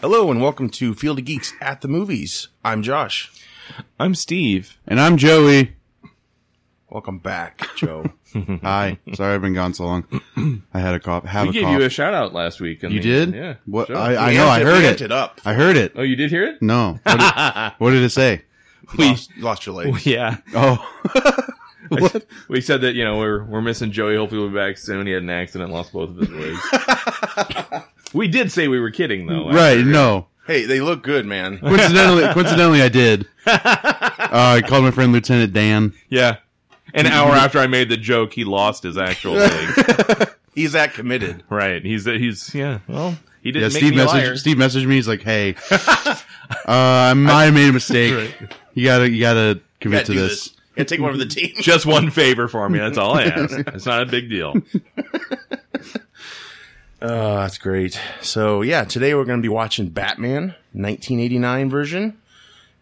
Hello and welcome to Field of Geeks at the Movies. I'm Josh. I'm Steve. And I'm Joey. Welcome back, Joe. Hi. Sorry I've been gone so long. I had a cough. Have We a gave cough. you a shout out last week. in You the- did? Yeah. What? sure. I, I We know. I amped we heard amped it. up. I heard it. oh, you did hear it? No. What did, what did it say? You lost, you lost your leg. Yeah. Oh, We said that, you know, we're, we're missing Joey. Hopefully we'll be back soon. He had an accident, lost both of his legs. we did say we were kidding, though. right. No. Hey, they look good, man. Coincidentally, coincidentally, I did. Uh, I called my friend Lieutenant Dan. Yeah. An hour after I made the joke, he lost his actual leg. He's that committed. right. He's, he's, yeah. Well, he didn't Yeah, make Steve me a liar. messaged, Steve messaged me. He's like, "Hey, uh, I might have made a mistake. You gotta, you gotta You commit gotta to do this. this. You gotta take one for the team. Just one favor for me. That's all I ask. It's not a big deal. Oh, that's great. So yeah, today we're gonna be watching Batman 1989 version.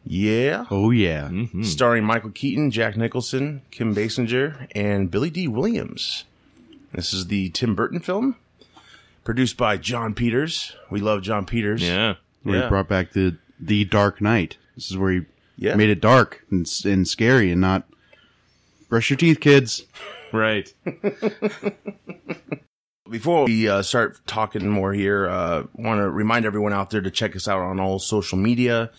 Yeah. Oh yeah, Mm-hmm. Starring Michael Keaton, Jack Nicholson, Kim Basinger, and Billy D. Williams. This is the Tim Burton film. Produced by John Peters. We love John Peters. Yeah. where Yeah. he brought back the the Dark Knight. This is where he Yeah. made it dark and, s- and scary and not brush your teeth, kids. Right. Oh. Before we uh, start talking more here, uh, want to remind everyone out there to check us out on all social media.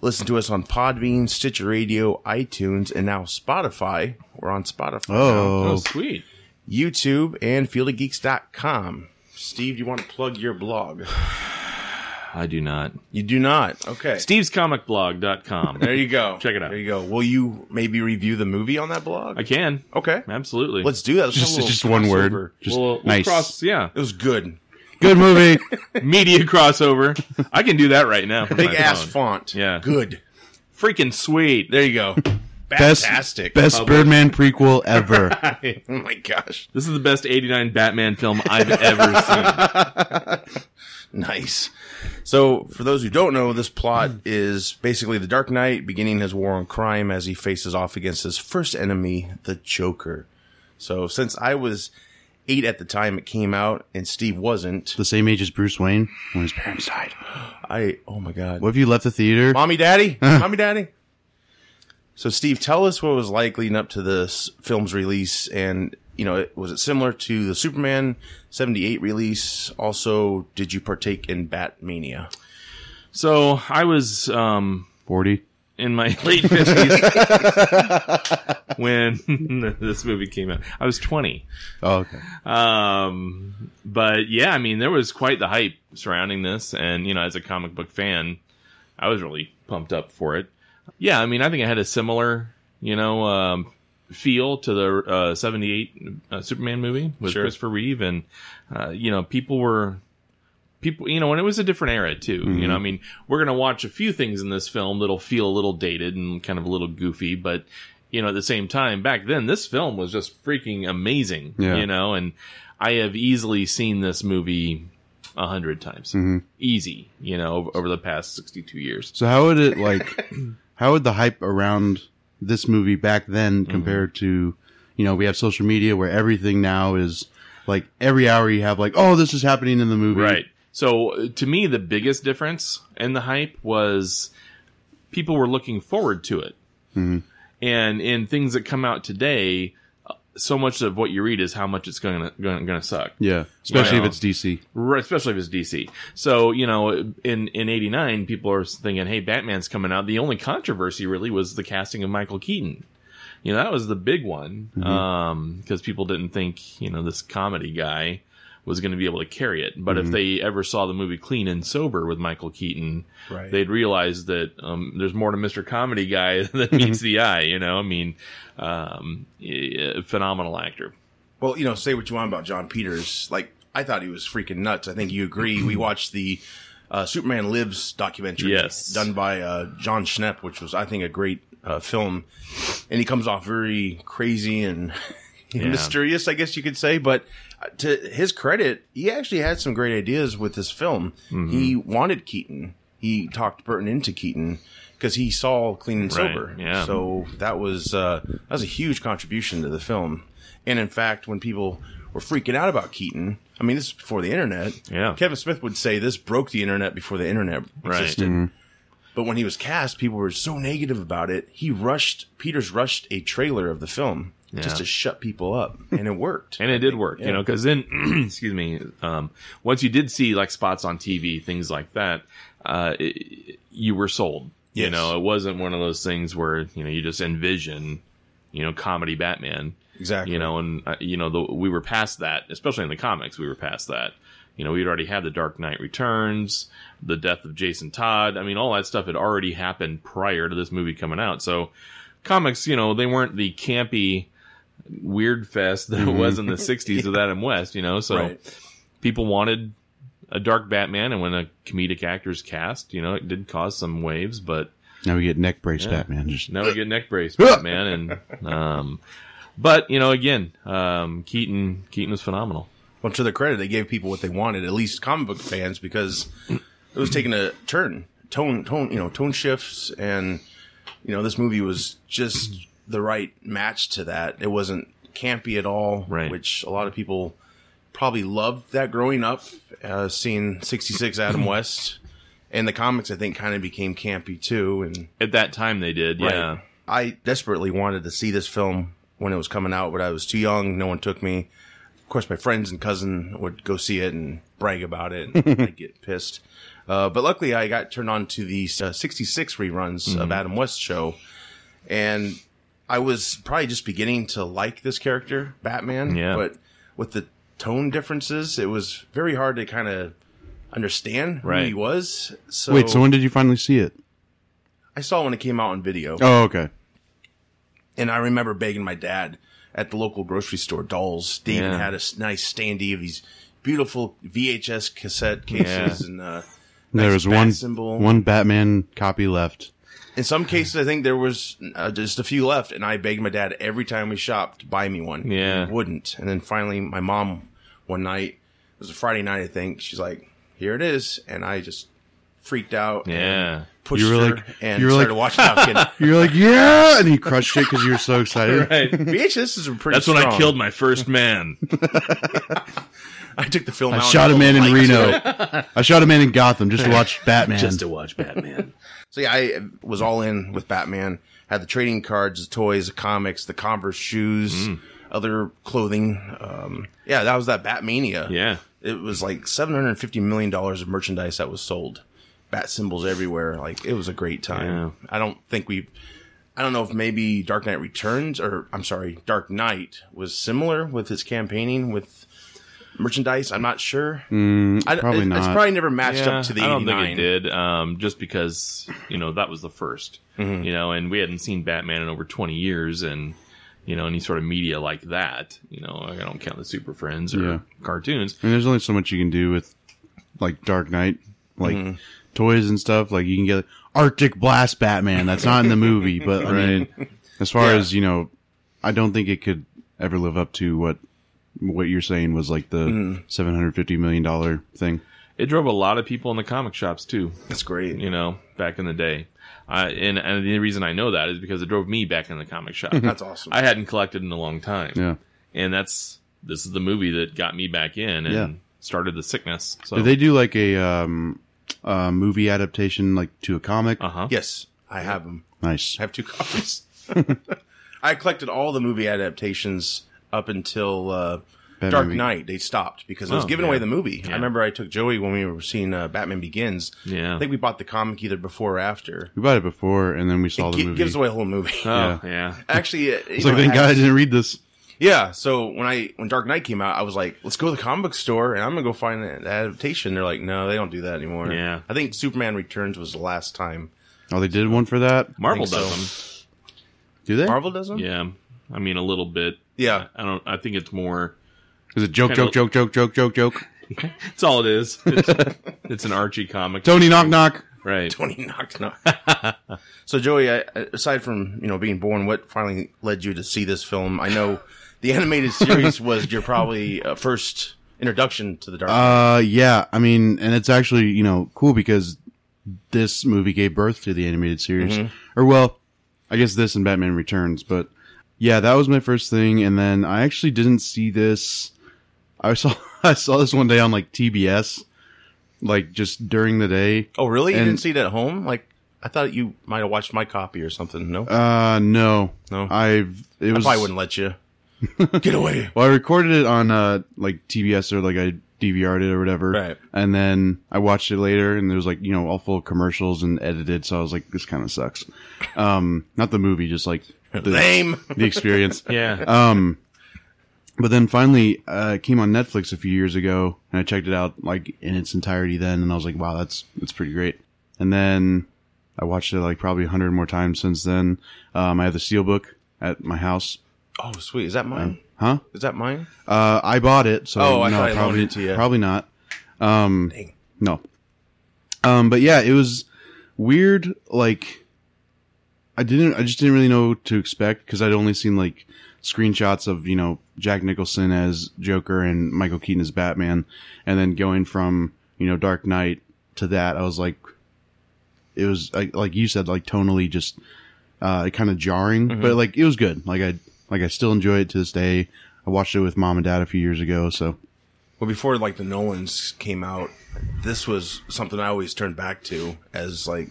Listen to us on Podbean, Stitcher Radio, iTunes, and now Spotify. We're on Spotify, now. Oh, Oh, sweet. YouTube, and fieldofgeeks.com. Steve, do you want to plug your blog? I do not. You do not. Okay. stevescomicblog.com. There you go. Check it out. There you go. Will you maybe review the movie on that blog? I can. Okay. Absolutely. Let's do that. Let's have just a little just one crossover. word. Just we'll, we'll nice. cross yeah. It was good. Good movie. Media crossover. I can do that right now. from Big my ass phone. font. Yeah. Good. Freaking sweet. There you go. best Fantastic. best Birdman prequel ever. Oh my gosh. This is the best 89 Batman film I've ever seen. Nice. So, for those who don't know, this plot is basically the Dark Knight beginning his war on crime as he faces off against his first enemy, the Joker. So, since I was eight at the time it came out and Steve wasn't, the same age as Bruce Wayne when his parents died. I, oh my God. What if you left the theater? Mommy, daddy? Mommy, daddy? So, Steve, tell us what was like leading up to this film's release and, you know, it- was it similar to the Superman 78 release? Also, did you partake in Batmania? So I was um, Forty. in my late 50s when this movie came out. I was 20. Oh, okay. Um, but yeah, I mean, there was quite the hype surrounding this, and you know, as a comic book fan, I was really pumped up for it. Yeah, I mean, I think I had a similar, you know, um, feel to the uh, '78 uh, Superman movie with Sure. Christopher Reeve, and uh, you know, people were people, you know, and it was a different era too. You know, I mean, we're gonna watch a few things in this film that'll feel a little dated and kind of a little goofy, but you know, at the same time, back then, this film was just freaking amazing. Yeah. You know, and I have easily seen this movie a hundred times, easy. You know, over, over the past sixty-two years. So how would it like? how would the hype around this movie back then compare to? You know, we have social media where everything now is like every hour you have like, oh, this is happening in the movie. Right. So uh, to me, the biggest difference in the hype was people were looking forward to it. And in things that come out today, uh, so much of what you read is how much it's going to going to suck, Yeah. Especially Wow. if it's DC. Right, especially if it's DC. So you know, in in '89, people are thinking, "Hey, Batman's coming out." The only controversy really was the casting of Michael Keaton. You know, that was the big one because people didn't think you know this comedy guy was going to be able to carry it. But if they ever saw the movie Clean and Sober with Michael Keaton, Right. they'd realize that um, there's more to Mr. Comedy Guy than meets the eye. You know, I mean, um, eh, phenomenal actor. Well, you know, say what you want about John Peters. Like, I thought he was freaking nuts. I think you agree. we watched the uh, Superman Lives documentary, Yes. done by uh, John Schnepp, which was, I think, a great uh, film. And he comes off very crazy and mysterious, I guess you could say. But uh, to his credit, he actually had some great ideas with this film. Mm-hmm. He wanted Keaton. He talked Burton into Keaton because he saw Clean and Right, Sober. yeah. So so that was uh, that was a huge contribution to the film. And in fact, when people were freaking out about Keaton. I mean, this is before the internet. Yeah. Kevin Smith would say this broke the internet before the internet Right. existed. But when he was cast, people were so negative about it. He rushed, Peters rushed a trailer of the film Yeah. just to shut people up, and it worked. and it did work, you know, because then, excuse me, um, once you did see like spots on TV, things like that, uh, it, you were sold. You Yes. know, it wasn't one of those things where you know you just envision, you know, comedy Batman. exactly. You know, and uh, you know the, we were past that, especially in the comics. We were past that. You know, we'd already had the Dark Knight Returns, the death of Jason Todd. I mean, all that stuff had already happened prior to this movie coming out. So, comics, you know, they weren't the campy weird fest that it was in the '60s with Adam West. You know, so Mm-hmm. Right. people wanted a dark Batman, and when a comedic actor's cast, you know, it did cause some waves, but Now we get neck brace Batman. Just now we get neck brace, Batman, and um, but you know, again, um, Keaton Keaton was phenomenal. Well, to their credit, they gave people what they wanted, at least comic book fans, because it was taking a turn, tone, tone, you know, tone shifts, and you know, this movie was just the right match to that. It wasn't campy at all, Right. which a lot of people probably loved that growing up, uh, seeing '66 Adam West, and the comics. I think kind of became campy too, and At that time, they did, yeah, I desperately wanted to see this film when it was coming out, but I was too young. No one took me. Of course, my friends and cousin would go see it and brag about it. and I'd get pissed. Uh, but luckily, I got turned on to the uh, 66 reruns of Adam West show. And I was probably just beginning to like this character, Batman. Yeah. But with the tone differences, it was very hard to kind of understand who Right. he was. So, wait. So when did you finally see it? I saw it when it came out on video. Oh, okay. And I remember begging my dad at the local grocery store, Dolls. They even Yeah. had a s- nice standee of these beautiful VHS cassette cases. And uh, There Nice was bat one symbol. one Batman copy left. in some cases, I think there was uh, just a few left. And I begged my dad every time we shopped to buy me one. Yeah. He wouldn't. And then finally, my mom one night, it was a Friday night, I think, she's like, here it is. And I just freaked out. yeah. And pushed You were her like- and you were started like- watching out. You're like, yeah, and you crushed it because you were so excited. Right. VHS is pretty That's when I strong. killed my first man. I took the film I out. and shot a all the man in lights Reno. I shot a man in Gotham just to watch Batman. watch Batman. So yeah, I was all in with Batman. Had the trading cards, the toys, the comics, the Converse shoes, Mm. other clothing. Um, yeah, that was that Batmania. Yeah. it was like seven hundred and fifty million dollars of merchandise that was sold. Bat symbols everywhere. Like it was a great time. I don't think we. I don't know if maybe Dark Knight Returns or I'm sorry, Dark Knight was similar with his campaigning with merchandise. I'm not sure. I, probably it- It's not. probably never matched Mm, Yeah, up to the I don't 89. think it did, um, just because you know that was the 1st Mm-hmm. you know, and we hadn't seen Batman in over twenty years, and you know, any sort of media like that, you know, I don't count the Super Friends or Yeah. cartoons, I mean, there's only so much you can do with like Dark Knight, like toys and stuff. Like you can get like, Arctic Blast Batman. That's not in the movie, but I mean, as far as you know, I don't think it could ever live up to what what you're saying was like the 750 million dollar thing. it drove a lot of people in the comic shops too. That's great. You know, back in the day, I, and and the reason I know that is because it drove me back in the comic shop. That's awesome. I hadn't collected in a long time, Yeah. and that's this is the movie that got me back in and Yeah. started the sickness. So, Did they do like a um, uh, movie adaptation like to a comic? uh huh, Yes, I have them. Nice. I have two copies. I collected all the movie adaptations up until uh, Batman Dark Be- Knight. They stopped because I was Oh, giving yeah. away the movie. Yeah. I remember I took Joey when we were seeing uh, Batman Begins. Yeah. I think we bought the comic either before or after. We bought it before, and then we saw it the gi- movie. gives away the whole movie. oh Yeah. yeah. Actually, uh, you it's like, know, thank God I I- didn't read this. yeah. So when I when Dark Knight came out, I was like, "Let's go to the comic book store and I'm gonna go find an adaptation." They're like, "No, they don't do that anymore." Yeah. I think Superman Returns was the last time Oh, they did one for that. Marvel think so. does Do they? Marvel does them. them. Yeah, I mean a little bit. yeah. I don't. I think it's more. Is it joke, Kinda- joke, joke, joke, joke, joke, joke? It's all it is. It's, it's an Archie comic, Tony, knock, knock. right? Tony knock knock. so Joey, I- aside from you know being born, what finally led you to see this film? I know the animated series was your probably uh, first introduction to the dark. Knight. Uh, yeah. I mean, and it's actually you know cool because this movie gave birth to the animated series, Mm-hmm. or well, I guess this and Batman Returns. But yeah, that was my first thing, and then I actually didn't see this I saw I saw this one day on like TBS, like just during the day. Oh, really? You And- didn't see it at home? Like, I thought you might have watched my copy or something. No, Uh, no, No. I've it I was probably wouldn't let you. Get away. Well, I recorded it on uh like TBS or like I DVR'd it or whatever. Right. And then I watched it later and there was like, you know, all full of commercials and edited, so I was like, this kind of sucks. Um not the movie, just like the, Lame. the experience. Yeah. Um but then finally uh it came on Netflix a few years ago and I checked it out like in its entirety then and I was like, wow, that's that's pretty great. And then I watched it like probably a hundred more times since then. Um I have the seal book at my house. Oh, sweet. Is that mine? Huh? Is that mine? Uh, I bought it, so Oh, I no, thought I loaned probably it to you. probably not. Um, Dang. no. Um, but yeah, it was weird. Like, I didn't, I just didn't really know what to expect because I'd only seen like screenshots of you know Jack Nicholson as Joker and Michael Keaton as Batman, and then going from you know Dark Knight to that, I was like, it was like, like you said, like tonally just uh, kind of jarring, Mm-hmm. but like it was good. Like I like I still enjoy it to this day. I watched it with mom and dad a few years ago, so Well, before like the Nolans came out, this was something I always turned back to as like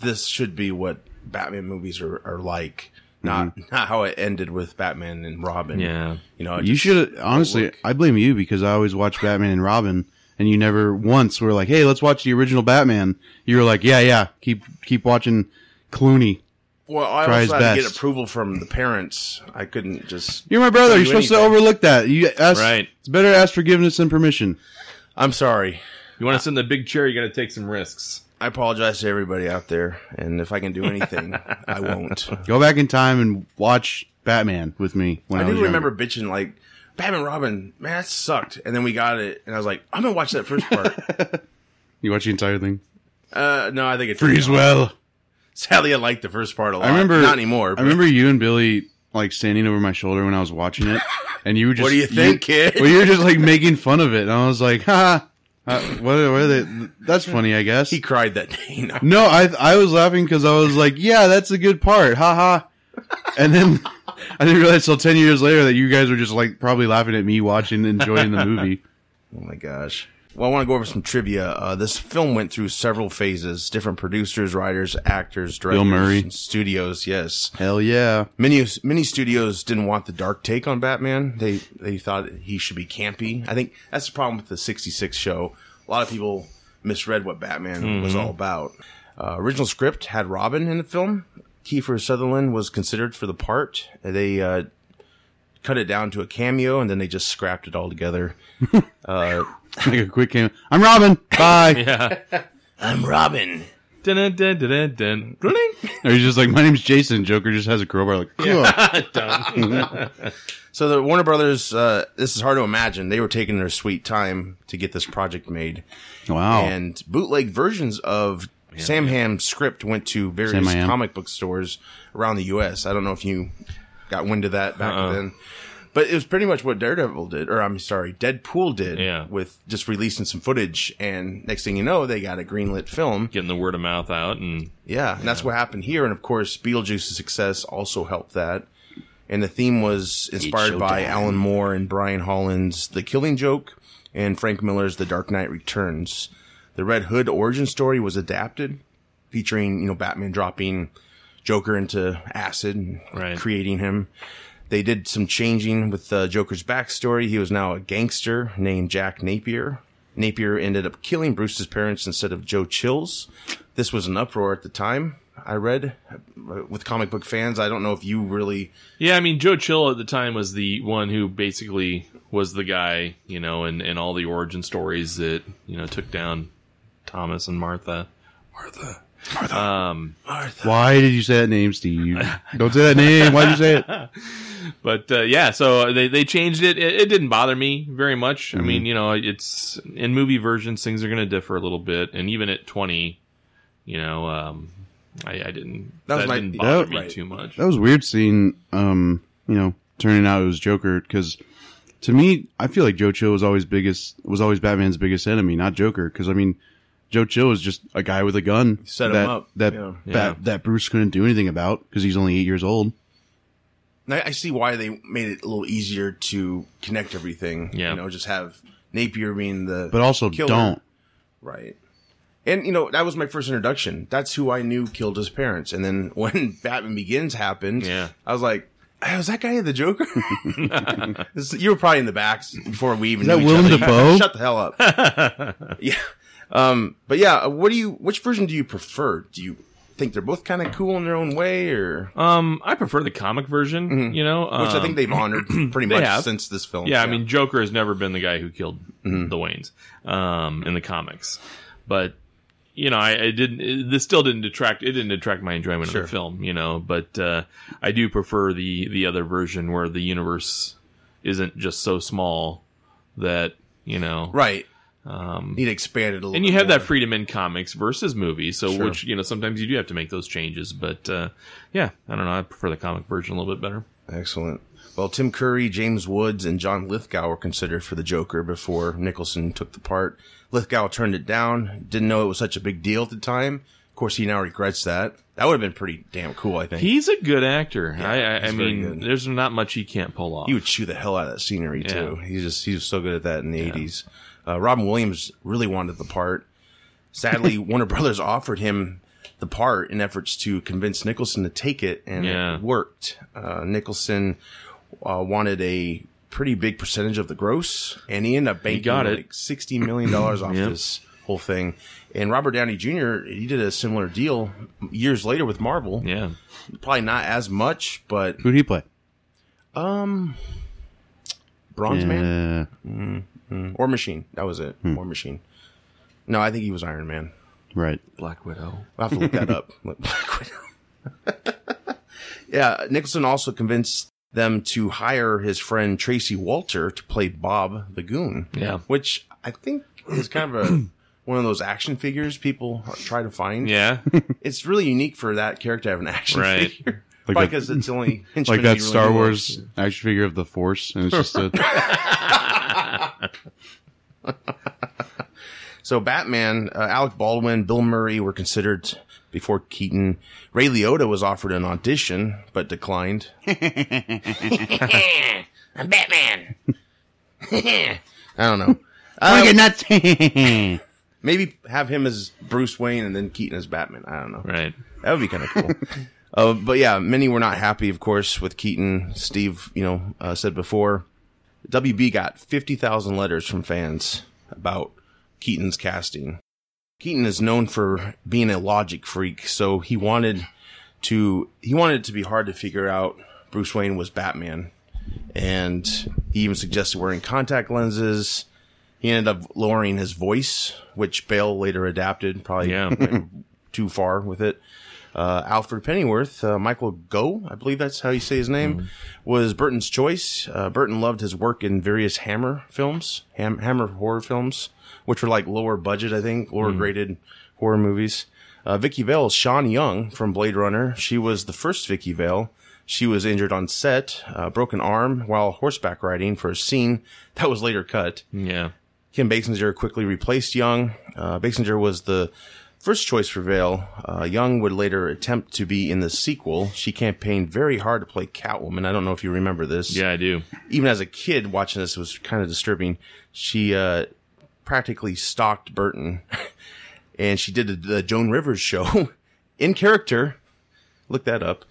this should be what Batman movies are, are like, Mm-hmm. not not how it ended with Batman and Robin. Yeah. you know, it you just- should honestly. look. I blame you because I always watch Batman and Robin, and you never once were like, "Hey, let's watch the original Batman." You were like, "Yeah, yeah, keep keep watching Clooney." Well, I try always his had to get best. approval from the parents. I couldn't just. You're my brother. Do You're supposed to anything. overlook that. You ask, Right. It's better to ask forgiveness than permission. I'm sorry. You want to sit in the big chair, you got to take some risks. I apologize to everybody out there, and if I can do anything, I won't. Go back in time and watch Batman with me. When I, I was do younger. remember bitching like Batman Robin, man, that sucked. And then we got it, and I was like, I'm gonna watch that first part. You watch the entire thing. uh, no, I think it Freeze well. Sadly, I liked the first part a lot. I remember Uh, not anymore. I remember you and Billy like standing over my shoulder when I was watching it, and you were just What do you think, kid? Well, you were just like making fun of it, and I was like, "Ha, ha, uh, what? What are they? That's funny, I guess." he cried that day. No. No, I I was laughing because I was like, "Yeah, that's a good part, ha ha," and then I didn't realize till ten years later that you guys were just like probably laughing at me watching, enjoying the movie. Oh my gosh. Well, I want to go over some trivia. Uh, this film went through several phases, different producers, writers, actors, directors, Murray. and studios. Yes, Hell yeah! many many studios didn't want the dark take on Batman. They they thought he should be campy. I think that's the problem with the '66 show. A lot of people misread what Batman was all about. Uh, original script had Robin in the film. Kiefer Sutherland was considered for the part. They uh, cut it down to a cameo, and then they just scrapped it all together. Like a quick cam. I'm Robin. Bye. Yeah. I'm Robin. dun, dun, dun, dun, dun. Gling. Or you're just like, my name's Jason. Joker just has a crowbar. Like, "Ugh." So the Warner Brothers, uh, this is hard to imagine. They were taking their sweet time to get this project made. wow. and bootleg versions of Sam Ham's script went to Sam various I Am. comic book stores around the U.S. I don't know if you got wind of that back Uh-uh. then, but it was pretty much what Daredevil did, or I'm sorry, Deadpool did, Yeah. with just releasing some footage, and next thing you know, they got a greenlit film. Getting the word of mouth out and Yeah, and that's what happened here, and of course, Beetlejuice's success also helped that. And the theme was inspired by Alan Moore and Brian Holland's The Killing Joke and Frank Miller's The Dark Knight Returns. The Red Hood origin story was adapted, featuring, you know, Batman dropping Joker into acid and Right. creating him. They did some changing with uh, Joker's backstory. He was now a gangster named Jack Napier. Napier ended up killing Bruce's parents instead of Joe Chills. This was an uproar at the time. I read uh, with comic book fans. I don't know if you really Yeah, I mean, Joe Chill at the time was the one who basically was the guy, you know, in, in all the origin stories that, you know, took down Thomas and Martha. Martha. Martha. Um, Why did you say that name, Steve? Don't say that name. Why did you say it? but uh, yeah, so they, they changed it. it. It didn't bother me very much. I mean, you know, it's in movie versions, things are going to differ a little bit. And even at 20, you know, um, I, I didn't, That that, was my- didn't bother that- me right. too much. That was weird seeing, um, you know, turning out it was Joker because to me, I feel like Joe Chill was always biggest was always Batman's biggest enemy, not Joker. Because I mean, Joe Chill is just a guy with a gun Set him that up, that yeah. That, that Bruce couldn't do anything about because he's only eight years old. And I, I see why they made it a little easier to connect everything. Yeah. You know, just have Napier being the But also killer. don't. Right. And you know, that was my first introduction. That's who I knew killed his parents. And then when Batman Begins happened, Yeah. I was like, "Hey, was that guy the Joker? This- you were probably in the back before we even Is that knew each Willem other. Dafoe? Shut the hell up. yeah. Um, but yeah, what do you which version do you prefer? Do you think they're both kind of cool in their own way or Um, I prefer the comic version. You know, Mm-hmm. which I um, think they've honored pretty they much have. since this film. Yeah, I mean, Joker has never been the guy who killed Mm-hmm. the Waynes um, in the comics, but you know, I, I didn't. It, this still didn't detract. It didn't detract my enjoyment of Sure. the film. You know, but uh, I do prefer the the other version where the universe isn't just so small that you know. right. Um, need to expand it a little. And you bit have more. that freedom in comics versus movies, so Sure. which you know sometimes you do have to make those changes. But uh, yeah, I don't know. I prefer the comic version a little bit better. Excellent. Well, Tim Curry, James Woods, and John Lithgow were considered for the Joker before Nicholson took the part. Lithgow turned it down. Didn't know it was such a big deal at the time. Of course, he now regrets that. That would have been pretty damn cool, I think. He, He's a good actor. I, I, I he's very mean, good. there's not much he can't pull off. would chew the hell out of that scenery Yeah. too. He's just he was so good at that in the eighties. Uh, Robin Williams really wanted the part. Sadly, Warner Brothers offered him the part in efforts to convince Nicholson to take it, and Yeah. it worked. Uh, Nicholson uh, wanted a pretty big percentage of the gross, and he ended up banking got it. like sixty million dollars off this whole thing. And Robert Downey Jr. he did a similar deal years later with Marvel. yeah. Probably not as much, but Who'd he play? Bronze Man. Yeah. Or Machine. That was it. Hmm. Or Machine. No, I think he was Iron Man. Right. Black Widow. I'll have to look that up. Look, Black Widow. yeah, Nicholson also convinced them to hire his friend Tracy Walter to play Bob the Goon. Yeah. Which I think is kind of a one of those action figures people try to find. Yeah. It's really unique for that character to have an action Right. figure. Like Probably that- because it's the only Like instrument that he really Star works. Wars action figure of the Force, and it's just a So Batman, uh, Alec Baldwin, Bill Murray were considered before Keaton. Ray Liotta was offered an audition but declined. I'm Batman. I don't know. Fucking nuts. Maybe have him as Bruce Wayne and then Keaton as Batman. I don't know. Right. That would be kind of cool. uh, but yeah, many were not happy, of course, with Keaton. Steve, you know, uh, said before, WB got 50,000 letters from fans about Keaton's casting. Keaton is known for being a logic freak, so he wanted to he wanted it to be hard to figure out Bruce Wayne was Batman. And he even suggested wearing contact lenses. He ended up lowering his voice, which Bale later adapted, probably Yeah. too far with it. Uh, Alfred Pennyworth, uh, Michael Go, I believe that's how you say his name, was Burton's choice. Uh, Burton loved his work in various Hammer films, ham- Hammer horror films, which were like lower budget, I think, lower graded horror movies. Uh, Vicky Vale, is Sean Young from Blade Runner. She was the first Vicky Vale. She was injured on set, uh, broken arm while horseback riding for a scene that was later cut. Yeah. Kim Basinger quickly replaced Young. Uh, Basinger was the first choice for Vale. Uh, Young would later attempt to be in the sequel. She campaigned very hard to play Catwoman. I don't know if you remember this. Yeah, I do. Even as a kid watching this, it was kind of disturbing. She uh, practically stalked Burton, and she did the, the Joan Rivers show in character. Look that up.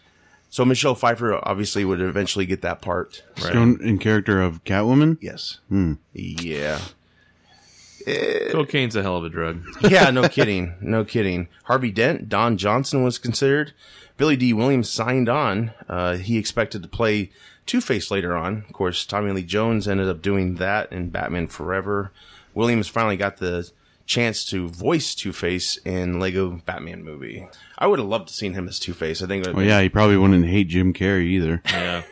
So Michelle Pfeiffer obviously would eventually get that part. Shown in character of Catwoman. Yes. Yeah. Cocaine's a hell of a drug. yeah, no kidding. No kidding. Harvey Dent, Don Johnson was considered. Billy D. Williams signed on. Uh, he expected to play Two Face later on. Of course, Tommy Lee Jones ended up doing that in Batman Forever. Williams finally got the chance to voice Two Face in Lego Batman movie. I would have loved to seen him as Two Face. I think it would have Well, Oh, yeah, he probably wouldn't hate Jim Carrey either. Yeah.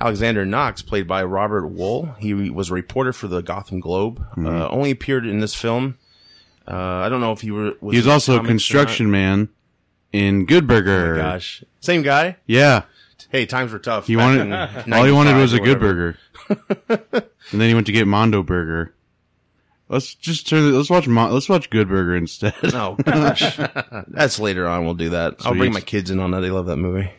Alexander Knox, played by Robert Wool. He was a reporter for the Gotham Globe. Mm-hmm. Uh, only appeared in this film. Uh, I don't know if he were, was. He was also a comics or construction man in Good Burger. not. Gosh, same guy. Yeah, Hey, times were tough. he back wanted in all he 95 wanted was or a Good whatever. Burger, and then he went to get Mondo Burger. Let's just turn. the- Let's watch. Mon- let's watch Good Burger instead. Oh gosh, that's later on. We'll do that. I'll Sweet. bring my kids in on that. They love that movie.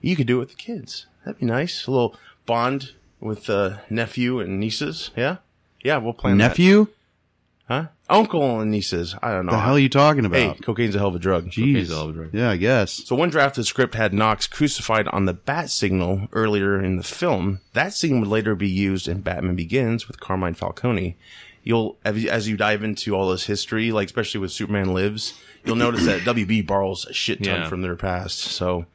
You could do it with the kids. That'd be nice. A little bond with uh, nephew and nieces. Yeah, yeah, we'll plan that. Nephew? huh? Uncle and nieces. I don't know. The hell are you talking hey, about? cocaine's a hell of a drug. Cocaine's Jeez. a hell of a drug. Yeah, I guess. So one draft of the script had Knox crucified on the bat signal earlier in the film. That scene would later be used in Batman Begins with Carmine Falcone. You'll as you- as you dive into all this history, like especially with Superman Lives, you'll notice that WB borrows a shit ton Yeah. from their past. So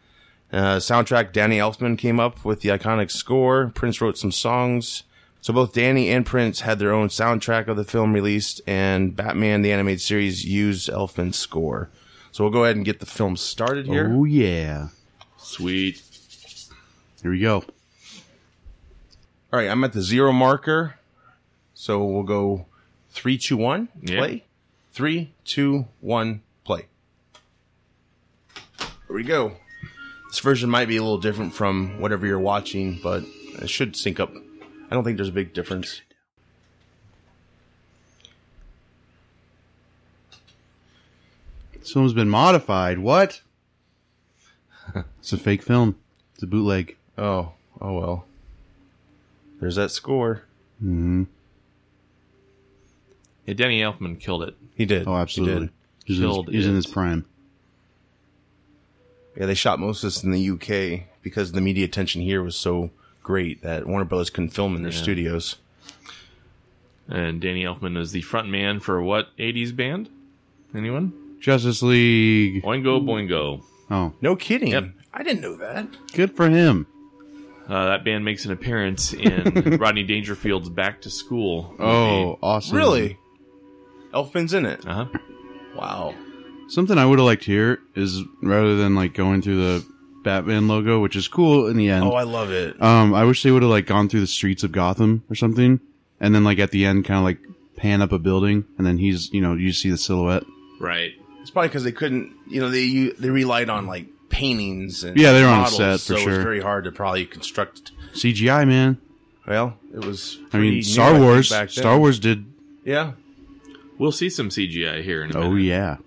uh, soundtrack Danny Elfman came up with the iconic score. Prince wrote some songs. So both Danny and Prince had their own soundtrack of the film released, and Batman the animated series used Elfman's score. So we'll go ahead and get the film started here. Oh yeah. Sweet. Here we go. All right, I'm at the zero marker. So we'll go three, two, one, Yeah. play. Three, two, one, play. Here we go. This version might be a little different from whatever you're watching, but it should sync up. I don't think there's a big difference. This film's been modified. What? it's a fake film. It's a bootleg. Oh, oh well. There's that score. Mm-hmm. Oh, Yeah, Danny Elfman killed it. He did. Oh, He absolutely. did. He's, in his, Killed he's in it. his prime. Yeah, they shot most of this in the UK because the media attention here was so great that Warner Brothers couldn't film in their studios. And Danny Elfman was the front man for what 80s band? Anyone? Justice League. Boingo Boingo. Oh, No kidding. Yep. I didn't know that. good for him. Uh, that band makes an appearance in Rodney Dangerfield's Back to School. Oh, awesome. Really? Elfman's in it. Uh huh. Wow. Mm. Something I would have liked here is rather than like going through the Batman logo, which is cool in the end. Oh, I love it. um, I wish they would have like gone through the streets of Gotham or something, and then like at the end, kind of like pan up a building, and then he's you know you see the silhouette. Right. It's probably because they couldn't, you know, they u- they relied on like paintings and Yeah, they were on models, set for so it was sure. very hard to probably construct. CGI man. Well, it was. I pretty mean, new, Star think, Wars. back then. Star Wars did. Yeah, We'll see some CGI here in a minute. Oh yeah.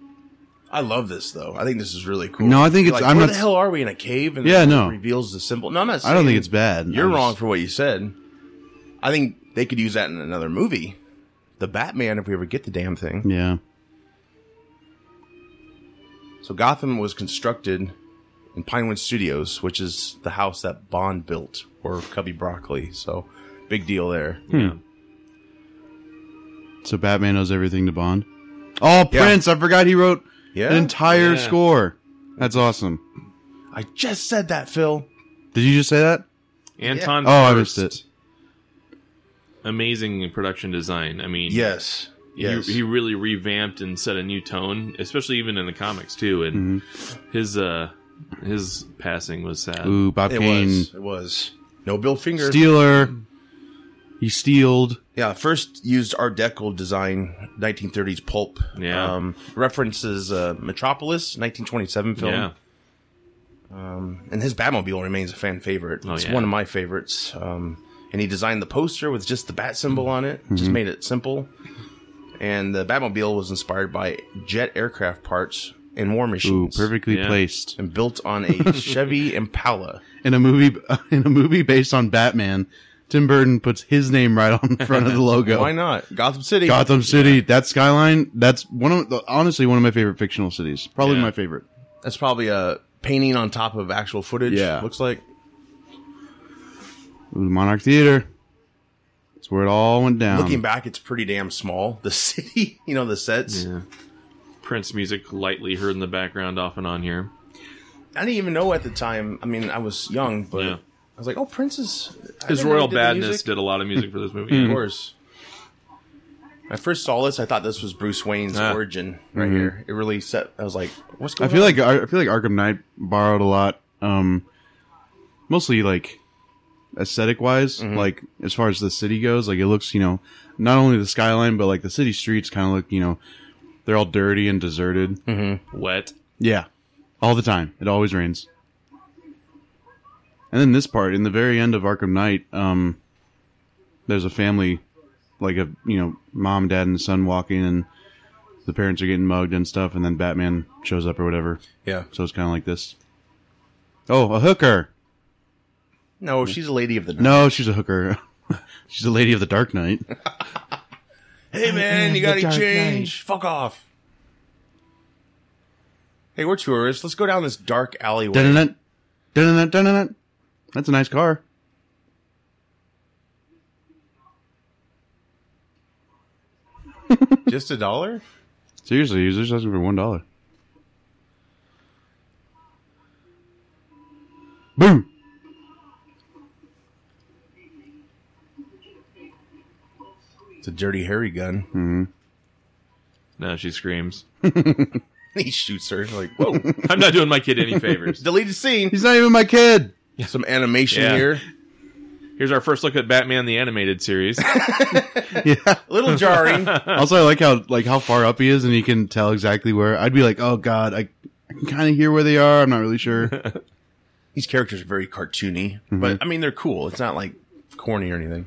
I love this though. I think this is really cool. No, I think You're it's- Like, I'm where not the s- hell are we in a cave? And Yeah, it no. Reveals the symbol. No, I'm not. I don't think saying- it's bad. You're I just- wrong for what you said. I think they could use that in another movie. The Batman, if we ever get the damn thing. Yeah. So Gotham was constructed in Pinewood Studios, which is the house that Bond built or Cubby Broccoli. So big deal there. Yeah. So Batman knows everything to Bond. Oh, Yeah. Prince! I forgot he wrote Yeah. an entire Yeah. score. That's awesome. I just said that, Phil. Did you just say that? Anton. Oh, I missed Furst. it. Amazing production design. I mean, Yes. he, Yes. he really revamped and set a new tone, especially even in the comics too. And Mm-hmm. his uh his passing was sad. Ooh, Bob it Kane. was. It was. No Bill Finger. Stealer. He stealed. Yeah, first used Art Deco design, 1930s pulp. Yeah. Um, references uh, Metropolis, 1927 film. Yeah. And his Batmobile remains a fan favorite. Oh, it's yeah. one of my favorites. Um, and he designed the poster with just the bat symbol on it, Mm-hmm. just made it simple. And the Batmobile was inspired by jet aircraft parts and war Ooh, machines. perfectly Yeah. placed And built on a Chevy Impala. in a movie in a movie based on Batman. Tim Burton puts his name right on the front of the logo. Why not? Gotham City. Gotham City. That skyline. That's one of the, honestly one of my favorite fictional cities. Probably Yeah. my favorite. That's probably a painting on top of actual footage. Yeah. Looks like. Ooh, Monarch Theater. That's where it all went down. Looking back, it's pretty damn small. The city, you know, the sets. Yeah. Prince music lightly heard in the background off and on here. I didn't even know at the time. I mean, I was young, but Yeah. I was like, oh, Prince's. I His didn't know he royal did the badness music. did a lot of music for this movie. Mm-hmm. Of course. When I first saw this, I thought this was Bruce Wayne's Ah. origin right here. It really set. I was like, "What's Mm-hmm. I going feel on?" like I feel like Arkham Knight borrowed a lot, um, mostly like aesthetic wise, like as far as the city goes. Like it looks, you know, not only the skyline, but like the city streets kind of look, you know, they're all dirty and deserted. Wet. Yeah, all the time. It always rains. And then this part in the very end of Arkham Knight, um, there's a family, like a you know, mom, dad, and son walking, and the parents are getting mugged and stuff, and then Batman shows up or whatever. yeah, So it's kind of like this. Oh, a hooker. No, she's a lady of the night. No, she's a hooker. she's a lady of the Dark Knight. Hey man, am you the got any Dark change? Fuck off. Hey, we're tourists. Let's go down this dark alleyway. Dun-dun-dun. Dun-dun-dun, dun-dun-dun. That's a nice car. Just a dollar? Seriously, he's just asking for one dollar. Boom. It's a dirty Harry gun. Hmm. No, she screams. he shoots her. Like, whoa. I'm not doing my kid any favors. Deleted scene. He's not even my kid. Some animation Yeah. here. Here's our first look at Batman the animated series. Yeah. A little jarring. also, I like how like how far up he is, and he can tell exactly where. I'd be like, oh god, I, I can kind of hear where they are. I'm not really sure. These characters are very cartoony, Mm-hmm. but I mean, they're cool. It's not like corny or anything.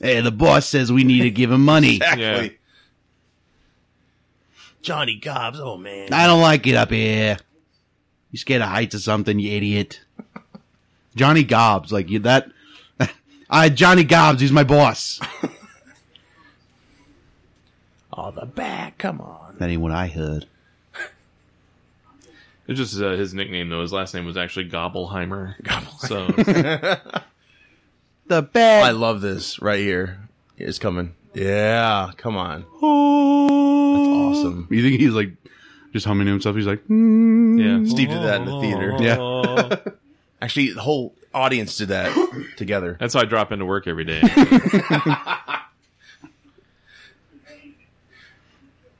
hey, the boss says we need to give him money. Exactly. Yeah. Johnny Cobbs. Oh, man. I don't like it up here. You scared of heights or something, you idiot. Johnny Gobbs, like you that. I Johnny Gobbs, he's my boss. Oh, the back. Come on. That ain't what I heard. It's just uh, his nickname, though. His last name was actually Gobbleheimer. So The I bad. love this right here. It's coming. Yeah. Come on. awesome. You think he's like just humming to himself? He's like, mm. yeah, Steve did that in the theater. Yeah, Actually, the whole audience did that together. that's how I drop into work every day.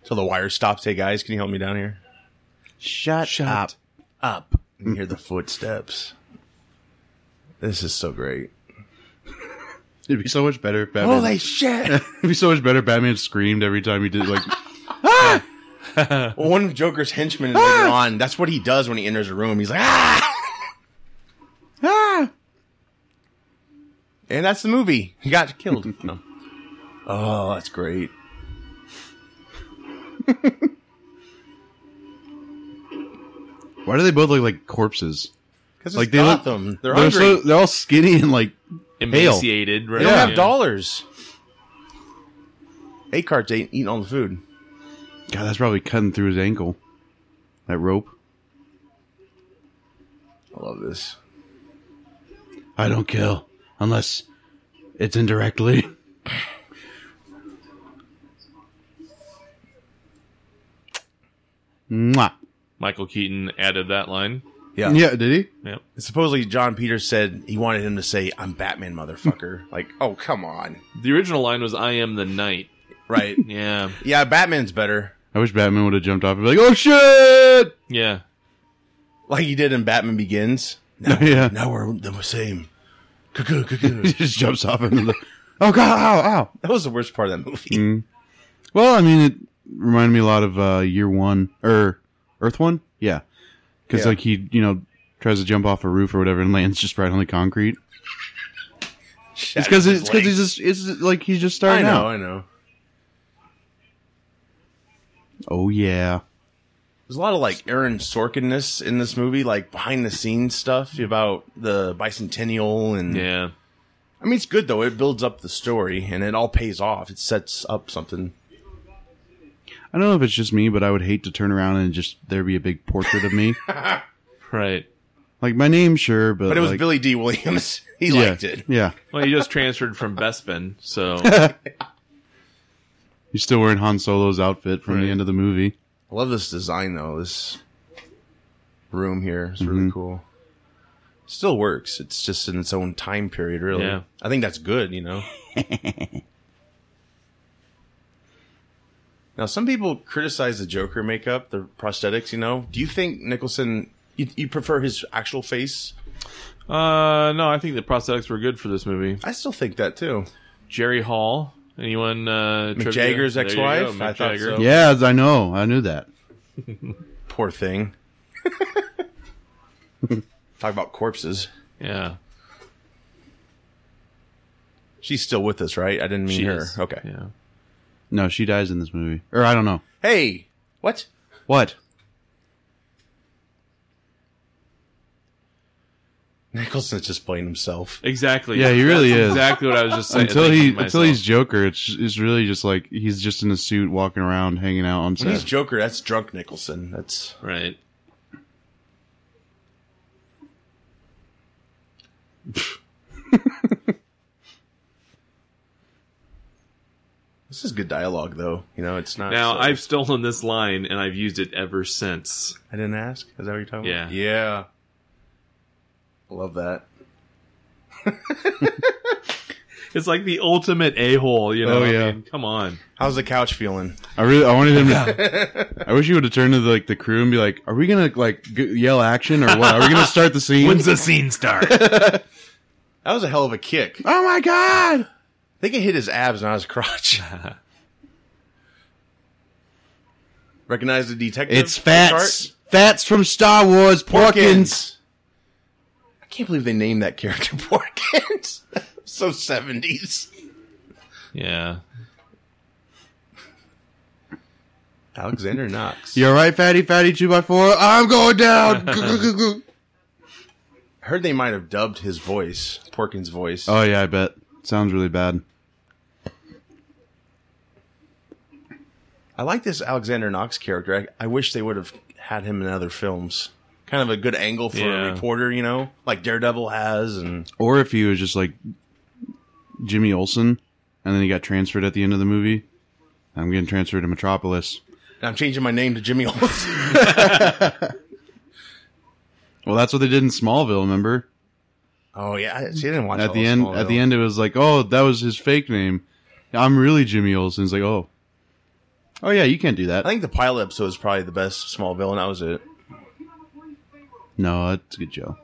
So the wire stops. Hey, guys, can you help me down here? shut, up. Up. And you hear the footsteps. This is so great. It'd be so much better if Batman. Holy shit. it'd be so much better if Batman screamed every time he did like. Well, one of Joker's henchmen later on, that's what he does when he enters a room. He's like, ah! ah! And that's the movie. He got killed. No. Oh, that's great. Why do they both look like corpses? Because it's Like, like they look- Gotham. they're They're hungry. so they're all skinny and like Emaciated, right? they don't Yeah. have dollars. Acart's ain't eating all the food. God, that's probably cutting through his ankle. That rope. I love this. I don't kill unless it's indirectly. Mwah. Michael Keaton added that line. Yeah. Yeah, did he? Yep. Supposedly, John Peters said he wanted him to say, I'm Batman, motherfucker. like, oh, come on. The original line was "I am the knight." Right. Yeah, yeah, Batman's better. I wish Batman would have jumped off and be like, "Oh shit!" yeah. Like he did in Batman Begins. Now, Yeah. now we're the same. Cuckoo, cuckoo. He just jumps off and like, "Oh god, ow, ow!" That was the worst part of that movie. Mm. Well, I mean, it reminded me a lot of uh, Year One or Earth One, yeah, because Yeah. like he, you know, tries to jump off a roof or whatever and lands just right on the concrete. It's because it's because he's just it's like he's I just starting know, out. I know. Oh yeah. There's a lot of like Aaron Sorkinness in this movie, like behind the scenes stuff about the bicentennial and Yeah. I mean it's good though. It builds up the story and it all pays off. It sets up something. I don't know if it's just me, but I would hate to turn around and just there be a big portrait of me. Right. like my name, sure, but But it was like, Billy D. Williams. He yeah, liked it. Yeah, Well, he just transferred from Bespin, so he's still wearing Han Solo's outfit from the Right. end of the movie. I love this design though. This room here is really cool. Still works. It's just in its own time period, really. Yeah. I think that's good, you know. now, some people criticize the Joker makeup, the prosthetics. You know, do you think Nicholson? You, you prefer his actual face? uh, no, I think the prosthetics were good for this movie. I still think that too. Jerry Hall. Anyone? Uh, trivia? Jagger's There you go, ex-wife? Mick I thought Jagger. so. Yeah, I know, I knew that. Poor thing. Talk about corpses. Yeah. She's still with us, right? I didn't mean She her. is. Okay. Yeah. No, she dies in this movie, or I don't know Hey, what? what. Nicholson's just playing himself. Exactly. Yeah, he really That's is. Exactly what I was just saying. until thinking he to myself. until he's Joker, it's it's really just like he's just in a suit walking around hanging out on When he's set. Joker, that's drunk Nicholson. That's right. this is good dialogue though. You know, it's not. Now so- I've stolen this line and I've used it ever since. I didn't ask. Is that what you're talking Yeah. about? Yeah. I love that. It's like the ultimate a hole. You know. Oh, I yeah. mean, come on. How's the couch feeling? I really I wanted him to. I wish he would have turned to the, like the crew and be like, "Are we gonna like g- yell action or what? Are we gonna start the scene?" the scene start? That was a hell of a kick. oh my god! They can hit his abs, not his crotch. Recognize the detective? It's Fats. Fats from Star Wars. Porkins. Porkins. I can't believe they named that character Porkins. so 70s. yeah. Alexander Knox. You're right, fatty, fatty, two by four. I'm going down. I heard they might have dubbed his voice, Porkins' voice. oh yeah, I bet. Sounds really bad. I like this Alexander Knox character. I, I wish they would have had him in other films. Kind of a good angle for Yeah. a reporter, you know, like Daredevil has, and Or if he was just like Jimmy Olsen, and then he got transferred at the end of the movie. I'm getting transferred to Metropolis. I'm changing my name to Jimmy Olsen. Well, that's what they did in Smallville. Remember? oh yeah, I, see, I didn't watch at the end, at the end, it was like, oh, that was his fake name. I'm really Jimmy Olsen. It's like, oh, oh yeah, you can't do I that. think the pilot episode is probably the best Smallville, and that was it. No, that's a good Joe.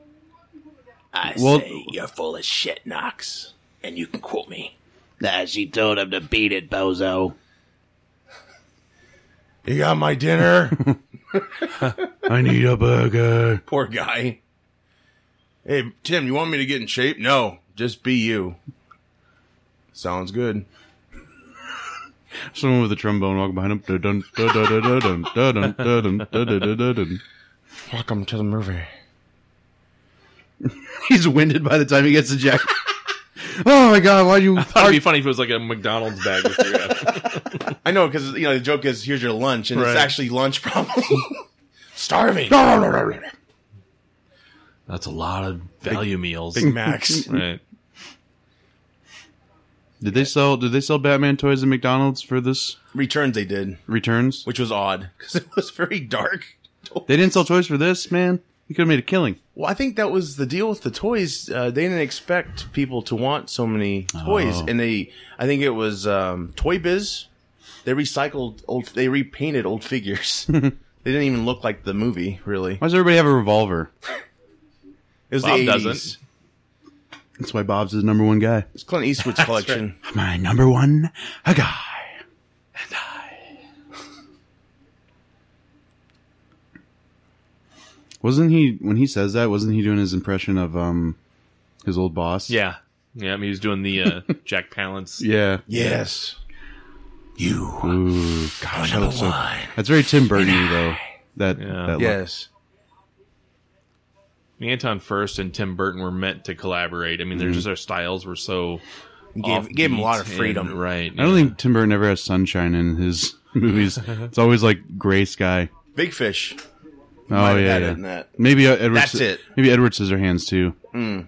I Well- you're full of shit, Knox, and you can quote me. Nah, she told him to beat it, bozo. You got my dinner, I need a burger. poor guy. Hey Tim, you want me to get in shape? No, just be you. Sounds good. Someone with a trombone walking behind him. Dun, dun, dun, dun, dun, dun, dun, dun, dun, dun, dun, dun, dun. Welcome to the movie. He's winded by the time he gets to Jack. oh my god, why'd you That'd be funny if it was like a McDonald's bag. With your, I know because you know the joke is here's your lunch, and Right. it's actually lunch probably. Starving. That's a lot of value meals. Big Max. right. Did they sell did they sell Batman toys at McDonald's for this Returns they did, returns? which was odd because it was very dark. They didn't sell toys for this, man. You could have made a killing. Well, I think that was the deal with the toys. Uh, they didn't expect people to want so many toys, Oh. and they, I think it was um, Toy Biz. They recycled old, they repainted old figures. they didn't even look like the movie, really. Why does everybody have a revolver? It was Bob the 80s. doesn't. That's why Bob's his number one guy. It's Clint Eastwood's collection. My number one guy. Wasn't he when he says that? Wasn't he doing his impression of um his old boss? Yeah. Yeah. I mean, he was doing the uh, Jack Palance. yeah. Yes. You. Ooh, Gosh, I look so- that's very Tim Burton though. That, Yeah. that look. Yes. Anton First and Tim Burton were meant to collaborate. I mean, their just their styles were so Mm-hmm. Gave, gave him a lot of offbeat freedom. and- right? I don't think Tim Burton ever has sunshine in his movies. It's always like gray sky. Big Fish. Oh have yeah, had it yeah. in that. maybe uh, Edward. That's Sci- it. Hmm. Maybe Edward Scissorhands too.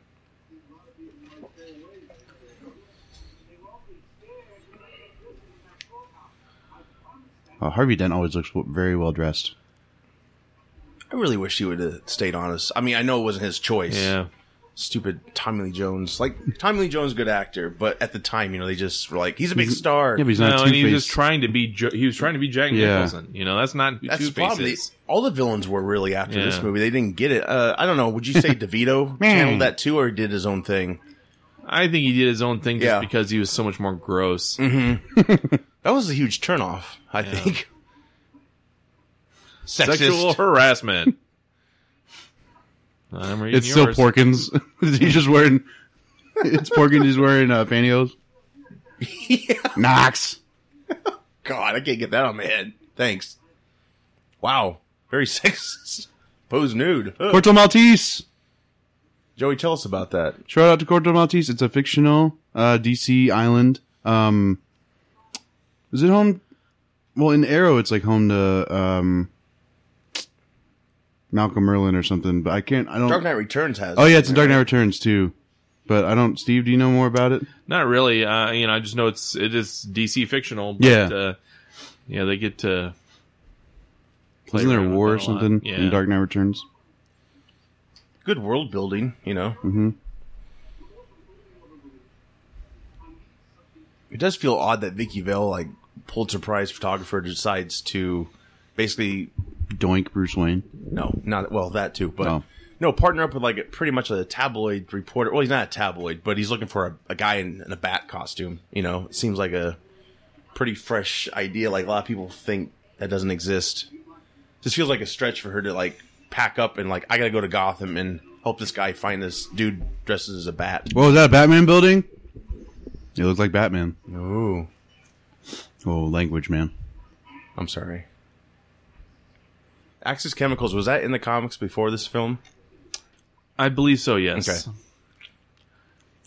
Uh, Harvey Dent always looks w- very well dressed. I really wish he would have stayed honest. I mean, I know it wasn't his choice. Yeah. Stupid Tommy Lee Jones. Like Tommy Lee Jones, good actor, but at the time, you know, they just were like, he's a big star. Mm-hmm. Yeah, but he's No, not and he two was just faced. trying to be. Jo- he was trying to be Jack Yeah. Nicholson. You know, that's not who That's Two the problem. They- Faces. all the villains were really after this Yeah. movie. They didn't get it. Uh, I don't know. Would you say DeVito channeled that too, or did his own thing? I think he did his own thing just Yeah. Mm-hmm. because he was so much more gross. That was a huge turnoff. I think. Sexist. Sexual harassment. I'm reading It's still yours. Porkins. he's just wearing. It's Porkins. He's wearing uh, pantyhose. Knox. God, I can't get that on my head. Thanks. Wow, very sexist. Pose nude. Ugh. Corto Maltese. Joey, tell us about that. Shout out to Corto Maltese. It's a fictional uh, DC island. Um, is it home? Well, in Arrow, it's like home to um, Malcolm Merlin or something. But I can't. I don't. Dark Knight Returns has. oh yeah, it's in Dark Knight Returns too. But I don't. Steve, do you know more about it? Not really. Uh, you know, I just know it's it is DC fictional. But, Yeah. Uh, yeah, they get to. play Isn't there a around war or with that a lot. something Yeah. in Dark Knight Returns? Good world building, you know. Mm-hmm. It does feel odd that Vicky Vale, like Pulitzer Prize photographer, decides to basically Doink Bruce Wayne. no, not well that too, but No. no, partner up with like a, pretty much a tabloid reporter. Well, he's not a tabloid, but he's looking for a, a guy in, in a bat costume. You know, it seems like a pretty fresh idea. Like a lot of people think that doesn't exist. Just feels like a stretch for her to like pack up and like I gotta go to Gotham and help this guy find this dude dressed as a bat. What was that? A Batman building? It looked like Batman. Ooh, Oh, language, man. I'm sorry. Axis Chemicals was that in the comics before this film? I believe so. Yes. Okay.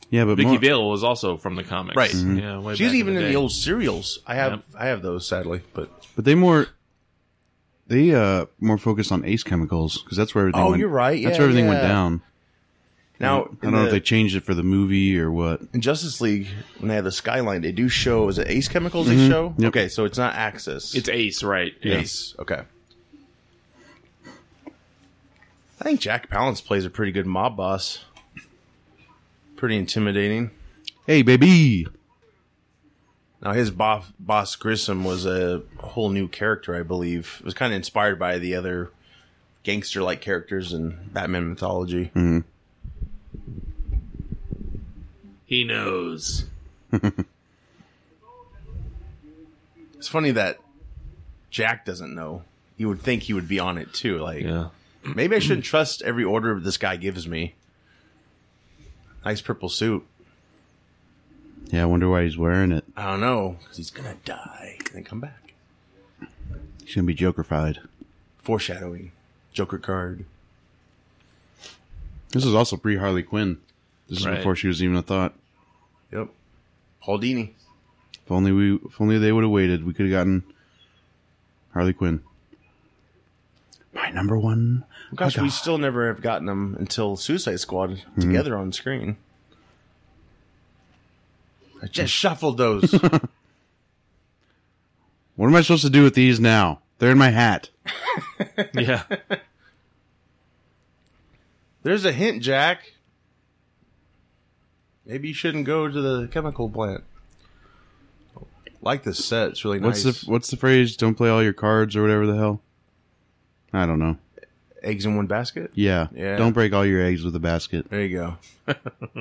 Yeah, but Vicky more- Vale was also from the comics. Right. Yeah. Mm-hmm. way She was back even in day. the old serials. I have Yep. I have those sadly, but But they more they uh more focused on Ace Chemicals because that's where everything. Oh, went, you're right. that's Yeah, where everything went yeah. down. now I don't know if they changed it for the movie or what. in Justice League when they have the skyline, they do show is it Ace Chemicals they show? Yep. Okay, so it's not Axis. It's Ace, right? Ace. Okay. I think Jack Palance plays a pretty good mob boss. Pretty intimidating. Hey, baby. Now his boss, boss Grissom was a whole new character, I believe. It was kind of inspired by the other gangster-like characters in Batman mythology. He knows. It's funny that Jack doesn't know. You would think he would be on it too. Like Yeah. maybe I shouldn't trust every order this guy gives me. Nice purple suit. Yeah, I wonder why he's wearing it. I don't know because he's gonna die and then come back. He's gonna be Jokerfied. Foreshadowing. Joker card. This is also pre Harley Quinn. This is Right. before she was even a thought. Yep. Paul Dini. If only we, if only they would have waited, we could have gotten Harley Quinn. My number one. Gosh, Oh, we God. still never have gotten him until Suicide Squad together on screen. I just shuffled those. What am I supposed to do with these now? They're in my hat. Yeah. There's a hint, Jack. Maybe you shouldn't go to the chemical plant. Like this set, it's really What's nice. the What's the phrase? Don't play all your cards or whatever the hell. I don't know. Eggs in one basket. Yeah. Yeah. Don't break all your eggs with a basket. There you go.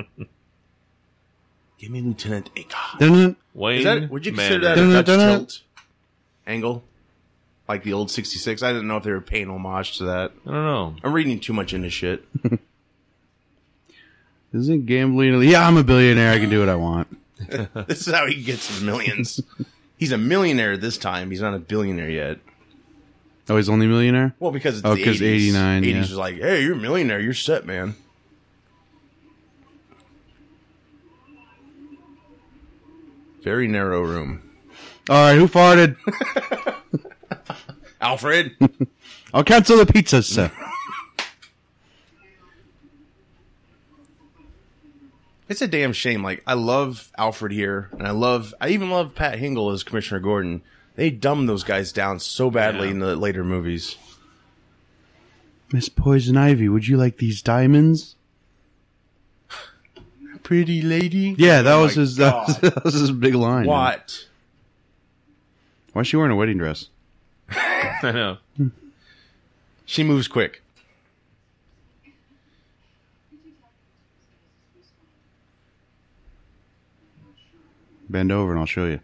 Give me Lieutenant Akon. Dun-dun. Wayne. Is that? Would you consider Manor. that a Dutch Dun-dun-dun-dun. tilt angle, like the old '66? I didn't know if they were paying homage to that. I don't know. I'm reading too much into shit. Isn't gambling? illegal? Yeah, I'm a billionaire. I can do what I want. this is how he gets his millions. He's a millionaire this time. He's not a billionaire yet. Oh, he's only a millionaire. Well, because it's Oh, the 'cause 80s. 89, 80s yeah. was like, hey, you're a millionaire. You're set, man. Very narrow room. All right, who farted? Alfred, I'll cancel the pizza, sir. it's a damn shame. Like, I love Alfred here, and I love, I even love Pat Hingle as Commissioner Gordon. They dumb those guys down so badly Yeah. in the later movies. Miss Poison Ivy, would you like these diamonds? Pretty lady. Yeah, that Oh was my his. That was, God. that was his big line. What? Why is she wearing a wedding dress? I know. She moves quick. Bend over and I'll show you.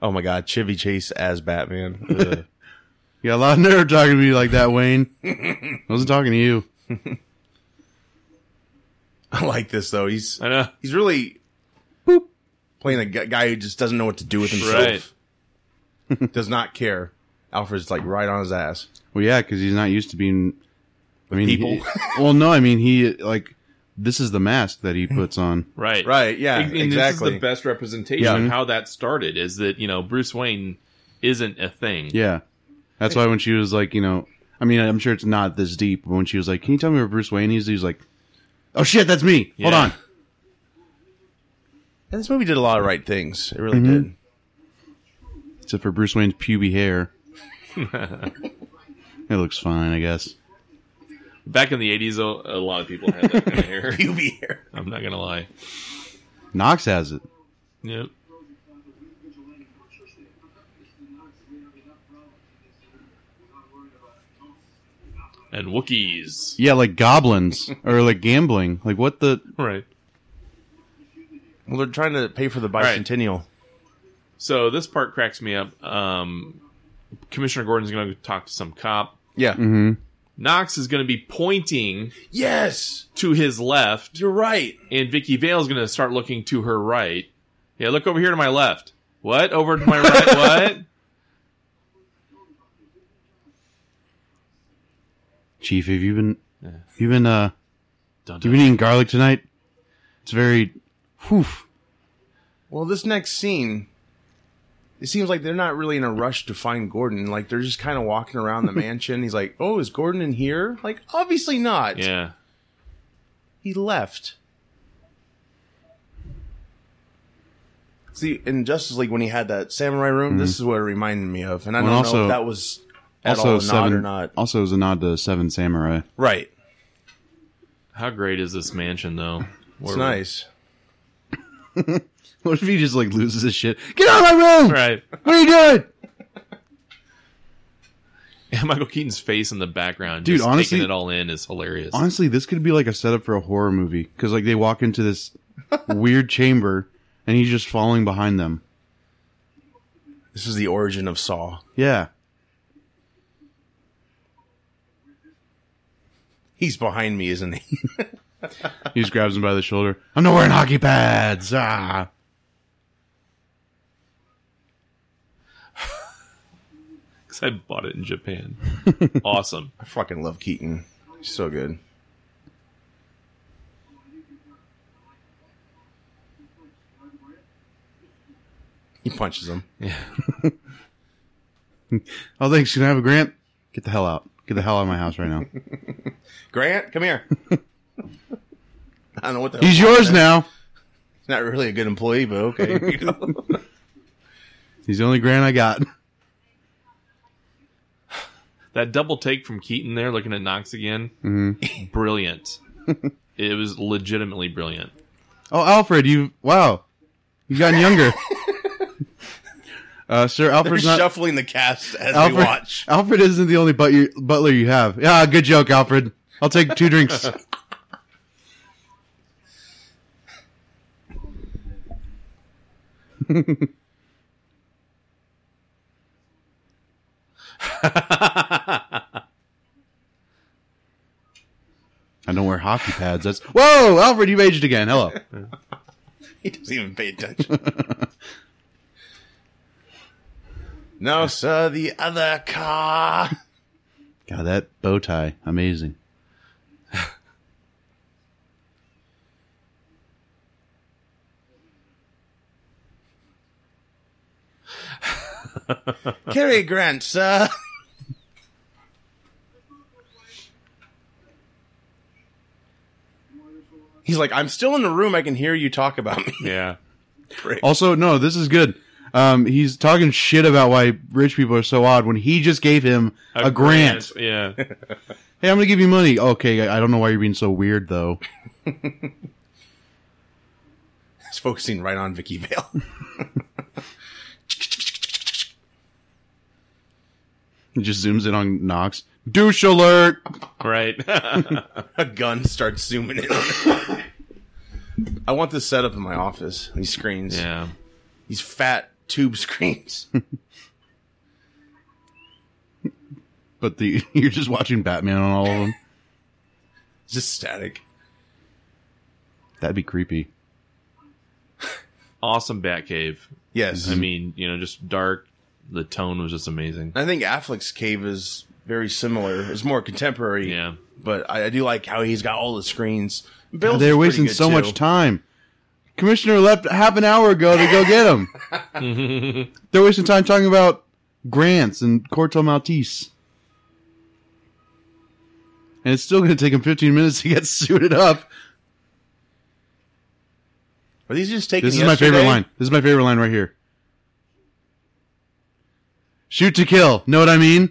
Oh my God, Chevy Chase as Batman. Ugh. You got a lot of nerve talking to me like that, Wayne. I wasn't talking to you. I like this though. He's I know. he's really playing a gu- guy who just doesn't know what to do with himself. Does not care. Alfred's like right on his ass. Well, yeah, because he's not used to being I mean, people. he- well, no, I mean he like this is the mask that he Hmm. puts on. Right. Right, yeah, And- and exactly. This is the best representation Yeah. of how that started is that, you know, Bruce Wayne isn't a thing. Yeah, that's why when she was like, you know, I mean, I'm sure it's not this deep, but when she was like, "Can you tell me where Bruce Wayne is?" He's like, "Oh shit, that's me. Hold Yeah. on." And this movie did a lot of right things. It really did. Except for Bruce Wayne's puby hair. it looks fine, I guess. Back in the 80s, a, a lot of people had that kind of hair. Pubic hair. I'm not going to lie. Knox has it. Yep. And Wookiees. Yeah, like goblins or like gambling. Like what the? Right. Well, they're trying to pay for the right. bicentennial. So this part cracks me up. Um, Commissioner Gordon's going to talk to some cop. Yeah. Knox is going to be pointing Yes, to his left, you're right. and Vicky Vale's going to start looking to her right. Yeah, look over here to my left. What? Over to my right? What? Chief, have you been? You been? Uh, Dun, have you been dun. eating garlic tonight? It's very. Whew. Well, this next scene, it seems like they're not really in a rush to find Gordon. Like they're just kind of walking around the mansion. He's like, "Oh, is Gordon in here?" Like, obviously not. Yeah. He left. See, in Justice League when he had that samurai room, this is what it reminded me of, and I don't Well, know Mm-hmm. also- if that was at Also, all a seven. nod or not. Also, it was a nod to Seven Samurai. Right. How great is this mansion, though? It's Where- nice. What if he just like loses his shit? Get out of my room! Right. What are you doing, And Michael Keaton's face in the background, Dude, just honestly- taking it all in, is hilarious. Honestly, this could be like a setup for a horror movie because like they walk into this weird chamber and he's just following behind them. This is the origin of Saw. Yeah, He's behind me, isn't he? he just grabs him by the shoulder. I'm not wearing hockey pads. Ah, Because I bought it in Japan. awesome. I fucking love Keaton. He's so good. He punches him. oh thanks. Can I have a grant? Get the hell out. Get the hell out of my house right now. Grant, come here. I don't know what the hell- He's yours now. He's not really a good employee, but okay. here you go. He's the only grant I got. That double take from Keaton there, looking at Knox again, brilliant. it was legitimately brilliant. Oh, Alfred, you wow, you've gotten younger. uh, sir, They're Alfred's not. shuffling the cast as Alfred, we watch. Alfred isn't the only but butler you have. Yeah, good joke, Alfred. I'll take two drinks. I don't wear hockey pads. That's whoa, Alfred, you've aged again. Hello. He doesn't even pay attention. no, sir, the other car. God, that bow tie, amazing. Cary Grant, sir. He's like, I'm still in the room. I can hear you talk about me. Yeah. Also, no, this is good. Um, he's talking shit about why rich people are so odd when he just gave him a, grant. Yeah. Hey, I'm gonna give you money. Okay, I I don't know why you're being so weird though. He's focusing right on Vicky Vale. He just zooms in on Knox. Douche alert! right. a gun starts zooming in. I want this set up in my office. These screens. yeah. These fat tube screens. But the you're just watching Batman on all of them. Just static. That'd be creepy. Awesome Batcave. Yes. I mean, you know, just dark. The tone was just amazing. I think Affleck's cave is very similar. It's more contemporary Yeah. But I, I do like how he's got all the screens. Bill's They're is pretty wasting good, so too. much time. Commissioner left half an hour ago to go get him. They're wasting time talking about grants and Corto Maltese. And it's still going to take him 15 minutes to get suited up. Are these just taking? This is my favorite yesterday? line. This is my favorite line right here. Shoot to kill. Know what I mean?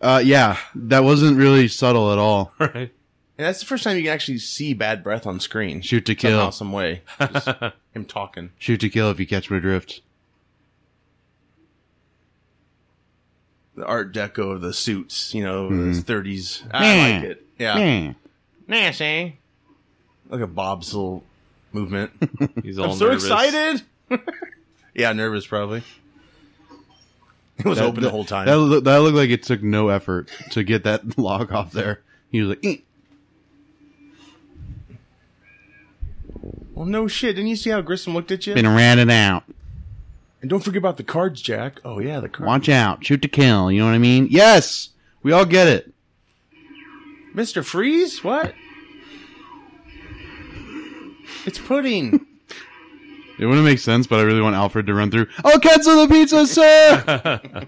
Uh, yeah, that wasn't really subtle at all. Right. And that's the first time you can actually see bad breath on screen. Shoot to Somehow, kill. some way. Just him talking. Shoot to kill if you catch my drift. The Art Deco of the suits, you know, Mm-hmm. the 30s. I Yeah. like it. Yeah. Yeah. Nasty. Like a Bob's little movement. He's all I'm so nervous. excited. yeah, nervous probably. It was open the whole time. That, look, that looked like it took no effort to get that log off there. He was like, "Eh." well, no shit. Didn't you see how Grissom looked at you? been ratted out. and don't forget about the cards, Jack. Oh yeah, the cards. Watch out. Shoot to kill. You know what I mean? Yes. We all get it. Mr. Freeze? What? It's pudding. It wouldn't make sense, but I really want Alfred to run through. I'll cancel the pizza, sir!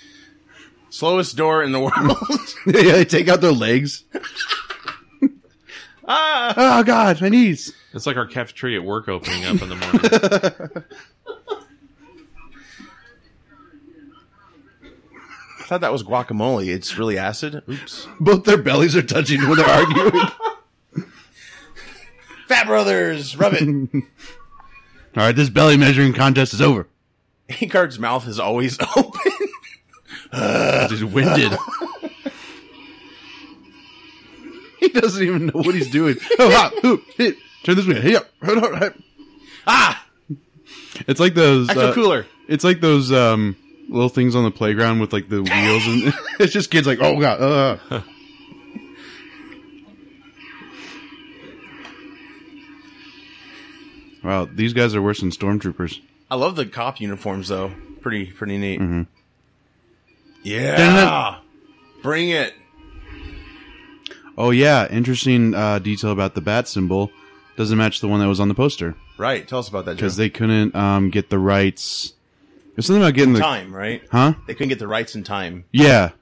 Slowest door in the world. yeah, they take out their legs. Ah! Oh, God, my knees. It's like our cafeteria at work opening up in the morning. I thought that was guacamole. It's really acid. Oops. Both their bellies are touching when they're arguing. Fat Brothers, rub it. all right, this belly measuring contest is over. Hankard's mouth is always open. He's winded. he doesn't even know what he's doing. Oh, hop, hoop, hit. Turn this way. Hey, up. ah, It's like those. I feel uh, cooler. It's like those um, little things on the playground with like the wheels, and it's just kids like, oh god. Uh. wow, these guys are worse than stormtroopers. I love the cop uniforms though. Pretty, pretty neat. Mm-hmm. Yeah, bring it. Oh yeah, interesting uh, detail about the bat symbol doesn't match the one that was on the poster. Right. Tell us about that. because Joe. they couldn't um, get the rights. There's something about getting the time, right? huh? They couldn't get the rights in time. Yeah,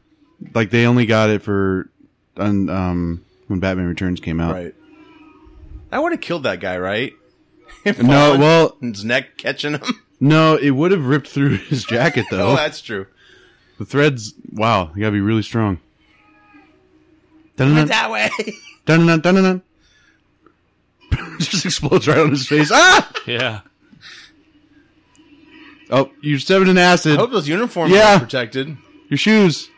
like they only got it for on, um, when Batman Returns came out. Right. I would have killed that guy, right? No, Falling, well, his neck catching him. no, it would have ripped through his jacket Oh, though. that's true. the threads, wow, you gotta be really strong. Went Dun-dun-dun, that way. dun-dun-dun, dun-dun-dun. Just explodes right on his face. Ah! yeah. Oh, you're stepping in I acid. hope those uniforms Yeah. are protected. Your shoes.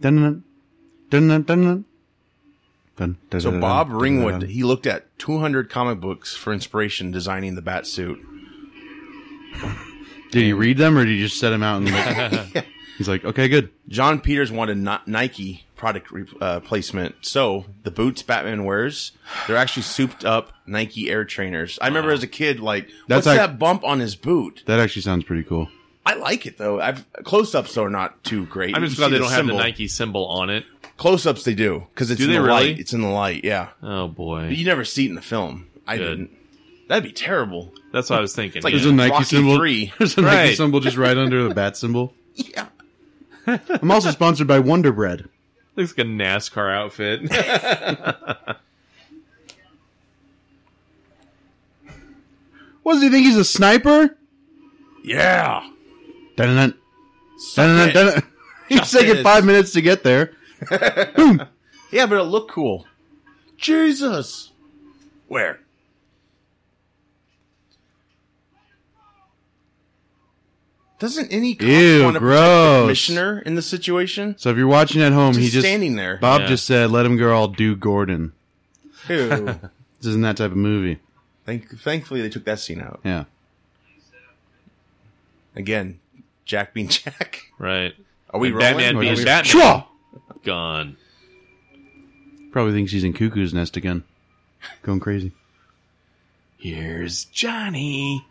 Dun dun dun dun dun. So Bob Ringwood, he looked at 200 comic books for inspiration designing the bat suit. Did he read them, or did he just set them out and? Like, He's like, okay, good. John Peters wanted Ni- Nike product re- uh, placement, so the boots Batman wears, they're actually souped up Nike Air trainers. I remember as a kid, like, That's what's like- that bump on his boot? That actually sounds pretty cool. I like it though. I've close-ups though are not too great. I'm You just see glad they don't have symbol. the Nike symbol on it. Close-ups they do because it's Do in they the really? light. It's in the light, yeah. Oh But boy, you never see it in the film. I Good. didn't. That'd be terrible. that's what I was thinking. like- There's yeah. a Nike Rocky symbol. three. There's a Nike Right. symbol just right under the bat symbol. Yeah. I'm also sponsored by Wonder Bread. looks like a NASCAR outfit. What does he think? He's a sniper? Yeah. Dun dun Suck dun dun it. dun. He's Just taking is. five minutes to get there. Yeah, but it looked cool. Jesus. Where? Doesn't any cop Ew, want to protect the gross. commissioner in this situation? So if you're watching at home, Just, he just standing there. Bob Yeah. just said, "Let him go all do Gordon." Ew. This isn't that type of movie. Thank- thankfully, they took that scene out. Yeah. Again, Jack being Jack. right. Are we rolling? And Batman Oh, Are being we- Batman. Schwa! Gone. Probably thinks he's in Cuckoo's Nest again. Going crazy. Here's Johnny.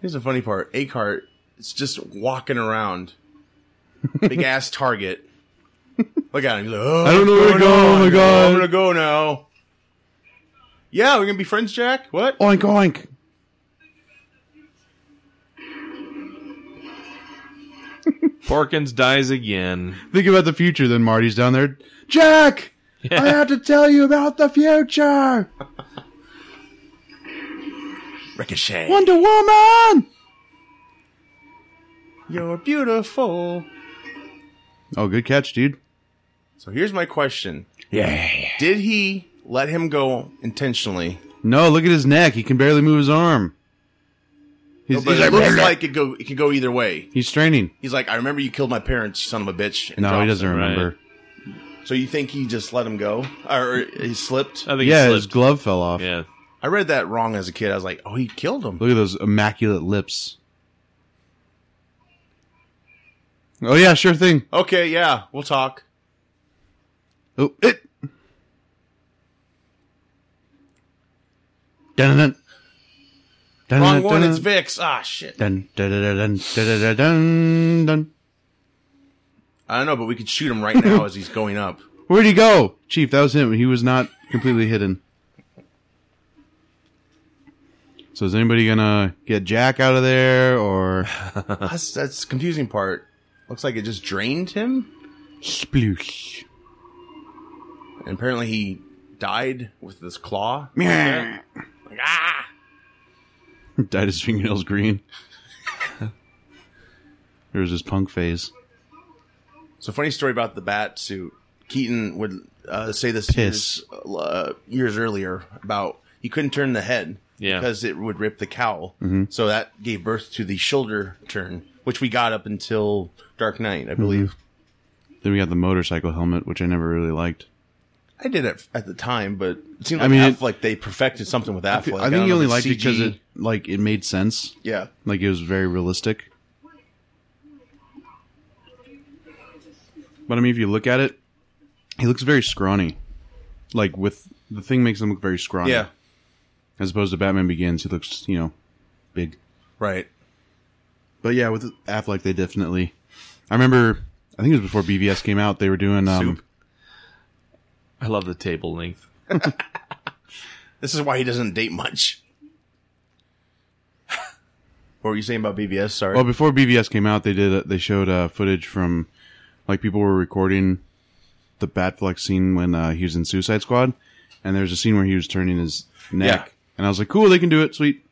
Here's the funny part. Acart is just walking around. Big ass target. Look at him. He's like, oh, I don't know what's where to going go. Oh on? my God. I'm gonna go now. Yeah, we're gonna be friends, Jack. What? Oink oink. Porkins dies again. Think about the future. Then Marty's down there. Jack, I have to tell you about the future. Ricochet. Wonder Woman. You're beautiful. Oh, good catch, dude. So here's my question: Yeah. Did he let him go intentionally? No, look at his neck. He can barely move his arm. He's, But he's it like, looks like it go. It could go either way. he's straining. He's like, I remember you killed my parents, you son of a bitch. and No, he drops doesn't him. right. remember. So you think he just let him go, or he slipped? I think Yeah, he his slipped. glove fell off. yeah. I read that wrong as a kid. I was like, oh, he killed him. Look at those immaculate lips. Oh yeah, sure thing. Okay, yeah, we'll talk. Oh, it. Dun dun dun. Wrong one. It's Vix. Ah, shit. Dun dun dun dun dun dun dun dun. I don't know, but we could shoot him right now as he's going up. Where'd he go, Chief? That was him. He was not completely hidden. So is anybody gonna get Jack out of there, or That's that's the confusing part. Looks like it just drained him, sploosh? and apparently he died with this claw. Died Like, ah, his fingernails green. there was his punk phase. So funny story about the bat suit. Keaton would uh, say this years, uh, years earlier about he couldn't turn the head Yeah. because it would rip the cowl. Mm-hmm. So that gave birth to the shoulder turn, which we got up until Dark Knight, I believe. Then we got the motorcycle helmet, which I never really liked. I did it at the time, but it seemed I like mean, it- Affleck they perfected something with Affleck. I don't think he know only if it's liked it because CG. it like it made sense. yeah. Like it was very realistic. But I mean, if you look at it, he looks very scrawny. Like with the thing makes him look very scrawny. Yeah. As opposed to Batman Begins, he looks you know big. Right. But yeah, with Affleck, they definitely. I remember. I think it was before BVS came out. They were doing um, Soup. I love the table length. This is why he doesn't date much. what were you saying about BBS? Sorry. Well, before BVS came out, they did a, they showed uh, footage from like people were recording the Batfleck scene when uh, he was in Suicide Squad, and there's a scene where he was turning his neck, Yeah. and I was like, "Cool, they can do it, sweet."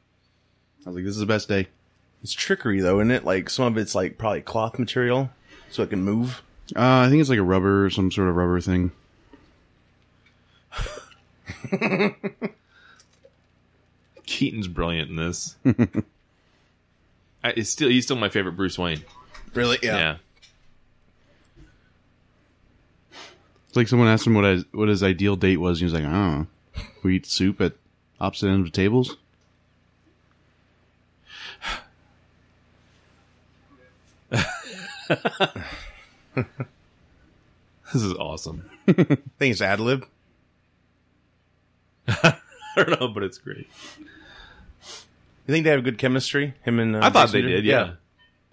I was like, "This is the best day." It's trickery though, isn't it? Like some of it's like probably cloth material, so it can move. Uh, I think it's like a rubber, some sort of rubber thing. Keaton's brilliant in this. I, it's still he's still my favorite Bruce Wayne. Really? Yeah. It's like someone asked him what his, what his ideal date was, and he was like, "I don't know. We eat soup at opposite ends of tables." This is awesome. I think it's ad lib. I don't know, but it's great. You think they have good chemistry? Him and uh, I thought they Bissinger? did, yeah.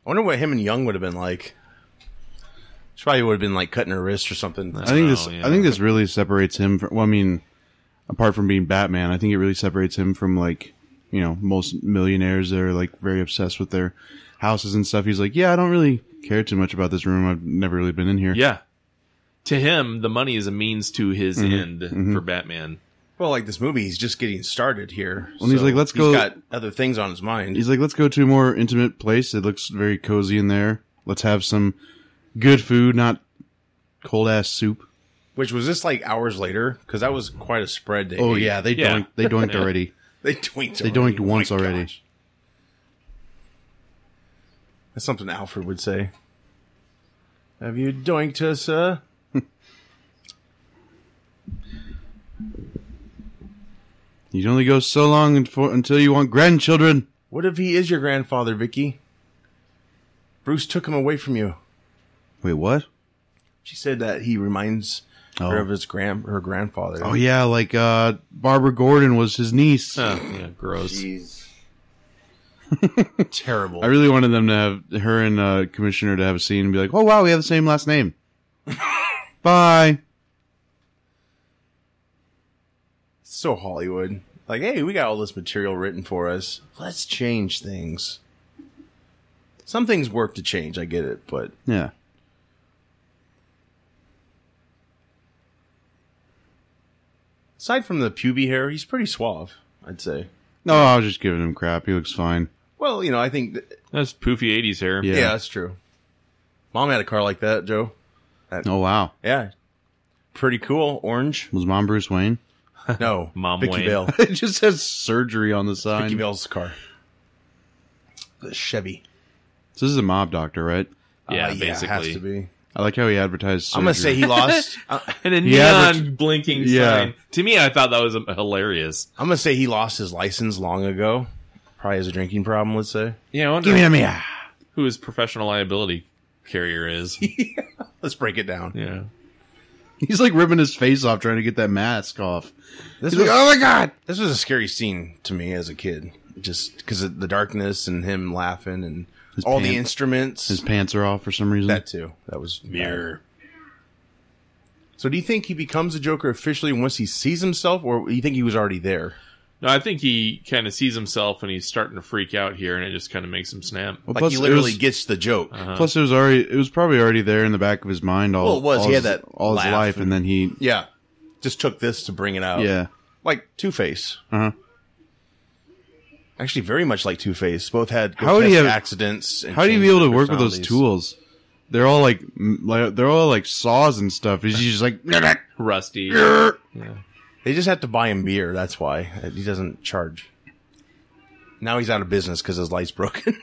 I wonder what him and Young would have been like. She probably would have been like cutting her wrist or something. I think Oh, this. yeah. I think this really separates him from. Well, I mean, apart from being Batman, I think it really separates him from like you know most millionaires that are like very obsessed with their houses and stuff. He's like, yeah, I don't really care too much about this room. I've never really been in here. Yeah. To him, the money is a means to his end for Batman. Well, like this movie, he's just getting started here. And he's like, let's he's go- got other things on his mind. He's like, let's go to a more intimate place. It looks very cozy in there. Let's have some good food, not cold ass soup. Which was this like hours later? Because that was quite a spread. They Oh ate. yeah, they Yeah. doinked. They doinked Yeah. Oh already. they doinked. They already. doinked once My already. gosh. That's something Alfred would say. Have you doinked us, uh? You can only go so long and for, until you want grandchildren. What if he is your grandfather, Vicky? Bruce took him away from you. Wait, what? She said that he reminds her of his grand her grandfather. Oh yeah, like uh Barbara Gordon was his niece. Oh, yeah, gross. Jeez. Terrible. I really wanted them to have her and uh Commissioner to have a scene and be like, "Oh wow, we have the same last name." Bye. so Hollywood. Like, hey, we got all this material written for us. Let's change things. Some things work to change. I get it, but Yeah. aside from the puby hair, he's pretty suave. I'd say. No, I was just giving him crap. He looks fine. Well, you know, I think. Th- That's poofy '80s hair. yeah. Yeah. that's true. Mom had a car like that, Joe. Oh wow, Yeah, pretty cool. Orange. was mom Bruce Wayne? No, Mom Vicky Wayne. Vale. it just has surgery on the Vicky sign. So Vale's car. The Chevy. this is a mob doctor, right? Yeah, Uh, basically. it has to be. I like how he advertised. Surgery. I'm gonna say he lost. uh, I- And a Yeah, neon but- blinking Yeah. sign. To me, I thought that was um, hilarious. I'm gonna say he lost his license long ago. Probably has a drinking problem. Let's say. Yeah, I wonder give me a meow. who his professional liability carrier is. Let's break it down. yeah. He's like ripping his face off trying to get that mask off. This He's was, like, oh my god. this was a scary scene to me as a kid, just because of the darkness and him laughing and all the pant- instruments. His pants are off for some reason. that too. That was Mirror. bad. So, do you think he becomes a Joker officially once he sees himself, or do you think he was already there? No, I think he kind of sees himself and he's starting to freak out here, and it just kind of makes him snap. Well, Like plus he it literally was- gets the joke. Plus, it was already it was probably already there in the back of his mind. All Uh, Well, it was. all He had his, that all his laugh life, and, then he Yeah, just took this to bring it out. yeah. like Two Face. Uh-huh. Actually, very much like Two Face. Both had How would he grotesque have- accidents. And How do you changed be able their to work with those personalities. tools? They're all like, m- like they're all like saws and stuff. He's just like, Rusty. They just have to buy him beer. That's why he doesn't charge. Now he's out of business because his light's broken.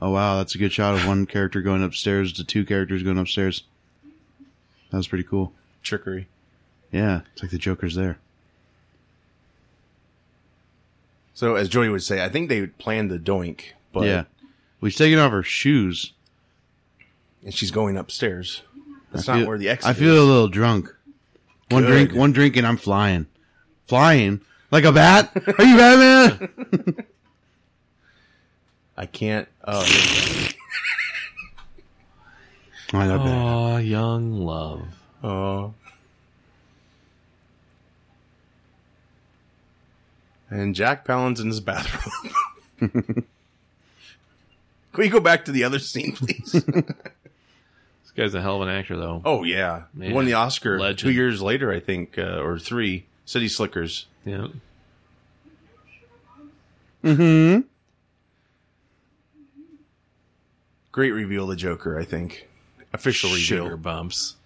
oh wow, that's a good shot of one character going upstairs to two characters going upstairs. That was pretty cool. Trickery. Yeah, it's like the Joker's there. So as Jody would say, I think they planned the doink, but yeah, well, she's taking off her shoes. and she's going upstairs. That's I not feel- where the exit. I feel a little drunk. One Good. drink, one drink, and I'm flying, flying like a bat. Are you Batman? I can't. Uh, oh, not bad. Oh, young love. uh, and Jack Palanton's bathroom. Can we go back to the other scene, please? This guy's a hell of an actor, though. oh yeah, Man. won the Oscar Legend. two years later, I think, uh, or three. City Slickers. Yeah. Mm-hmm. Great reveal, of the Joker. I think official reveal. Sugar bumps.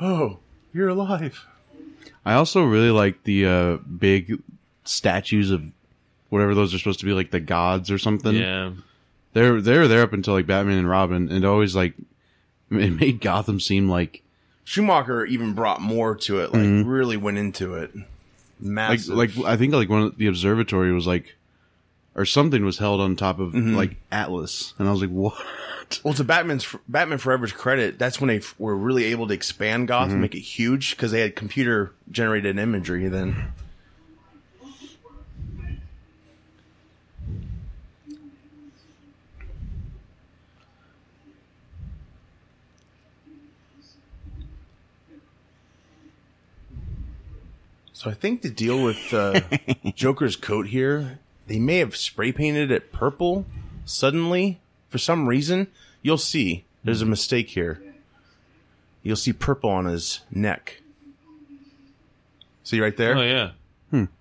Oh, you're alive. I also really like the uh, big statues of whatever those are supposed to be, like the gods or something. Yeah. They're they're there up until like Batman and Robin, and always like it made Gotham seem like Schumacher even brought more to it. Like really went into it. like Massive. like I think like one of the observatory was like or something was held on top of like Atlas, and I was like, what? Well, to Batman's Batman Forever's credit, that's when they f- were really able to expand Gotham, make it huge because they had computer generated imagery. Then So I think to deal with uh, Joker's coat here, they may have spray painted it purple suddenly for some reason. You'll see. There's a mistake here. You'll see purple on his neck. See right there? Oh, yeah.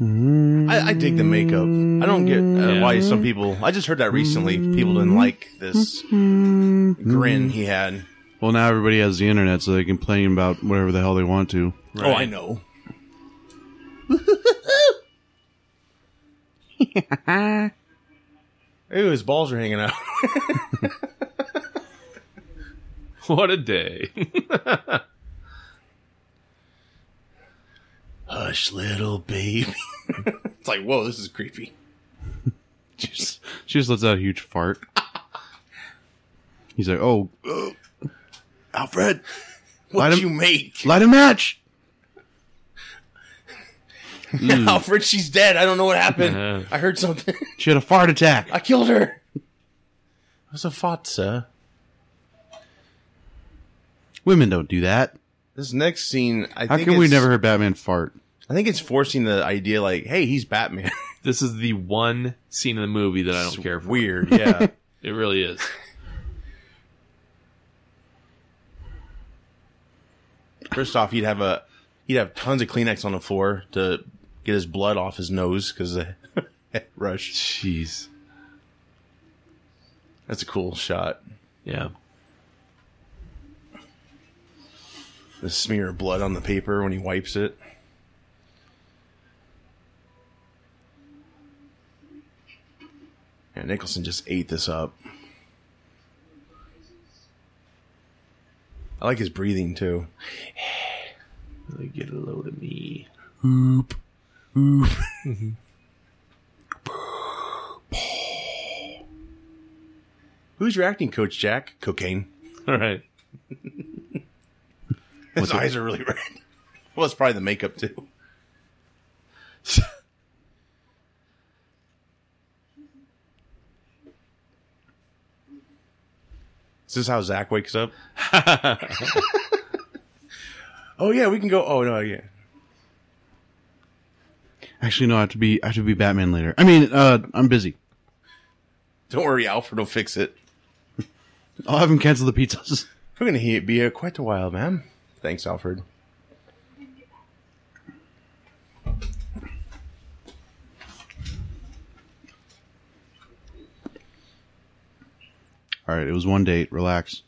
I, I dig the makeup. I don't get uh, Yeah. why some people. I just heard that recently. People didn't like this grin he had. Well, now everybody has the internet, so they can complain about whatever the hell they want to. Oh, I know. Ooh, his balls are hanging out. What a day. Hush, little baby. it's like, whoa, this is creepy. She just, she just lets out a huge fart. He's like, oh, Alfred, Light what'd him- you make? light a match. Alfred, she's dead. I don't know what happened. Uh-huh. I heard something. She had a fart attack. I killed her. It was a fought, sir. Women don't do that. This next scene, I How think can we it's- never hear Batman fart? I think it's forcing the idea, like, hey, he's Batman. This is the one scene in the movie that I don't care for. Weird, yeah. It really is. First off, he'd have a he'd have tons of Kleenex on the floor to get his blood off his nose because the head rush. Jeez. That's a cool shot. Yeah. The smear of blood on the paper when he wipes it. Yeah, Nicholson just ate this up. I like his breathing too. Really get a load of me. Who's your acting coach, Jack? Cocaine. All right. His eyes are really red. Well, it's probably the makeup too. Is this how Zach wakes up? oh yeah, we can go. Oh no, yeah. Actually, no. I have to be. I have to be Batman later. I mean, uh, I'm busy. Don't worry, Alfred will fix it. I'll have him cancel the pizzas. We're gonna he- be here quite a while, ma'am. Thanks, Alfred. All right, it was one date. Relax.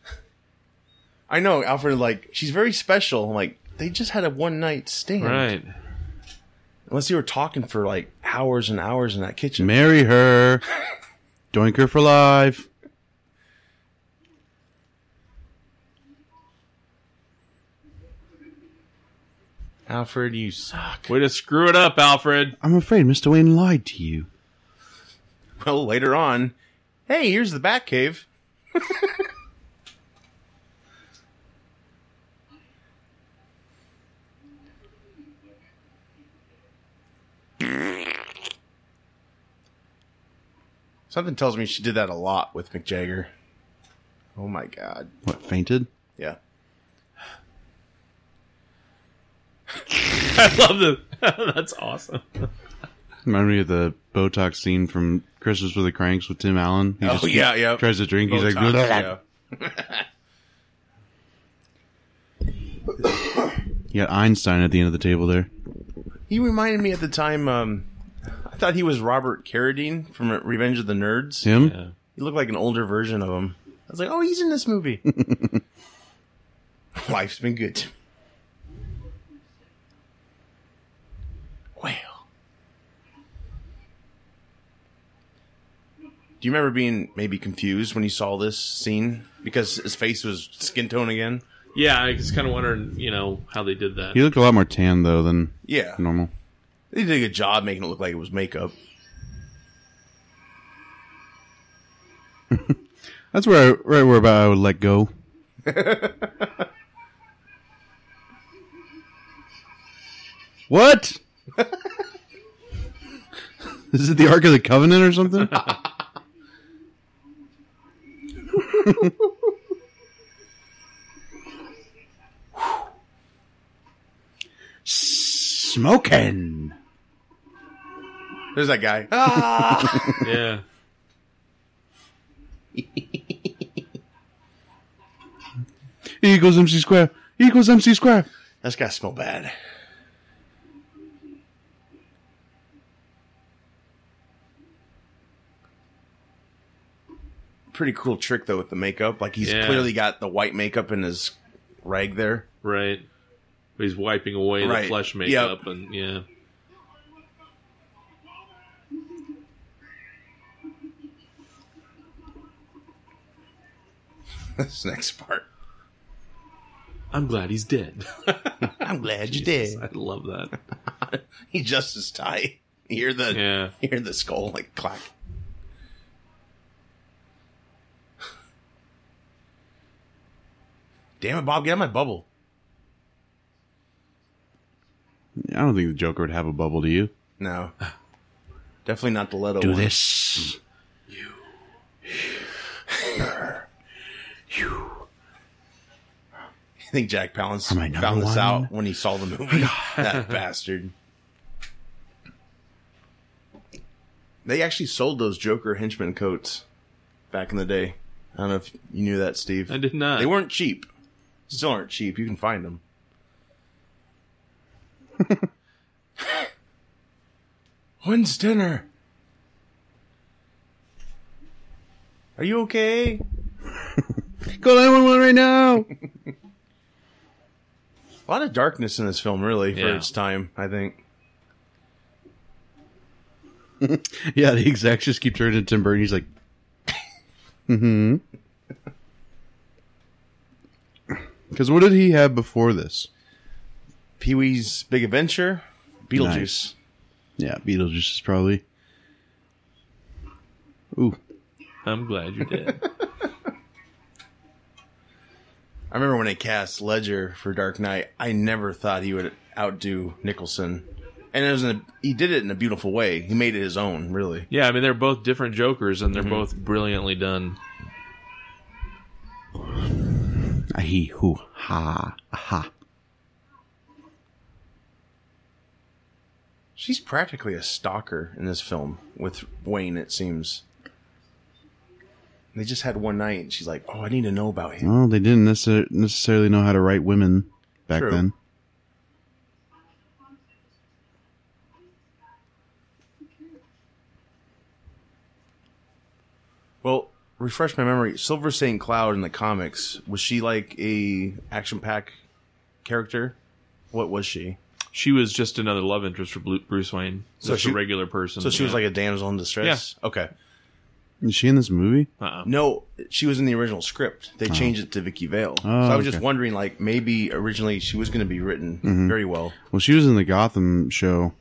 I know Alfred. Like she's very special. Like they just had a one night stand. Right. Unless you were talking for like hours and hours in that kitchen. Marry her. Doink her for life. Alfred, you suck. Way to screw it up, Alfred. I'm afraid Mr. Wayne lied to you. Well, later on, hey, here's the Batcave. Something tells me she did that a lot with Mick Jagger. Oh my god. What fainted? Yeah. I love the. That's awesome. Remind me of the Botox scene from Christmas with the Cranks with Tim Allen. He Oh, just yeah, yeah. Tries to drink. He's like, Botox, "Blah." yeah. you got Einstein at the end of the table there. He reminded me at the time. Um, I thought he was Robert Carradine from Revenge of the Nerds. Tim. Yeah. He looked like an older version of him. I was like, oh, he's in this movie. Life's been good. to me. Well, do you remember being maybe confused when you saw this scene because his face was skin tone again? Yeah, I was kind of wondering, you know, how they did that. He looked a lot more tan though than Yeah, normal. they did a good job making it look like it was makeup. That's where I, right where about I would let go. what? Is it the Ark of the Covenant or something? Smoking. There's that guy. Ah! Yeah. E equals MC square. E equals MC square. That's gotta smell bad. Pretty cool trick though with the makeup. Like he's Yeah. clearly got the white makeup in his rag there. Right. But he's wiping away Right. the flesh Yep. makeup and yeah. this next part. I'm glad he's dead. I'm glad you Jesus, did. I love that. He just is tight. You hear the Yeah. you hear the skull like clack. Damn it, Bob, get out of my bubble. I don't think the Joker would have a bubble. Do you? No. Definitely not the Leto one. this. I think Jack Palance Am I number found this one? out when he saw the movie. that bastard. They actually sold those Joker henchman coats back in the day. I don't know if you knew that, Steve. I did not. They weren't cheap. Still aren't cheap. You can find them. When's dinner? Are you okay? Call nine one one right now. A lot of darkness in this film, really, for Yeah. its time, I think. yeah, the execs just keep turning to Tim Burton. He's like, mm-hmm. Because what did he have before this? Pee Wee's Big Adventure, Beetlejuice. Nice. Yeah, Beetlejuice is probably. Ooh, I'm glad you did. I remember when they cast Ledger for Dark Knight, I never thought he would outdo Nicholson. And it was in a, he did it in a beautiful way. He made it his own, really. yeah, I mean they're both different Jokers and they're Mm-hmm. both brilliantly done. ah, he hoo ha ha. She's practically a stalker in this film with Wayne, it seems. They just had one night, and she's like, "Oh, I need to know about him." Well, they didn't necessar- necessarily know how to write women back True. then. Well, refresh my memory. Silver St. Cloud in the comics was she like a action pack character? What was she? She was just another love interest for Blu- Bruce Wayne. So just she- a regular person. So she was like a damsel in distress. Okay. Is she in this movie? uh No, she was in the original script. They changed it to Vicky Vale. so Oh, I was just okay. Mm-hmm. wondering, like, maybe originally she was going to be written very well. Well, she was in the Gotham show.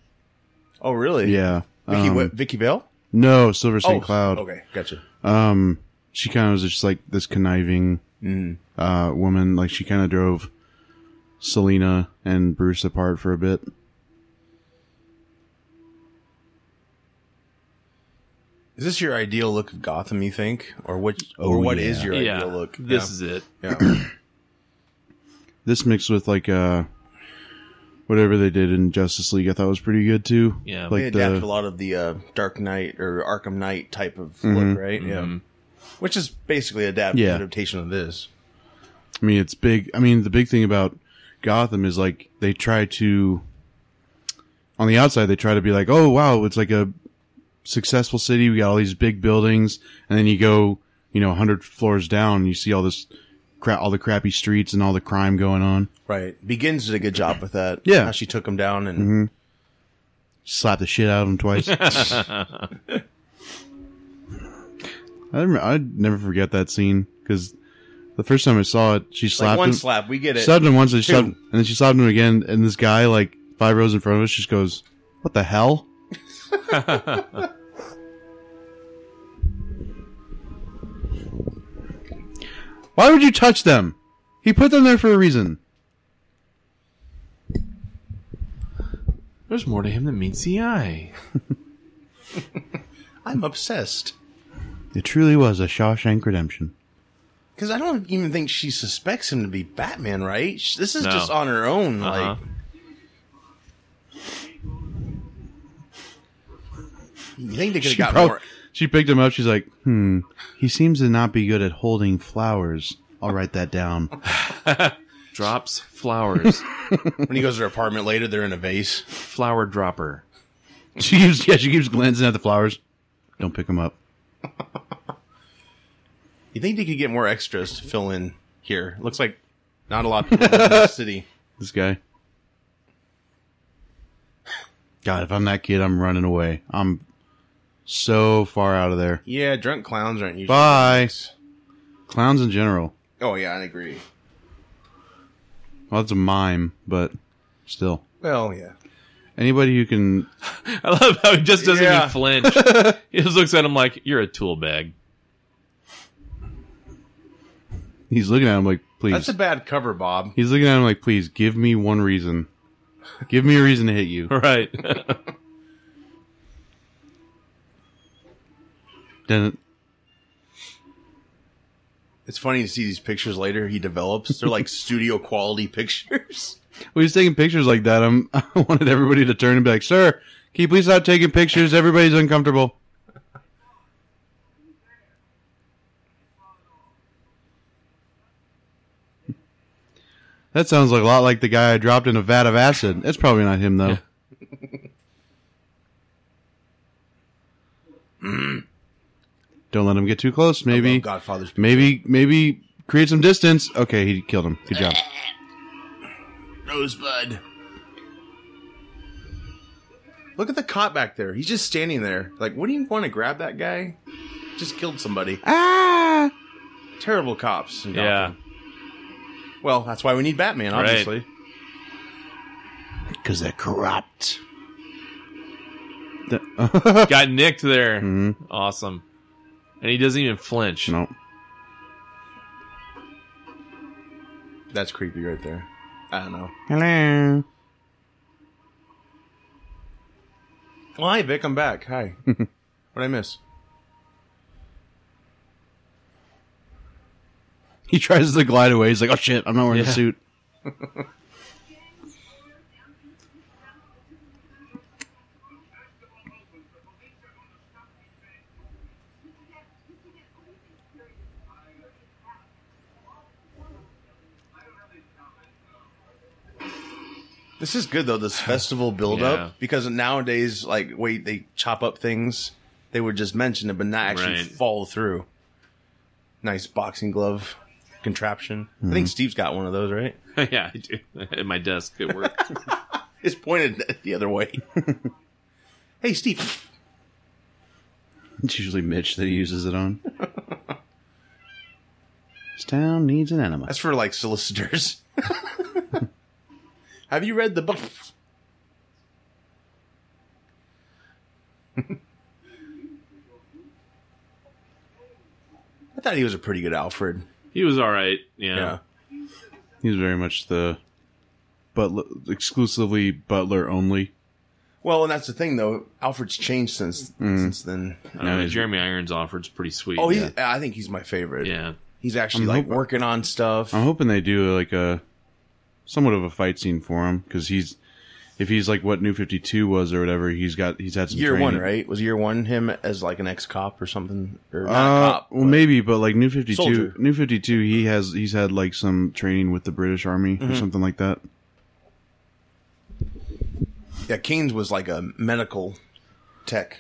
Oh, really? Yeah. Vicky, Um, Wa- Vicky Vale? No, Silver St. Oh, Cloud. Okay, gotcha. Um, she kind of was just like this conniving uh, woman. Like she kind of drove Selena and Bruce apart for a bit. Is this your ideal look of Gotham? You think, or what? or Oh, what is yeah. your yeah. ideal look? This Yeah. is it. Yeah. This mixed with like uh, whatever they did in Justice League, I thought was pretty good too. Yeah. they like adapted a the lot of the uh, Dark Knight or Arkham Knight type of look, right? Mm-hmm. Yeah, which is basically adapt- Mm-hmm. Yeah. adaptation of this. I mean, it's big. I mean, the big thing about Gotham is like they try to on the outside they try to be like, oh wow, it's like a successful city. We got all these big buildings, and then you go, you know, hundred floors down, and you see all this crap, all the crappy streets and all the crime going on. Right, Begins did a good job with that. Yeah. Mm-hmm. how she took him down and Slap the shit out of them twice. I remember, I'd never forget that scene because the first time I saw it, she slapped like one him. slap, we get it. slapped him once, and, she Two. slapped, and then she slapped him again. And this guy, like five rows in front of us, just goes, "What the hell?" Why would you touch them? He put them there for a reason. There's more to him than meets the eye. I'm obsessed. It truly was a Shawshank Redemption. Because I don't even think she suspects him to be Batman, right? Sh- This is No. just on her own. Uh-huh. Like, you think they could have She, got prob- more? she picked him up. She's like, "Hmm, he seems to not be good at holding flowers." I'll write that down. Drops flowers. When he goes to her apartment later, they're in a vase. Flower dropper. She keeps, yeah, she keeps glancing at the flowers. Don't pick them up. You think they could get more extras to fill in here? Looks like not a lot of people live in the city. This guy. God, if I'm that kid, I'm running away. I'm so far out of there. Yeah, drunk clowns aren't usually. Bye. Clowns in general. Oh yeah, I agree. Well, that's a mime, but still. Well, yeah. Anybody who can. I love how he just doesn't Yeah. even flinch. he just looks at him like, "You're a tool bag." He's looking at him like, please. That's a bad cover, Bob. He's looking at him like, please, give me one reason. Give me a reason to hit you. Right. Dun- It's funny to see these pictures later he develops. They're like studio quality pictures. Well, he's taking pictures like that. I'm, I wanted everybody to turn and be like, "Sir, can you please stop taking pictures? Everybody's uncomfortable." That sounds like a lot like the guy I dropped in a vat of acid. That's probably not him though. Yeah. Don't let him get too close. Maybe, Above Oh, Godfather's. picture. maybe, maybe create some distance. Okay, he killed him. Good job. Rosebud. Look at the cop back there. He's just standing there. Like, what do you want to grab that guy? Just killed somebody. Ah. Terrible cops. in yeah. Gotham. Well, that's why we need Batman, Right. obviously. Because they're corrupt. The- Got nicked there. Mhm. Mm-hmm. Awesome. And he doesn't even flinch. no. That's creepy right there. I don't know. Hello. Well, hi, Vic. I'm back. Hi. What'd I miss? He tries to glide away. He's like, "Oh shit, I'm not wearing Yeah. a suit." This is good though. This festival buildup Yeah. because nowadays, like, wait, they chop up things. They would just mention it, but not actually Right. follow through. Nice boxing glove contraption. I think Steve's got one of those, right? yeah, I do. At my desk at work. It's pointed the other way. hey, Steve. It's usually Mitch that he uses it on. this town needs an enema. That's for like solicitors. Have you read the book? I thought he was a pretty good Alfred. he was all right. Yeah. Yeah. He's very much the butler, exclusively butler only. Well, and that's the thing though. Alfred's changed since Mm. since then. I don't know, he's- Jeremy Irons offered's pretty sweet. Oh, he's, yeah. I think he's my favorite. yeah. He's actually I'm like hoping- working on stuff. I'm hoping they do like a somewhat of a fight scene for him because he's if he's like what New Fifty Two was or whatever, he's got he's had some year training. one, right? Was year one him as like an ex cop or something? Or not a Uh, cop. well, maybe, but like New Fifty Two, Soldier. New Fifty Two, he has he's had like some training with the British Army Mm-hmm. or something like that. Yeah, Keynes was like a medical tech,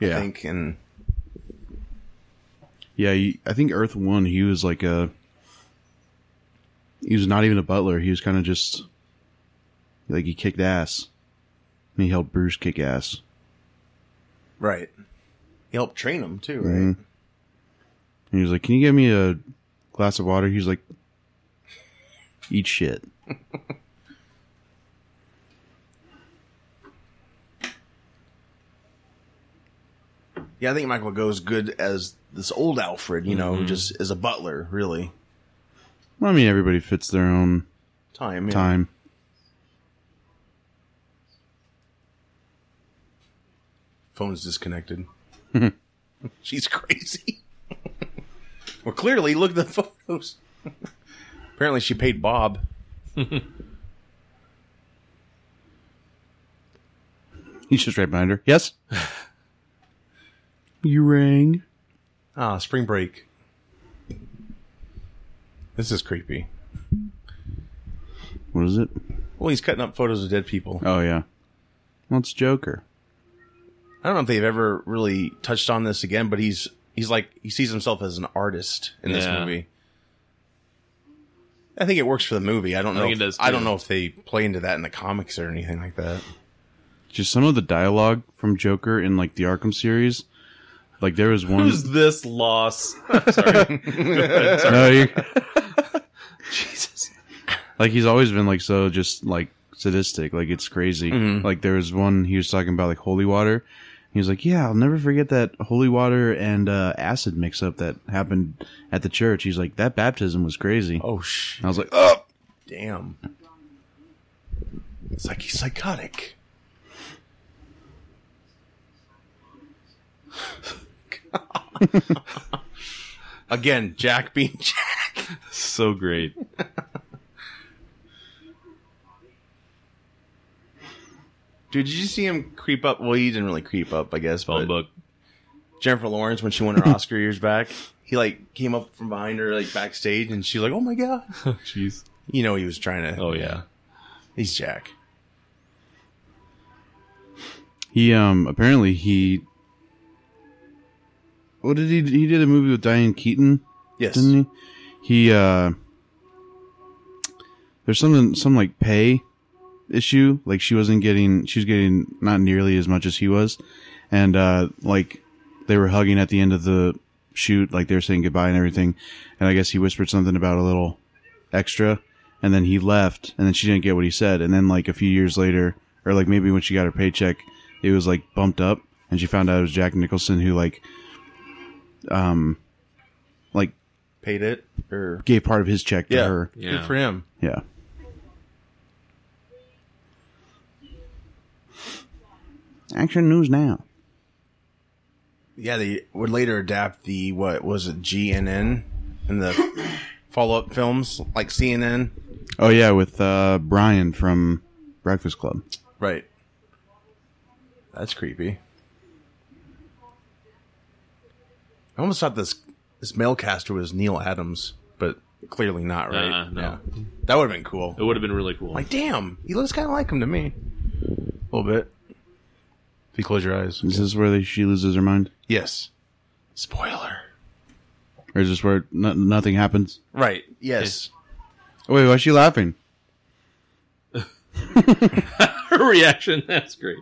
Yeah, I think, and Yeah, he, I think Earth One. He was like a. He was not even a butler. He was kind of just. Like he kicked ass, and he helped Bruce kick ass. right. He helped train him too, right? Mhm. And he was like, "Can you get me a glass of water?" He's like, "Eat shit." Yeah, I think Michael goes good as this old Alfred, you know, who just is a butler, really. Well, I mean, everybody fits their own Time. yeah. time. Phone's disconnected. She's crazy. well, clearly, look at the photos. Apparently, she paid Bob. He's just right behind her. Yes. you rang. Ah, spring break. This is creepy. What is it? Well, he's cutting up photos of dead people. Oh yeah. Well, it's Joker. I don't know if they've ever really touched on this again, but he's he's like he sees himself as an artist in this Yeah. movie. I think it works for the movie. I don't know. think if, it does, I don't too. know if they play into that in the comics or anything like that. just some of the dialogue from Joker in like the Arkham series. Like there was one. Who's this loss? Sorry. no, you like he's always been like so just like sadistic. Like it's crazy. Like there was one he was talking about like holy water. He was like, "Yeah, I'll never forget that holy water and uh, acid mix-up that happened at the church." He's like, "That Oh. baptism was crazy." Oh sh! I was like, "Oh, Damn. It's like he's psychotic. Again, Jack being Jack. So great. Dude, did you see him creep up? Well, he didn't really creep up, I guess. Phone But book. Jennifer Lawrence, when she won her Oscar years back, he like came up from behind her, like backstage, and she's like, "Oh my god!" Jeez. You know, he was trying to. Oh yeah. He's Jack. He um apparently he what did he he did a movie with Diane Keaton, Yes. didn't he? He uh there's something some like pay issue. Like she wasn't getting she was getting not nearly as much as he was. And uh like they were hugging at the end of the shoot, like they were saying goodbye and everything. And I guess he whispered something about a little extra and then he left and then she didn't get what he said and then like a few years later or like maybe when she got her paycheck it was like bumped up and she found out it was jack nicholson who like um like Paid it or gave part of his check to yeah. her Yeah. Good for him. yeah action news now Yeah, they would later adapt the what was it GNN and the follow up films like CNN. oh yeah with uh brian from breakfast club Right. That's creepy. I almost thought this this mailcaster was Neil Adams, but clearly not, right? Uh-uh, no. Yeah. That would have been cool. It would have been really cool. Like, damn, he looks kind of like him to me. A little bit. If you close your eyes. is this where they, she loses her mind Yes. Spoiler. or is this where no, nothing happens Right. Yes. oh wait why is she laughing Her reaction. That's great.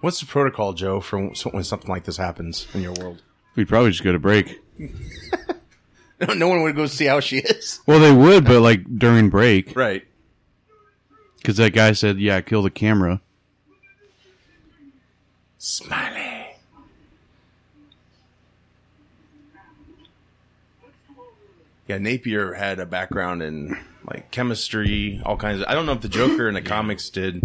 What's the protocol, Joe, for when something like this happens in your world? we'd probably just go to break no one would go see how she is. Well, they would, but like during break, Right. because that guy said, "Yeah, kill the camera." Smiley. Yeah, Napier had a background in like chemistry, all kinds of. I don't know if the Joker in the comics did.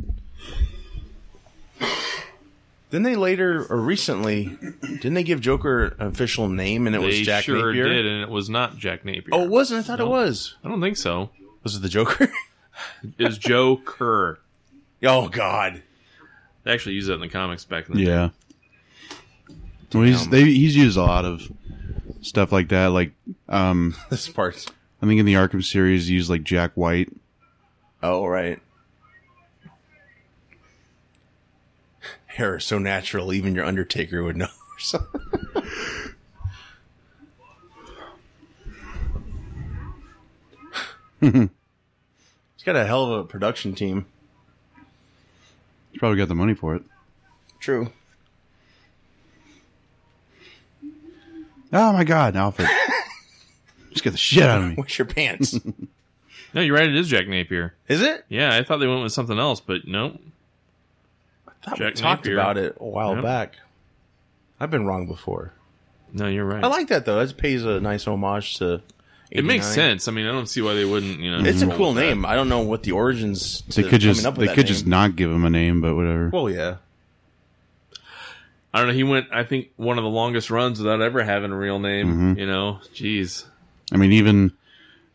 Then they later or recently, didn't they give Joker an official name and it was they Jack sure Napier? did, and it was not Jack Napier. Oh, it wasn't. I thought it was. I don't think so. Was it the Joker? It was Joe Kerr. oh God. They actually used that in the comics back then. Yeah. Well, he's they, he's used a lot of stuff like that. Like, um, This part's. I think in the Arkham series, he used like Jack White. Oh, right. Hair is so natural, even your Undertaker would know. or something. He's got a hell of a production team. He's probably got the money for it. True. Oh my God, Alfred! just get the shit out of me. What's your pants? No, you're right. It is Jack Napier. is it? Yeah, I thought they went with something else, but no. I thought Jack we talked Napier. about it a while Yep. back. I've been wrong before. No, you're right. I like that though. That pays a nice homage to. it makes 89. sense. I mean, I don't see why they wouldn't. You know, It's a roll cool with that. name. I don't know what the origins. To They could coming just up they with could that just name. not give him a name, but whatever. Well, yeah. I don't know. He went. I think one of the longest runs without ever having a real name. Mm-hmm. You know, jeez. I mean, even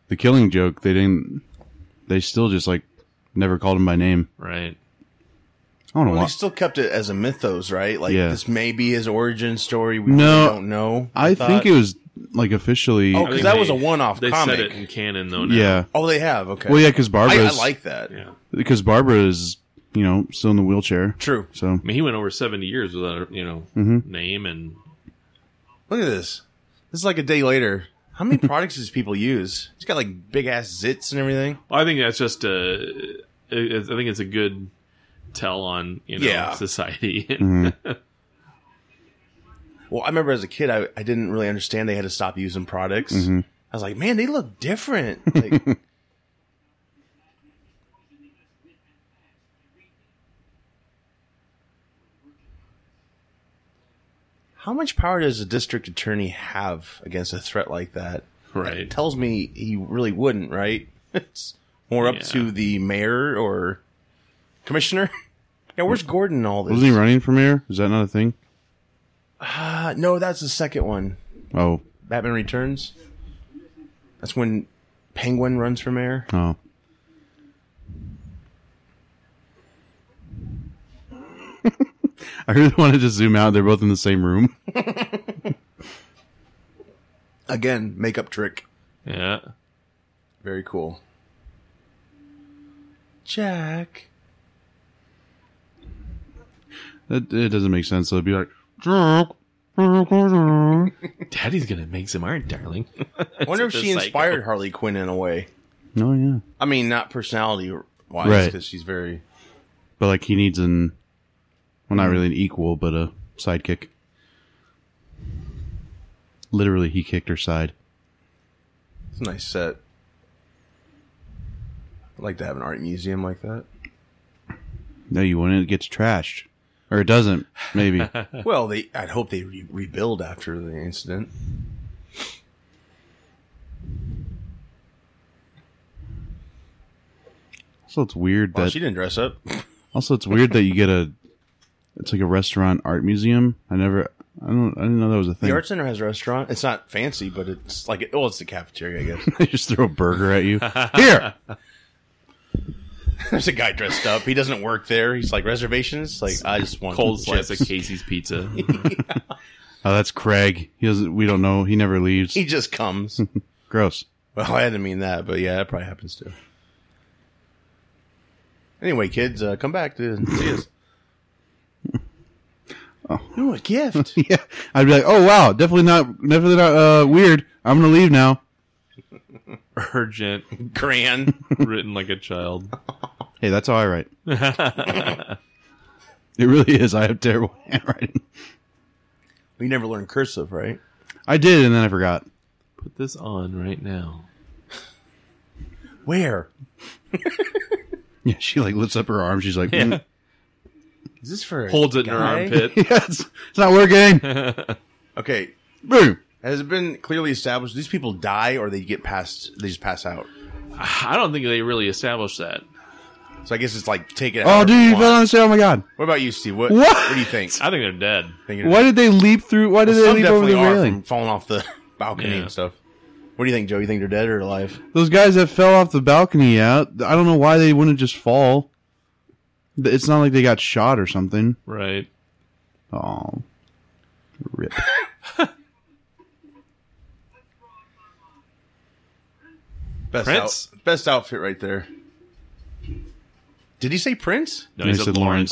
the Killing Joke, they didn't. They still just like never called him by name. Right. I don't know Well, why. they still kept it as a mythos, right? Like Yeah. this may be his origin story. We No. really don't know. I think it was like officially. Oh, I because think that they- was a one-off They comic. said it in canon though. Now. yeah. Oh, they have. Okay. Well, yeah, because I, I Barbara, like that. Yeah. because Barbara is you know still in the wheelchair. True. So I mean, he went over seventy years without you know Mm-hmm. name and Look at this. This is like a day later. How many products does people use? It's got like big ass zits and everything. Well, I think that's just a. I I think it's a good tell on you know Yeah. society. Mm-hmm. Well, I remember as a kid, I, I didn't really understand they had to stop using products. Mm-hmm. I was like, man, they look different. Like, How much power does a district attorney have against a threat like that? Right. Tells me he really wouldn't, right? It's more up Yeah. to the mayor or commissioner. Now, where's Gordon in all this? Wasn't he running for mayor? Is that not a thing? Uh, no, that's the second one. Oh, Batman Returns. That's when Penguin runs for mayor. oh. I really wanted to zoom out. They're both in the same room. Again, makeup trick. Yeah. Very cool. Jack. That it doesn't make sense. So it'd be like, Oh, "Jack, Jack, Jack." Daddy's gonna make some art, darling. I wonder if It's a she psycho. inspired Harley Quinn in a way. oh yeah. I mean, not personality wise, Right. because she's very. But like he needs an, well, not really an equal, but a sidekick. Literally, he kicked her side. It's a nice set. I'd like to have an art museum like that. No, you wouldn't. It gets trashed, or it doesn't. Maybe. Well, they. I'd hope they re- rebuild after the incident. also, it's weird Well, that Oh, she didn't dress up. Also, it's weird that you get a. It's like a restaurant art museum. I never. I don't. I didn't know that was a thing. The art center has a restaurant. It's not fancy, but it's like well, it's the cafeteria, I guess. they just throw a burger at you. Here, There's a guy dressed up. He doesn't work there. He's like reservations. Like I just want Cold chips. slice of Casey's pizza. oh, that's Craig. He doesn't. We don't know. He never leaves. He just comes. Gross. well, I didn't mean that, but yeah, that probably happens too. Anyway, kids, uh, come back to see us. Oh. Ooh, a gift. Yeah, I'd be like, oh wow, definitely not. Definitely not uh, weird. I'm gonna leave now. Urgent, Grand. written like a child. Hey, that's how I write. it really is. I have terrible handwriting. We never learned cursive, right? I did, and then I forgot. Put this on right now. Where? Yeah, she like lifts up her arm. She's like, mm, Is this for a Holds it in her guy? armpit. yeah, it's, it's not working. Okay. Boom. Has it been clearly established these people die or they get past they just pass out? I don't think they really established that. So I guess it's like take it out. Oh, dude, you fell on the stage. Oh my god. What about you, Steve? What What? what, do you think? I think they're dead. Thinking- Why did they leap through? Why did they Some leap over definitely the are railing? from falling off the balcony Yeah. and stuff. What do you think, Joe? You think they're dead or alive? Those guys that fell off the balcony out. I don't know why they wouldn't just fall. Th- It's not like they got shot or something. Right. Oh, rip. Best Prince? out- best outfit right there. Did he say Prince? No, They he said said Lawrence.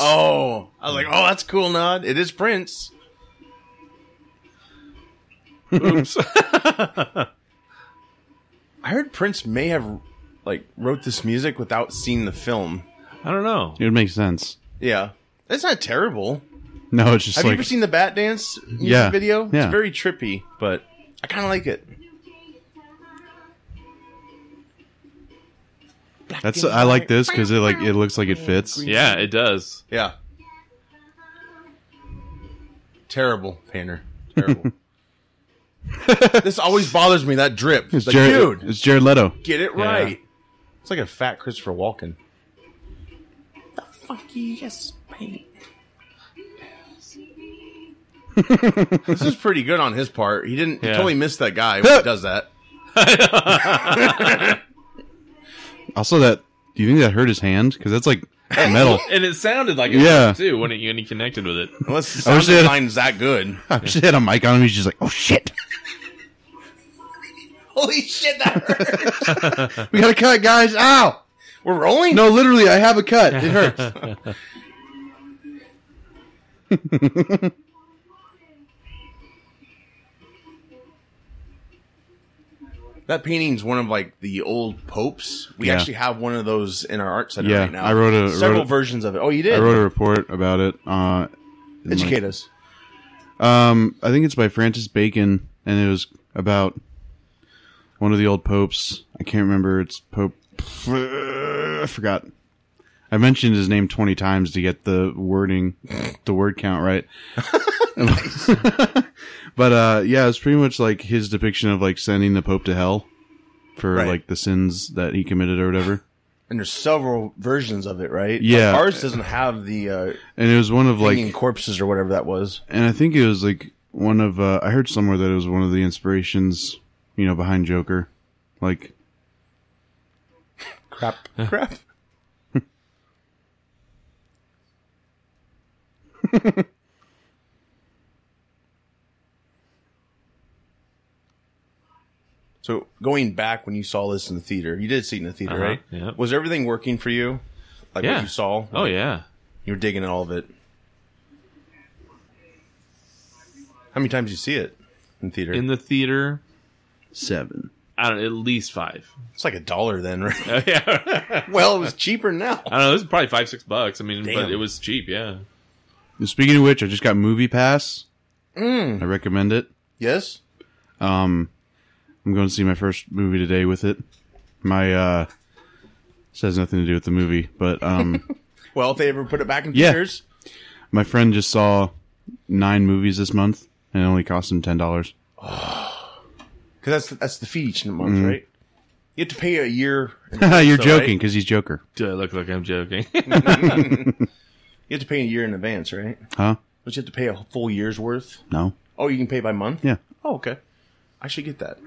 Oh, Lawrence. I was like, oh, that's a cool nod. It is Prince. Oops. I heard Prince may have like wrote this music without seeing the film. I don't know. It would make sense. Yeah, that's not terrible. No, it's just Have you like ever seen the Bat Dance music Yeah. video? Yeah. It's very trippy, but I kind of like it. that's. I like this because it like it looks like it fits. Yeah, it does. Yeah. Terrible, Painter. Terrible. this always bothers me. That drip. It's It's like, Jared. dude, It's Jared Leto. get it Yeah. right. It's like a fat Christopher Walken. The fuck you just paint. this is pretty good on his part. He didn't he Yeah. totally missed that guy when he does that. Also, that. Do you think that hurt his hand? Because that's like metal. And it sounded like it Yeah. was too when, it, when he connected with it. Unless the I sound wish they had- design's that good. I just had a mic on him. He's just like, oh shit, Holy shit, that hurt. we got to cut, guys. Ow. We're rolling? No, literally, I have a cut. It hurts. That painting's one of like the old popes. We Yeah. actually have one of those in our art center Yeah, right now. I wrote a- several wrote a- versions of it. Oh, you did. I wrote a report about it. Uh, in, like, Educate us. Um, I think it's by Francis Bacon, and it was about one of the old popes. I can't remember. It's Pope. I forgot. I mentioned his name twenty times to get the wording, the word count right. but uh, yeah, it's pretty much like his depiction of like sending the Pope to hell for Right. like the sins that he committed or whatever. and there's several versions of it, right? Yeah. Like, ours doesn't have the uh, And it was one of hanging like, corpses or whatever that was. and I think it was like one of uh, I heard somewhere that it was one of the inspirations, you know, behind Joker. Like, Crap, crap. so going back when you saw this in the theater, you did see it in the theater, Uh-huh, right? yeah. Was everything working for you? Like Yeah. what you saw? Oh yeah. You were digging all of it. How many times did you see it in theater? In the theater, seven. I don't know, at least five. it's like a dollar then, right? Oh, yeah. well, it was cheaper now. I don't know. This is probably five, six bucks. I mean, but Damn. it was cheap. Yeah. Speaking of which, I just got Movie Pass. Mm. I recommend it. Yes? Um, I'm going to see my first movie today with it. My uh, this has nothing to do with the movie, but um, Well, if they ever put it back in Yeah. theaters, my friend just saw nine movies this month, and it only cost him ten dollars. because that's that's the fee each month, right? You have to pay a year. So, You're joking right? because he's Joker, Do I look like I'm joking? Hmm. You have to pay a year in advance, right? huh? But you have to pay a full year's worth. No, Oh, you can pay by month. yeah. Oh, okay. I should get that.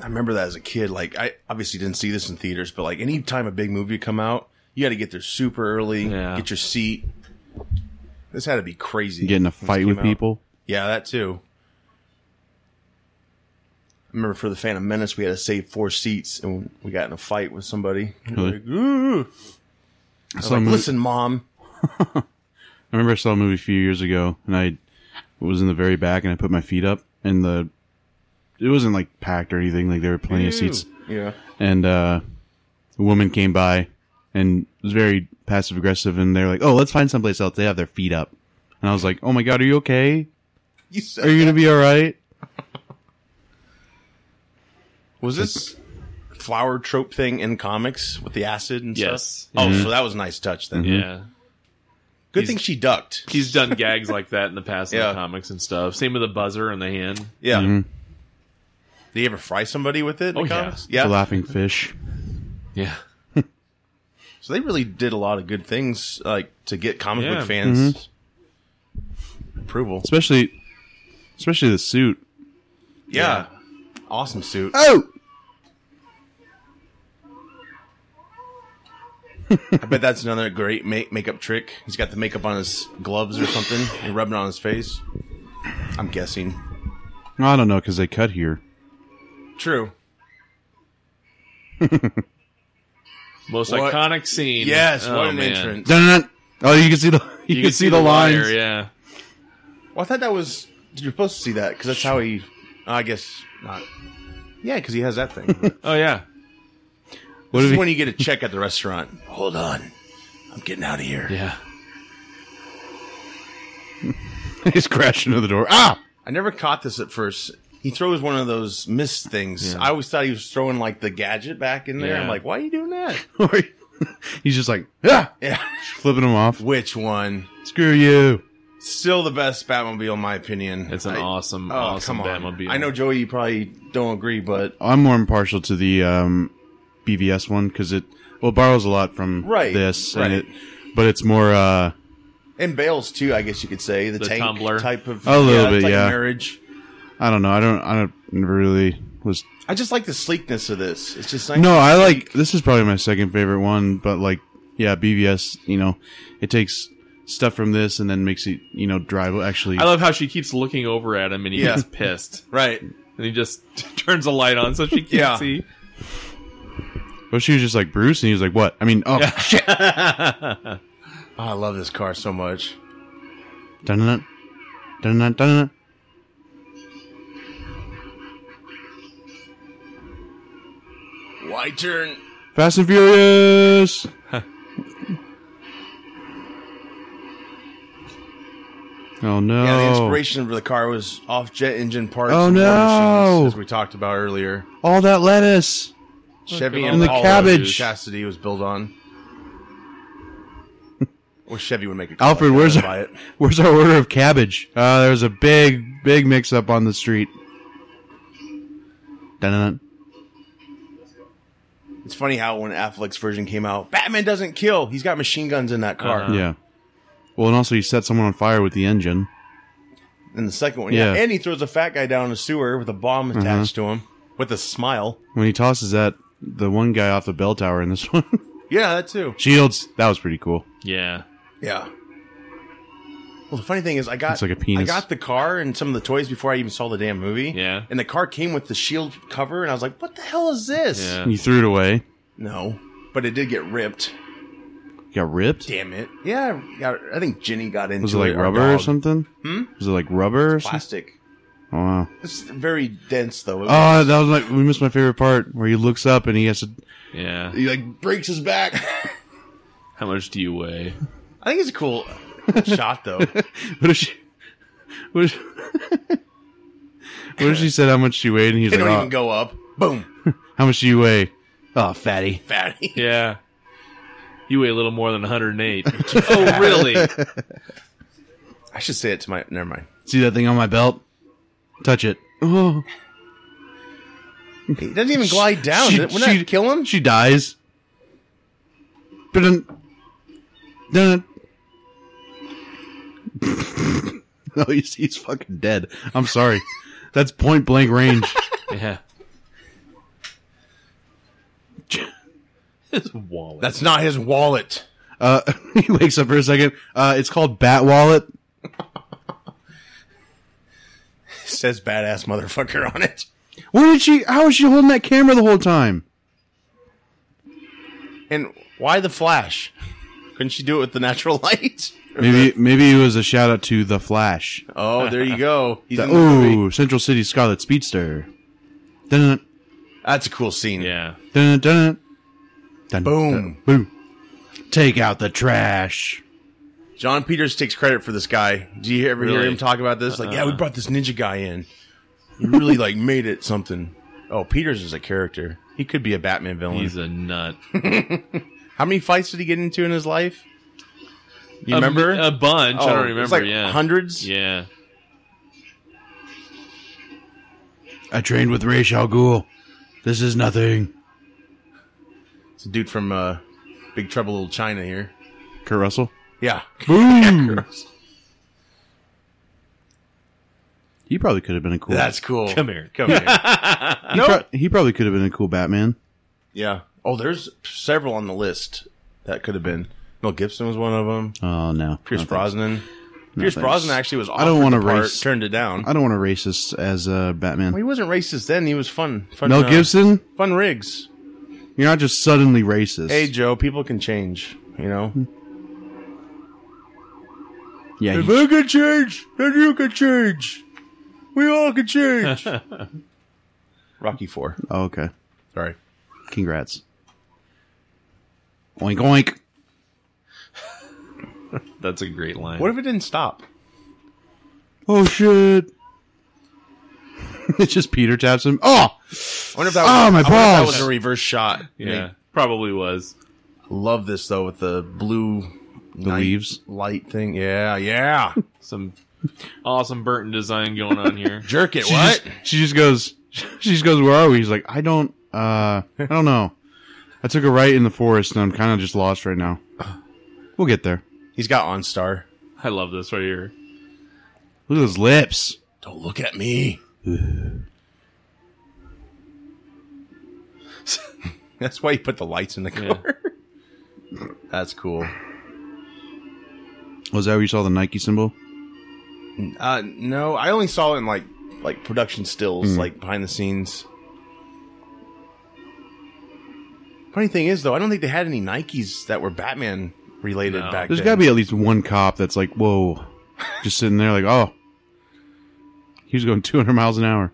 I remember that as a kid. Like, I obviously didn't see this in theaters, but like any time a big movie would come out, you had to get there super early, Yeah. get your seat. This had to be crazy. Getting a when this fight with came out. people. Yeah, that too. I remember for the Phantom Menace, we had to save four seats, and we got in a fight with somebody. Really? Like, "Ooh." I, I was saw a like, movie- listen, mom. I remember I saw a movie a few years ago, and I was in the very back, and I put my feet up, and the it wasn't like packed or anything. Like there were plenty of seats. Yeah. and uh, a woman came by and was very passive aggressive, and they're like, "Oh, let's find someplace else." They have their feet up, and I was like, "Oh my god, are you okay? You said, Are you gonna be all right?" was this flower trope thing in comics with the acid and Yes. stuff? Mm-hmm. Oh, Mhm. so that was a nice touch then. yeah. Good thing she ducked. He's done gags like that in the past in Yeah. the comics and stuff. Same with the buzzer in the hand. Yeah. Mm-hmm. Did you ever fry somebody with it in Oh, the yeah. comics? Yeah. The laughing fish. Yeah. So they really did a lot of good things like to get comic Yeah. book fans Mm-hmm. approval. especially especially the suit. Yeah. Awesome suit. Oh, I bet that's another great make- makeup trick. He's got the makeup on his gloves or something and rubbing it on his face. I'm guessing. I don't know because they cut here. True. Most What- iconic scene. Yes, Oh, what an man. entrance. Dun-dun-dun. Oh, you can see the you, can, see, the, lines. wire, yeah. Well, I thought that was. You're supposed to see that because that's how he. oh, I guess not. Yeah, because he has that thing. this Oh yeah. What is if he, when you get a check at the restaurant. Hold on, I'm getting out of here. Yeah. he's crashing into the door? Ah, I never caught this at first. He throws one of those mist things. I always thought he was throwing like the gadget back in there. Yeah. I'm like, why are you doing that? he's just like ah, yeah. flipping him off. Which one? Screw you. Still the best Batmobile, in my opinion. It's an I- awesome, Oh, awesome come on. Batmobile. I know, Joey, you probably don't agree, but I'm more impartial to the um, BVS one because it well it borrows a lot from Right, this, and right. it, but it's more uh, and Bales too, I guess you could say the, The tank tumbler. type of A little it's bit, like a yeah. marriage. I don't know, I don't I don't really was I just like the sleekness of this. It's just nice. no, I like this is probably my second favorite one, but like yeah, BVS, you know, it takes stuff from this and then makes it you know drive actually. I love how she keeps looking over at him and he Yeah. gets pissed. right? And he just turns the light on so she can't Yeah. see. but she was just like Bruce, and he was like, "What?" I mean, oh, Shit. Oh, I love this car so much. dun dun dun dun dun. Why turn? Fast and Furious. Oh no! Yeah, the inspiration for the car was off jet engine parts. Oh, and war no. machines, as we talked about earlier. All that lettuce. Chevy and at all the that. cabbage Cabbage. chastity was built on. Well, Chevy would make a call Alfred, like where's that, our, buy it? where's our order of cabbage? Uh, there's a big, big mix up on the street. Dun-dun-dun. It's funny how when Affleck's version came out, Batman doesn't kill. He's got machine guns in that car. Uh-huh. Yeah. Well, and also he set someone on fire with the engine. In the second one, yeah. Yeah. Uh-huh. And he throws a fat guy down a sewer with a bomb attached to him with a smile. When he tosses that the one guy off the bell tower in this one, Yeah, that too. shields. That was pretty cool. Yeah. Yeah. Well, the funny thing is, I got It's like a penis. I got the car and some of the toys before I even saw the damn movie. Yeah. And the car came with the shield cover, and I was like, "What the hell is this?" Yeah. And he threw it away. No, but it did get ripped. Got ripped. Damn it! Yeah, I got, I think Ginny got into Was it like our rubber or dog. something? Hmm? Was it like rubber or something? Plastic. Oh, wow. It's very dense, though. It was- Oh, that was my. We missed my favorite part where he looks up and he has to. Yeah. He like breaks his back. How much do you weigh? I think it's a cool shot, though. what if she? What if, what if she said how much she weighed and he's They like, don't "Oh, even go up. Boom, how much do you weigh? Oh, fatty. fatty. Yeah. You weigh a little more than 108. oh, really? I should say it to my. Never mind. See that thing on my belt? Touch it. Oh, He doesn't even glide down. She- We're not she- kill him. she dies. Dun dun. No, Oh, he's he's fucking dead. I'm sorry. That's point blank range. Yeah. His wallet. That's not his wallet. Uh, he wakes up for a second. Uh, it's called Bat Wallet. says "badass motherfucker" on it. Where did she? How was she holding that camera the whole time? And why the flash? Couldn't she do it with the natural light? Maybe maybe it was a shout out to the Flash. Oh, there you go. He's The, in the movie. ooh, Central City Scarlet Speedster. Dun That's a cool scene. yeah. dun dun dun. dun Boom. dun, boom. Take out the trash. John Peters takes credit for this guy. Do you ever hear Really? Uh-huh. him talk about this? Like, yeah, we brought this ninja guy in. He really like made it something. Oh, Peters is a character. He could be a Batman villain. He's a nut. How many fights did he get into in his life? You A- remember? A, bunch. Oh, I don't it's remember. like yeah. hundreds. Yeah. I trained with Ra's al Ghul. This is nothing. It's a dude from uh, Big Trouble in Little China here. Kurt Russell. Yeah, Boom. he probably could have been a cool. that's cool. Come here. come here. he, pro- he probably could have been a cool Batman. Yeah. Oh, there's several on the list that could have been. Mel Gibson was one of them. Oh no, Pierce No, thanks. Brosnan. Pierce thanks. Brosnan actually was. Offered I don't want wanna to race- Turned it down. I don't want a racist as uh, Batman. well, he wasn't racist then. He was fun. fun Mel uh, Gibson, Fun rigs. you're not just suddenly racist. Hey, Joe. People can change. You know. yeah, you- I can change, then you can change. We all can change. Rocky Four. oh, okay. Sorry. Congrats. Oink oink. That's a great line. What if it didn't stop? Oh shit! it's just Peter taps him. Oh, I wonder if that. was, Oh, I wonder my if that balls. was a reverse shot. yeah. Like, Probably was. love this though with the blue the leaves. light thing. Yeah, yeah. Some awesome Burton design going on here. Jerk it. she what? just she just goes. She just goes. Where are we? He's like, I don't. Uh, I don't know. I took a right in the forest, and I'm kind of just lost right now. We'll get there. He's got OnStar. I love this right here. Look at those lips. Don't look at me. That's why you put the lights in the car. Yeah. That's cool. Was that where you saw the Nike symbol? Uh, no, I only saw it in like like production stills, like behind the scenes. Funny thing is, though, I don't think they had any Nikes that were Batman related No. back There's then. got to be at least one cop that's like, whoa, just sitting there like, oh, he was going 200 miles an hour.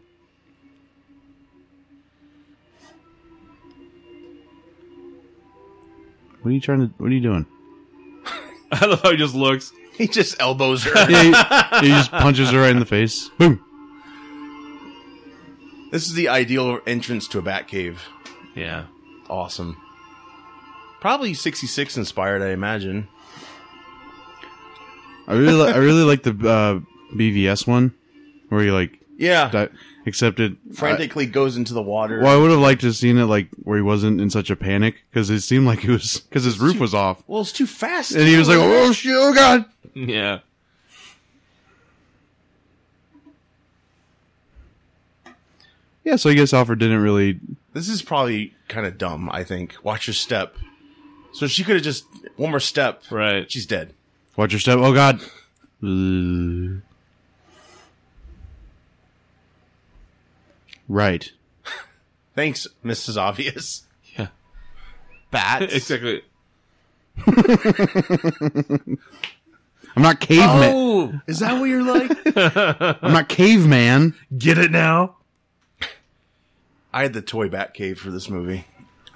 What are you trying to? What are you doing? I love how he just looks. He just elbows her. Yeah, he, he just punches her right in the face. Boom. this is the ideal entrance to a bat cave. Yeah. Awesome. Probably 66 inspired, I imagine. I really, li- I really like the uh, BVS one where he like Yeah. di- accepted. uh, frantically goes into the water. Well, I would have liked to have seen it like where he wasn't in such a panic because it seemed like he was because his roof was off Well, it's too fast. and he was like, "Oh shit, oh god!" Yeah. Yeah, so I guess Alfred didn't really. This is probably kind of dumb, I think. Watch your step. So she could have just one more step. Right. She's dead. Watch your step. Oh God. Uh, right. Thanks, Mrs. Obvious. Yeah. Bats. Exactly. I'm not caveman. Oh, is that what you're like? I'm not caveman. Get it now. I had the toy bat cave for this movie.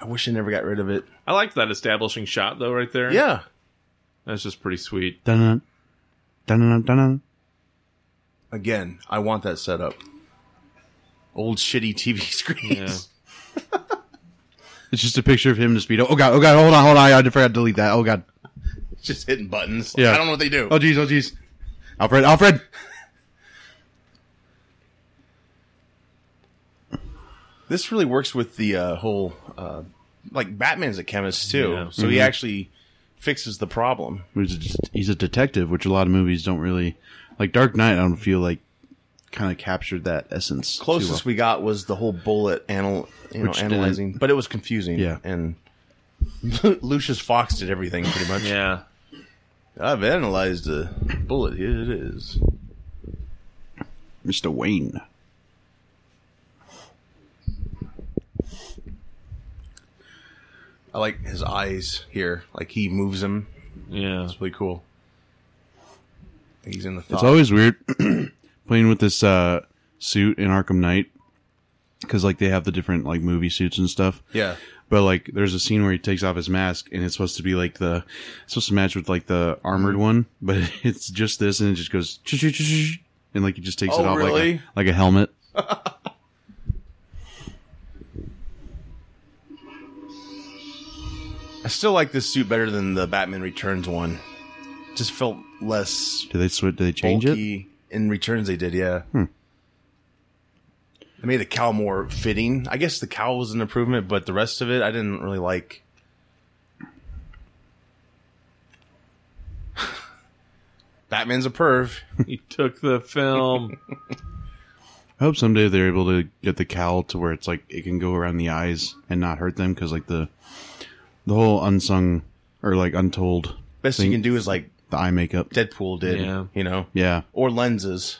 I wish I never got rid of it. I liked that establishing shot though, right there. Yeah. That's just pretty sweet. Dun dun dun dun. Again, I want that setup. Old shitty TV screens. It's just a picture of him in a speedo. Oh god. Oh god. Hold on. Hold on. I forgot to delete that. Oh god. Just hitting buttons. Yeah. I don't know what they do. Oh jeez. Oh jeez. Alfred. Alfred. This really works with the uh, whole, uh, like Batman's a chemist too, Yeah. so Mm-hmm. he actually fixes the problem. He's a, det- he's a detective, which a lot of movies don't really like. Dark Knight. I don't feel like kind of captured that essence. too Closest we got was the whole bullet anal, you know, Which didn't- analyzing, but it was confusing. Yeah. and Lucius Fox did everything pretty much. Yeah. I've analyzed a bullet. Here it is. well. Mr. Wayne. I like his eyes here. Like he moves them. Yeah. It's really cool. He's in the It's thought. always weird playing with this uh, suit in Arkham Knight because like they have the different like movie suits and stuff. yeah. But like there's a scene where he takes off his mask and it's supposed to be like the it's supposed to match with like the armored one, but it's just this and it just goes and like he just takes Oh, it off like really? a, like a helmet. I still like this suit better than the Batman Returns one. Just felt less Do they switch? Do they change it? Hmm. bulky in returns they did, yeah. They made the cow more fitting. I guess the cow was an improvement, but the rest of it I didn't really like. Batman's a perv. He took the film. I hope someday they're able to get the cowl to where it's like it can go around the eyes and not hurt them because like the the whole unsung or like untold Best you can do is like the eye makeup. Deadpool did, Yeah. you know, Yeah. or lenses.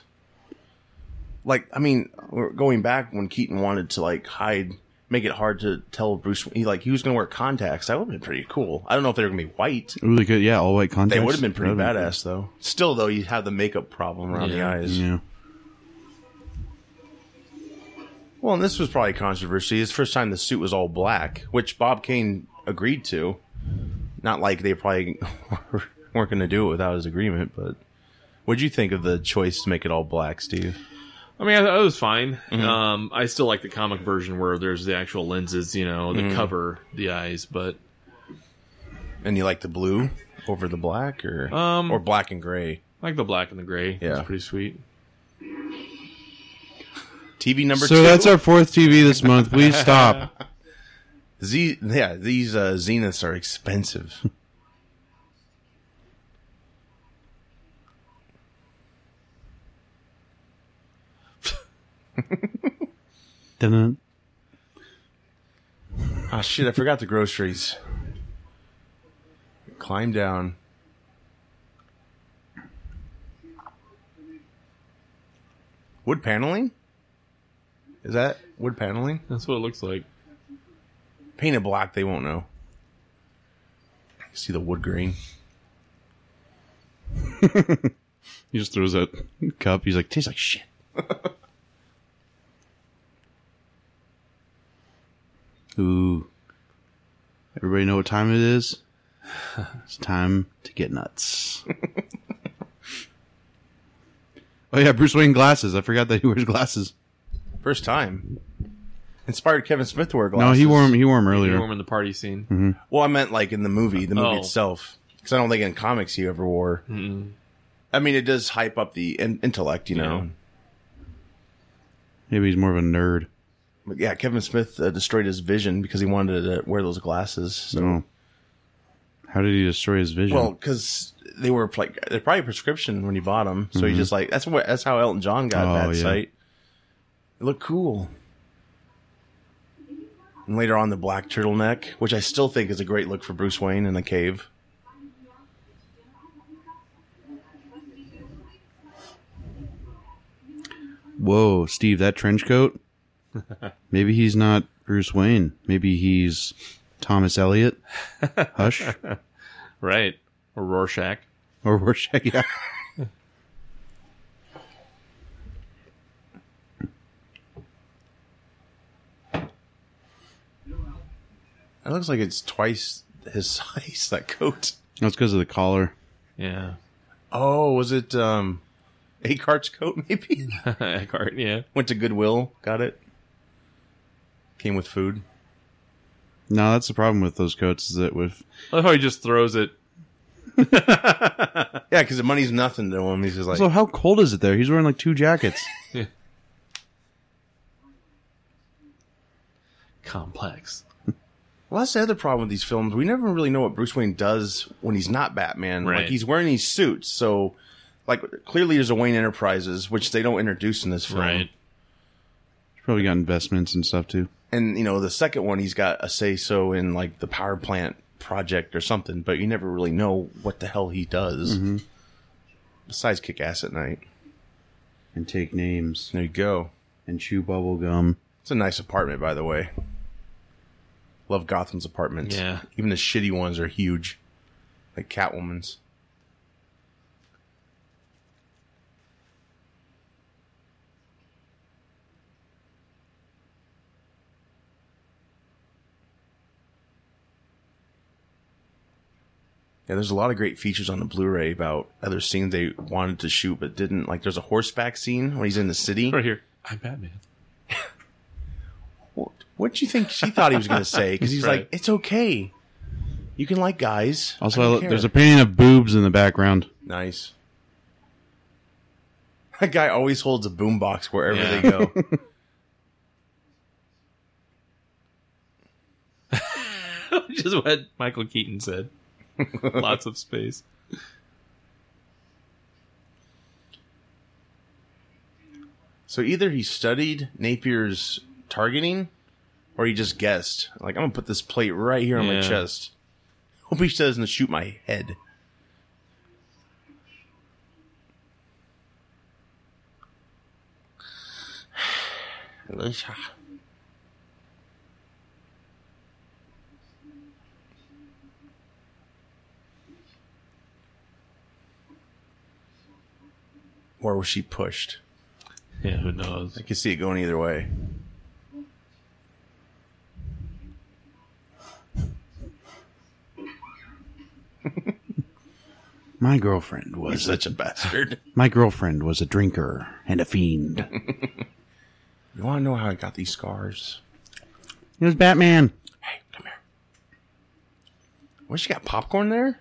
Like, I mean, we're going back when Keaton wanted to like hide, make it hard to tell Bruce. He like he was going to wear contacts. That would have been pretty cool. I don't know if they were going to be white. Ooh, they could, yeah, all white contacts. They would have been pretty That'd be badass, though. Still, though, you have the makeup problem around the Yeah. eyes. cool. Yeah. Well, and this was probably controversy. His first time the suit was all black, which Bob Kane agreed to. Not like they probably weren't going to do it without his agreement, but what'd you think of the choice to make it all black, Steve? I mean, I thought it was fine. Um, I still like the comic version where there's the actual lenses, you know, that cover the eyes. But And you like the blue over the black, or Um, or black and gray? I like the black and the gray. Yeah. it's pretty sweet. TV number So two. that's our fourth TV this month. Please stop. Z- yeah, these uh, zeniths are expensive. Dun-dun. Ah, shit, I forgot the groceries. Climb down. Wood paneling? Is that wood paneling? That's what it looks like. Painted black, they won't know. See the wood grain? he just throws that cup. He's like, tastes like shit. Ooh. Everybody know what time it is? It's time to get nuts. Oh yeah, Bruce Wayne glasses. I forgot that he wears glasses. First time. Inspired Kevin Smith to wear No, glasses. he wore them. He wore them You earlier. were in the party scene. Well, I meant like in the movie, the movie Oh. itself. Because I don't think in comics he ever wore. I mean, it does hype up the in- intellect, you know. Yeah. Maybe he's more of a nerd. But yeah, Kevin Smith uh, destroyed his vision because he wanted to wear those glasses. So. So, how did he destroy his Mm, vision? Well, because they were like they're probably prescription when you bought them, so you just like that's what that's how Elton John got Mm-hmm. Oh, that yeah. sight. It looked cool. And later on, the black turtleneck, which I still think is a great look for Bruce Wayne in the cave. Whoa, Steve, that trench coat. Maybe he's not Bruce Wayne. Maybe he's Thomas Elliot. Hush Right. Or Rorschach. or Rorschach. Yeah. It looks like it's twice his size. That coat. That's because of the collar. Yeah. Oh, was it um, Eckhart's coat? Maybe Eckhart, yeah. went to Goodwill, got it. Came with food. No, that's the problem with those coats. Is that with I love how he just throws it. Yeah, because the money's nothing to him. He's just like, so how cold is it there? He's wearing like two jackets. Complex. Well, that's the other problem with these films. We never really know what Bruce Wayne does when he's not Batman. Right. Like he's wearing these suits, so like clearly there's a Wayne Enterprises, which they don't introduce in this film. He's probably got investments and stuff too. And you know, the second one he's got a say so in like the power plant project or something, but you never really know what the hell he does. Besides kick ass at night. And take names There you go. and chew bubble gum. It's a nice apartment, by the way. Love Gotham's apartments. Yeah. Even the shitty ones are huge. Like Catwoman's. Yeah, there's a lot of great features on the Blu-ray about other scenes they wanted to shoot but didn't. Like there's a horseback scene when he's in the city. Right here. I'm Batman. What would you think she thought he was going to say? Because he's Right. like, "It's okay, you can like guys." I Also, don't I- care." there's a painting of boobs in the background. nice. That guy always holds a boombox wherever Yeah. they go. Which is what Michael Keaton said. Lots of space. so either he studied Napier's targeting, or he just guessed. Like I'm gonna put this plate right here on my Yeah. chest. Hope he doesn't shoot my head. Or was she pushed? Yeah, who knows? I can see it going either way. My girlfriend You're was such a bastard. my girlfriend was a drinker and a fiend. You want to know how I got these scars? it was Batman. Hey, come here. What, she got popcorn there?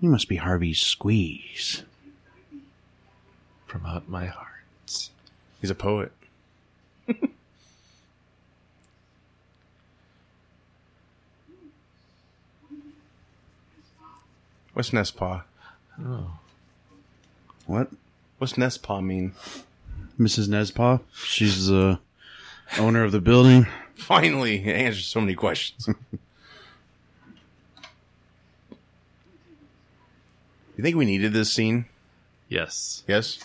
You must be Harvey's squeeze. From out my heart. He's a poet. What's Nespa? Oh. What? What's Nespa mean? Mrs. Nespa. She's the owner of the building. Finally, it answers so many questions. you think we needed this scene? Yes. Yes.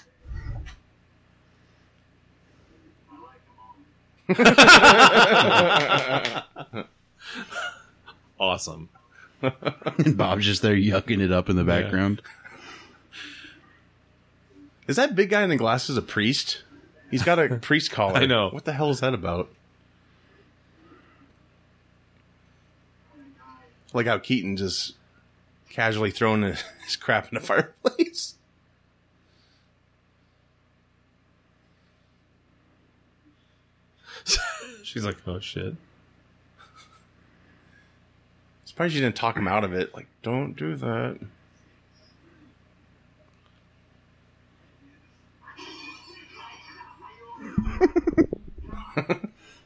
Awesome. And Bob's just there yucking it up in the background. Is that big guy in the glasses a priest? He's got a priest collar. I know. What the hell is that about? Like how Keaton just casually throwing his his crap in the fireplace. She's like, oh shit. Surprised you didn't talk him out of it. Like, don't do that.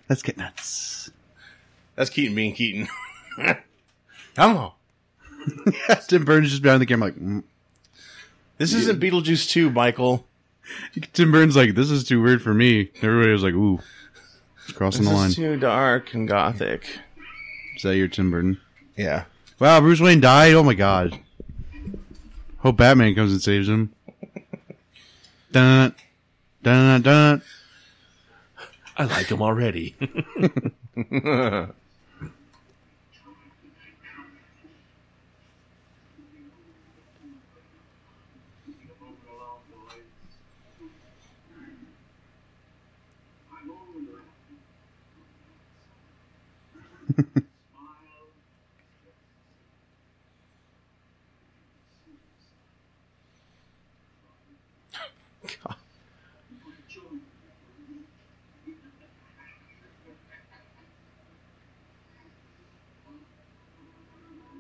Let's get nuts. That's Keaton being Keaton. Come on. Tim Burns just behind the camera, like mm. This isn't Beetlejuice 2, Michael. Tim Burns, like this is too weird for me. Everybody was like, ooh, it's crossing This the line. is too dark and gothic. is that your Tim Burton? Yeah. Wow, Bruce Wayne died. Oh my god. Hope Batman comes and saves him. Dun dun dun. I like him already.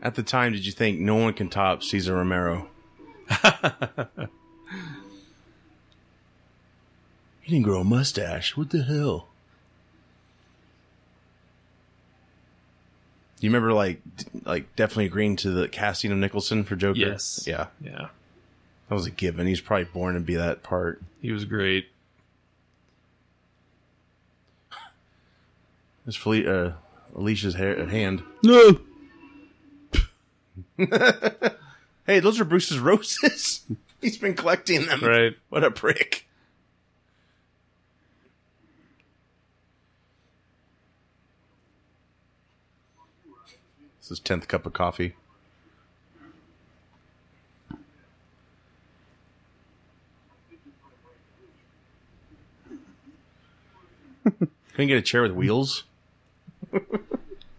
At the time, did you think no one can top Cesar Romero? he didn't grow a mustache. What the hell? Do you remember, like, d- like definitely agreeing to the casting of Nicholson for Joker? Yes. Yeah, Yeah. that was a given. He's probably born to be that part. He was great. It's Fel- uh, Alicia's hair- hand. No. Hey, those are Bruce's roses. He's been collecting them. Right. What a prick. This is 10th cup of coffee. Can we get a chair with wheels? Let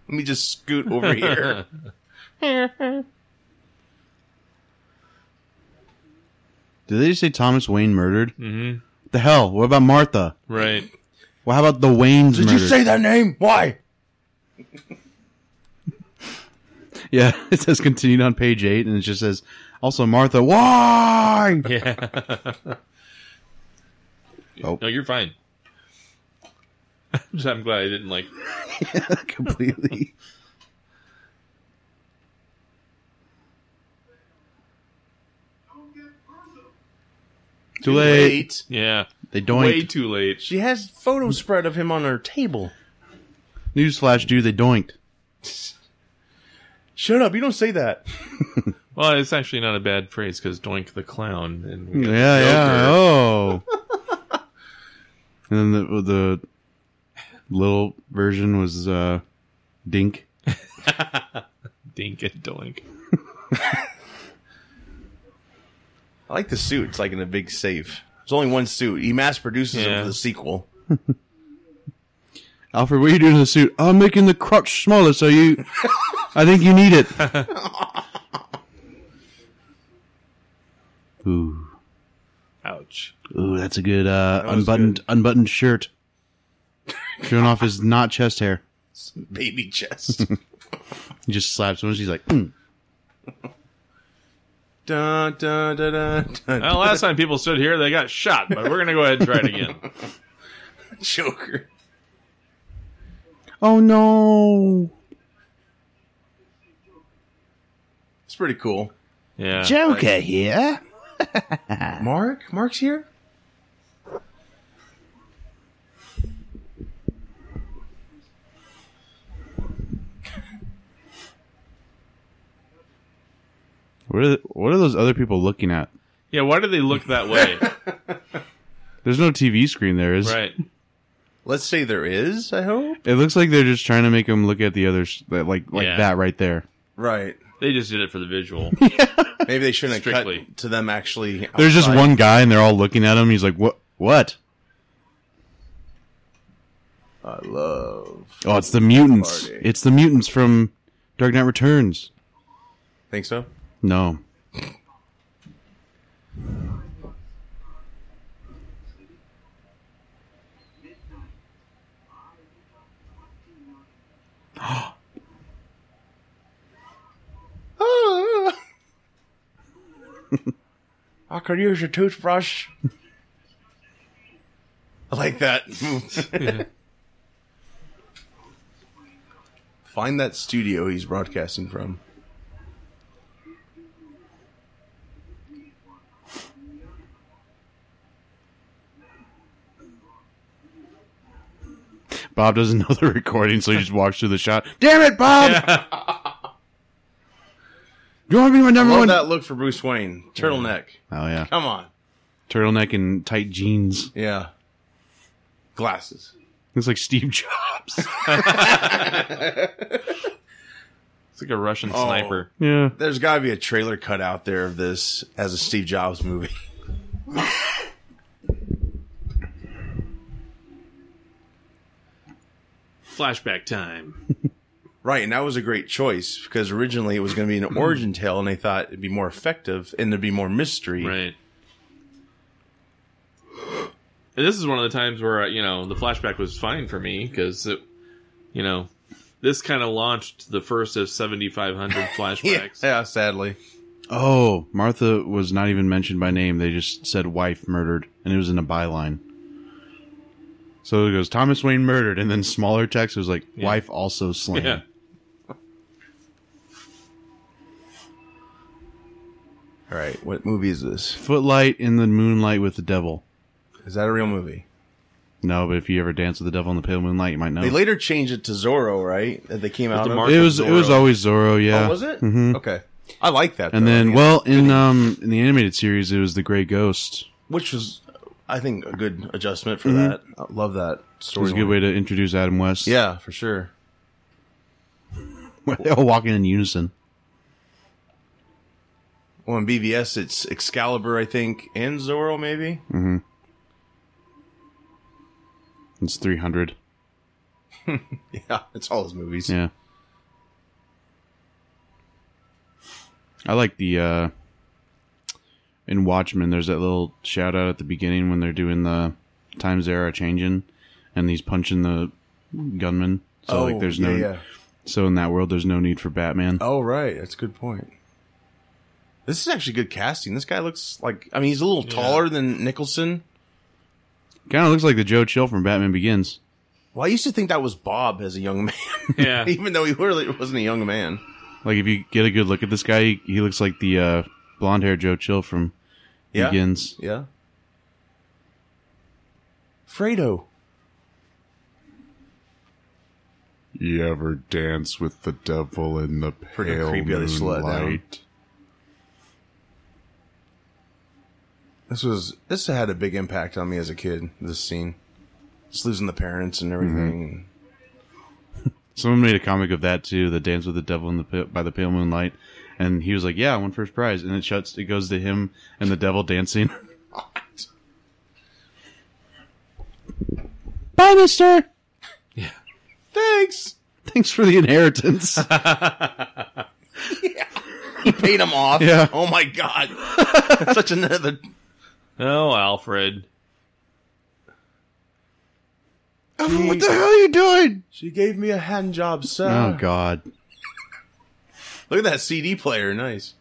me just scoot over here. Did they just say Thomas Wayne murdered? Mm. Mm-hmm. The hell? What about Martha? Right. Well, how about the Waynes Did you murdered? say that name? Why? yeah, it says continued on page eight, and it just says also Martha. Why? Yeah. Oh. no, you're fine. Just- I'm glad I didn't like. Completely. Too late. Yeah. They Way doinked. too late. She has photo spread of him on her table. Newsflash, dude, they doinked. Shut up! You don't say that. Well, Well, it's actually not a bad phrase because Doink the clown and we Yeah, got yeah. Joker. Oh. and then the, the little version was uh, Dink. Dink and Doink. I like the suit. It's like in a big safe. There's only one suit. He mass produces Yeah. it for the sequel. Alfred, what are you doing in the suit? I'm making the crotch smaller, so you. I think you need it. Ooh, Ouch. ooh, that's a good uh, was unbuttoned unbuttoned shirt. Showing off his not chest hair. Baby chest. He just slaps him. and She's like, mm. dun, dun, dun, dun, dun. Well, last time people stood here, they got shot, but we're gonna go ahead and try it again. Joker. "Oh no, It's pretty cool. Yeah. Joker here. Mark. Mark's here. what are the, what are those other people looking at?" Yeah. Why do they look that way? There's no TV screen. There is. right. Let's say there is. I hope. It looks like they're just trying to make him look at the others, like like Yeah. that right there. Right. They just did it for the visual. Maybe they shouldn't have Strictly. cut to them actually. There's just outside. one guy, and they're all looking at him. He's like, "What? What? I love. Oh, it's the mutants! Party. It's the mutants from Dark Knight Returns." Think so. No, I could use your toothbrush. I like that. Find that studio he's broadcasting from. Bob doesn't know the recording, so he just walks through the shot. Damn it, Bob! you want to be my number Love one? that look for Bruce Wayne. Turtleneck. Oh yeah, Come on. turtleneck and tight jeans. Yeah. Glasses. Looks like Steve Jobs. It's like a Russian Oh. sniper. yeah, There's got to be a trailer cut out there of this as a Steve Jobs movie. Flashback time. Right, and that was a great choice because originally it was going to be an origin tale, and they thought it'd be more effective and there'd be more mystery. Right. And this is one of the times where uh, you know the flashback was fine for me because it, you know, this kind of launched the first of seventy five hundred Yeah, flashbacks. yeah, sadly. Oh, Martha was not even mentioned by name. They just said wife murdered, and it was in a byline. So it goes Thomas Wayne murdered, and then smaller text was like wife also slain. Yeah. All right, what movie is this? Footlight in the moonlight with the devil. Is that a real movie? No, but if you ever dance with the devil in the pale moonlight, you might know. They later changed it to Zorro, right? That they came out the of. mark- it was it was Zorro. always Zorro, yeah. Oh, was it? Mhm. Okay, I like that. And though. then, Yeah. well, in um in the animated series, it was the Gray Ghost. which was, I think, a good adjustment for that. I love that Mm-hmm. It story. was a good way to introduce Adam West. Yeah, for sure. they all walking in unison. Well, in BVS, it's Excalibur, I think, and Zorro, maybe. Mm. It's three hundred. Yeah, it's all his movies. Yeah. I like the uh in Watchmen there's that little shout out at the beginning when they're doing the times they are changing and he's punching the gunman. So oh, like there's yeah, no yeah. so in that world there's no need for Batman. Oh, right. That's a good point. This is actually good casting. This guy looks like, I mean, he's a little taller than Nicholson. Kinda looks like the Joe Chill from Batman Begins. Well, I used to think that was Bob as a young man, yeah. even though he really wasn't a young man. Like if you get a good look at this guy, he, he looks like the uh blonde haired Joe Chill from Yeah. Begins. Yeah. Fredo. You ever dance with the devil in the Pretty pale creepy how they slow it down. moonlight? This was, this had a big impact on me as a kid, this scene. Just losing the parents and Mm-hmm. everything. Someone made a comic of that too, the dance with the devil in the pa- by the pale moonlight, and he was like, "Yeah, I won first prize," and it shuts. It goes to him and the devil dancing. Bye, Mister. Thanks. Thanks for the inheritance. Paid him off. Yeah. Oh my God. Such another. Oh, Alfred. what the hell are you doing? She gave me a hand job, sir. Oh God, Look at that CD player. Nice.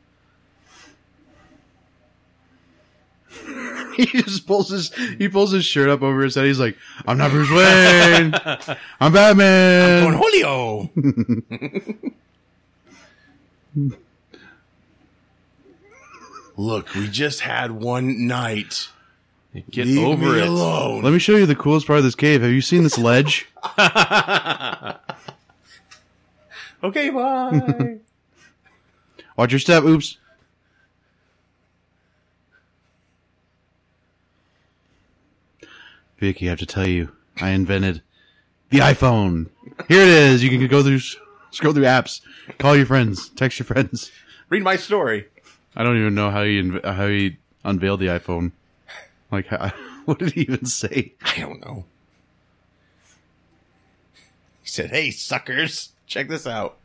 he just pulls his he pulls his shirt up over his head. He's like, "I'm not Bruce Wayne. I'm Batman." Julio. Look, we just had one night. Get Leave over me it. alone. Let me show you the coolest part of this cave. Have you seen this ledge? Okay, bye. Watch your step. Oops. Vicky, I have to tell you, I invented the iPhone. Here it is. You can go through, scroll through apps, call your friends, text your friends. Read my story. I don't even know how he inv- how he unveiled the iPhone. Like, how, what did he even say? I don't know. He said, "Hey, suckers, check this out."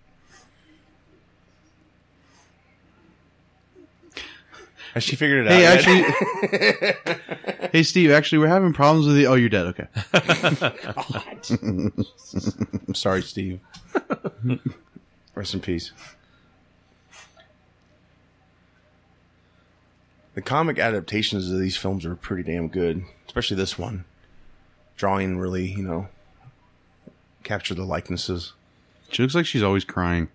And she figured it Hey, out. actually, hey Steve, actually, we're having problems with the. Oh, you're dead. Okay. I'm sorry, Steve. Rest in peace. the comic adaptations of these films are pretty damn good, especially this one. Drawing really, you know, capture the likenesses. She looks like she's always crying.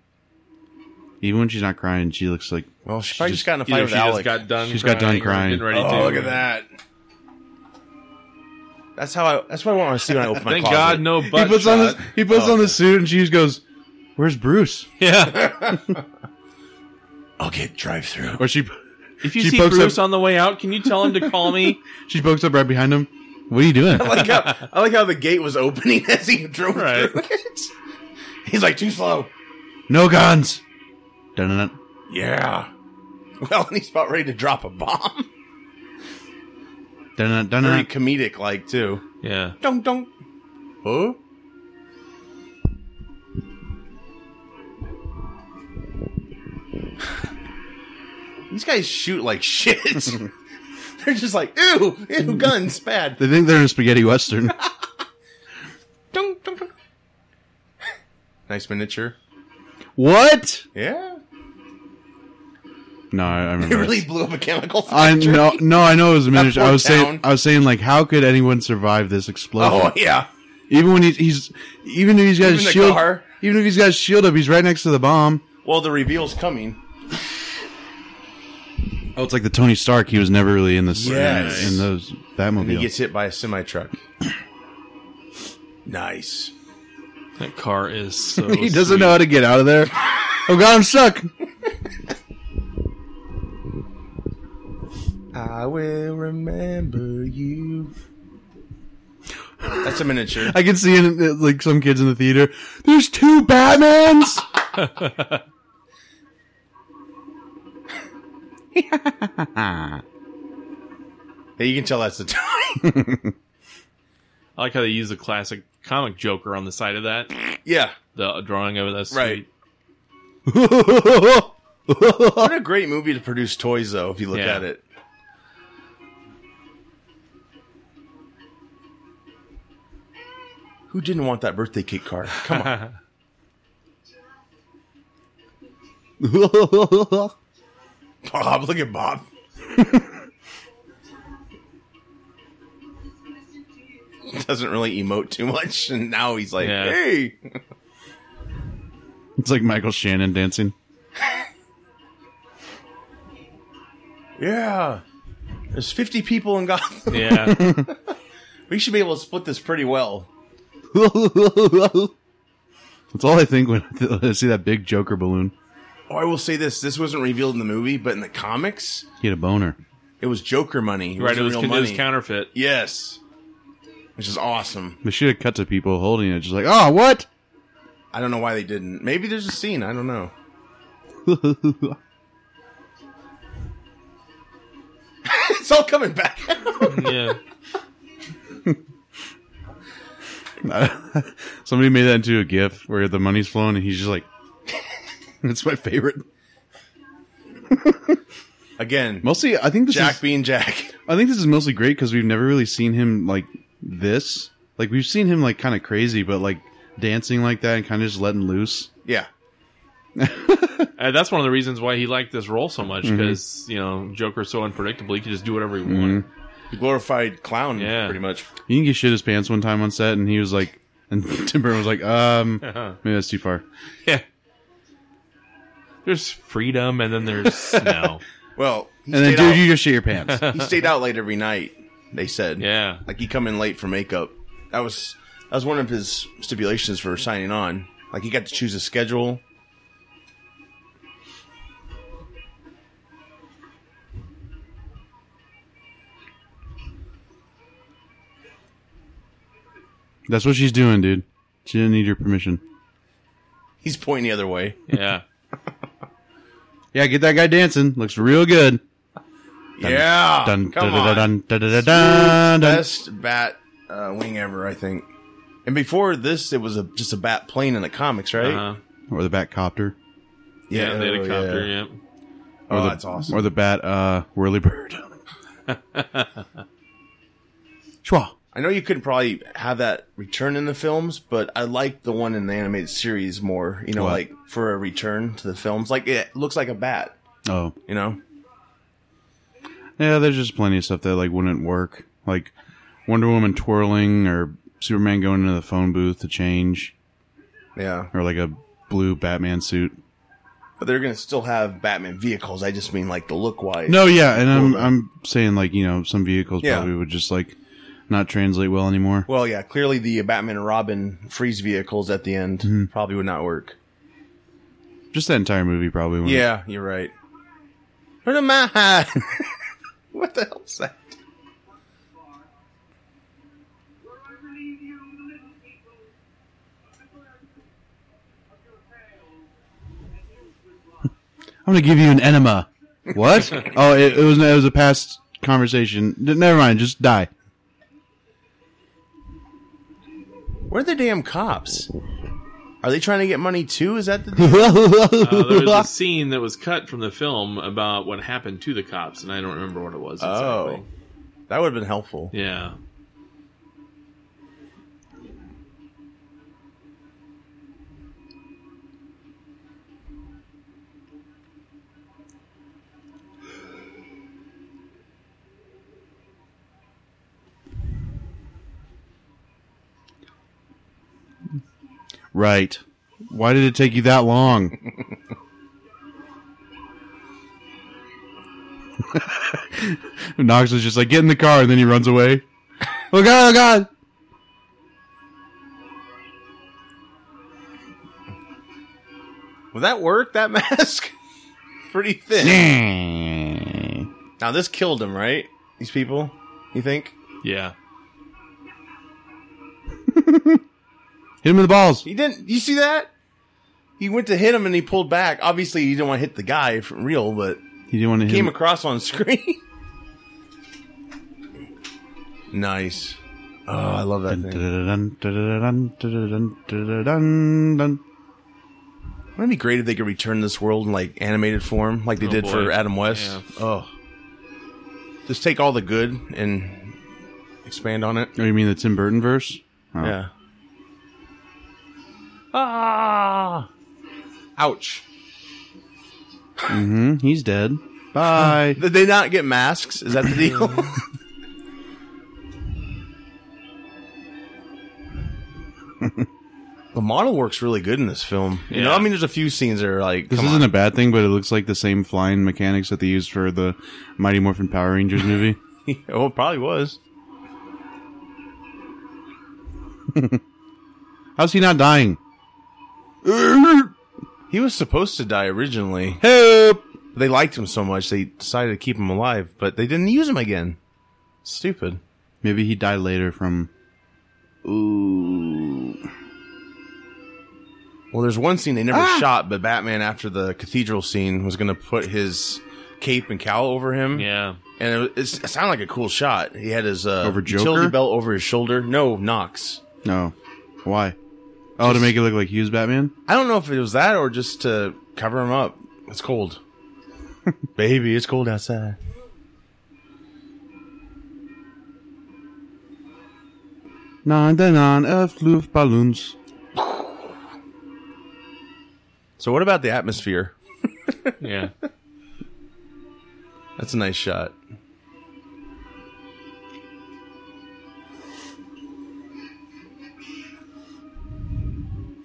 Even when she's not crying, she looks like Well, she, probably just- just got in a Either fight with she Alec. just got done. She's got crying. done or crying. Getting ready to. oh, look at that. That's how I. That's what I want to see when I open my Thank closet. God, no he butt puts on shot. this he puts on the suit and she just goes, "Where's Bruce?" Yeah. I'll get drive through. Or she If you She see pokes Bruce up- on the way out, can you tell him to call me? she pokes up right behind him. What are you doing? I like how I like how the gate was opening as he drove Right. through it. He's like too slow. no guns. Dun-dun-dun. Yeah. Well, and he's about ready to drop a bomb. Dun-dun-dun, Very dun-dun-dun. comedic, like too. yeah. Don't don't. Huh? These guys shoot like shit. They're just like ew, ew, guns bad. They think they're in a spaghetti western. Dun, dun, dun. Nice miniature. what? Yeah. No, I, I It remember. really blew up a chemical I factory. know, no, I know it was a miniature. poor I was saying, town. I was saying, like, how could anyone survive this explosion? Oh yeah. Even when he's, he's, even if he's got Even his the shield, car. even if he's got his shield up, he's right next to the bomb. Well, the reveal's coming. Oh, it's like the Tony Stark. He was never really in this, Yes. in, in those And he Batmobile. gets hit by a semi truck. nice. That car is so. He doesn't know how to get out of there. Oh God, I'm stuck. I will remember you. That's a miniature. I can see in uh, like some kids in the theater. There's two Batmans. Yeah, you can tell that's the time. I like how they use the classic comic Joker on the side of that. yeah. The drawing of it. That's Right. sweet. What a great movie to produce toys, though, if you look Yeah. at it. Who didn't want that birthday cake card? Come on. Bob, look at Bob. Doesn't really emote too much, and now he's like, Yeah. "Hey, it's like Michael Shannon dancing. yeah, there's 50 people in Gotham. Yeah. We should be able to split this pretty well." That's all I think when I see that big Joker balloon. Oh, I will say this: this wasn't revealed in the movie, but in the comics, He had a boner. it was Joker money. It right. It was, wasn't real it was money. counterfeit. yes, which is awesome. They should have cut to people holding it, just like, oh, what? I don't know why they didn't. Maybe there's a scene. I don't know. it's all coming back. Yeah. Somebody made that into a GIF where the money's flowing, and he's just like, "It's my favorite." Again, Mostly, I think this Jack is, being Jack. I think this is mostly great because we've never really seen him like this. Like we've seen him like kind of crazy, but like dancing like that and kind of just letting loose. Yeah. And that's one of the reasons why he liked this role so much Mm-hmm. because you know Joker's so unpredictable. He could just do whatever he wanted. Glorified clown, Yeah. pretty much. He can get shit his pants one time on set, and he was like, and Tim Burton was like, um, Uh-huh. maybe that's too far. Yeah. There's freedom, and then there's snow. Well, he, And then, stayed, dude, out, you just shit your pants. he stayed out late every night, they said. Yeah. Like, he come in late for makeup. That was, that was one of his stipulations for signing on. Like, he got to choose a schedule. that's what she's doing, dude. She didn't need your permission. He's pointing the other way. Yeah. Yeah, get that guy dancing. Looks real good. yeah. Dun Ah, Come dun dun on. dun dun dun dun. dun. Best bat uh, wing ever, I think. And before this, it was a, just a bat plane in the comics, right? Uh-huh. Or the bat copter. Yeah. they had oh, a copter. Yeah. Oh, or the, that's awesome. Or the bat uh, whirly bird. Schwa. I know you could probably have that return in the films, but I like the one in the animated series more. You know, What? like for a return to the films, like it looks like a bat. Oh, You know, Yeah, there's just plenty of stuff that like wouldn't work, like Wonder Woman twirling or Superman going into the phone booth to change, Yeah, or like a blue Batman suit. but they're gonna still have Batman vehicles. I just mean like the look wise. No, yeah, and I'm I'm saying like you know some vehicles Yeah. probably would just like not translate well anymore. Well, yeah, clearly the Batman and Robin freeze vehicles at the end Mm-hmm. probably would not work. Just that entire movie probably. Wouldn't. Yeah, you're right. What am I? what the hell's that? I'm gonna give you an enema. What? oh, it, it was it was a past conversation. N- Never mind. Just die. Where are the damn cops? Are they trying to get money too? Is that the deal? Uh, there was a scene that was cut from the film about what happened to the cops, and I don't remember what it was exactly. Oh. that would have been helpful. Yeah. Right. Why did it take you that long? Knox is just like, get in the car, and then he runs away. Oh god, oh god! Would that work? That mask? Pretty thin. now this killed him, right? These people, you think? Yeah. Hit him in the balls. He didn't. You see that? He went to hit him and he pulled back. Obviously, he didn't want to hit the guy for real, but He didn't want to hit came him. across on screen. nice. Oh, I love that thing. Dun, dun, dun, dun, dun, dun, dun. Wouldn't it be great if they could return to this world in like animated form, like they did for Oh, boy. Adam West? Yeah. Oh, just take all the good and expand on it. Oh, you mean the Tim Burton verse? Oh. Yeah. Ah! Ouch! hmm He's dead. Bye. Did they not get masks? Is that the deal? the model works really good in this film. You know, Yeah. I mean, there's a few scenes that are like, This come isn't on. a bad thing, but it looks like the same flying mechanics that they used for the Mighty Morphin Power Rangers movie. oh, it probably was. How's he not dying? He was supposed to die originally. Help! They liked him so much they decided to keep him alive, but they didn't use him again. Stupid. Maybe he died later from. Ooh. Well, there's one scene they never shot, but Batman after the cathedral scene was going to put his cape and cowl over him. Yeah. and it, it's- it sounded like a cool shot. He had his uh, Over Joker? utility belt over his shoulder. No, Knox. No. Why? Oh, to make it look like he was Batman? I don't know if it was that or just to cover him up. It's cold, baby. It's cold outside. Non, da, non, of Luftballons. So, what about the atmosphere? Yeah. That's a nice shot.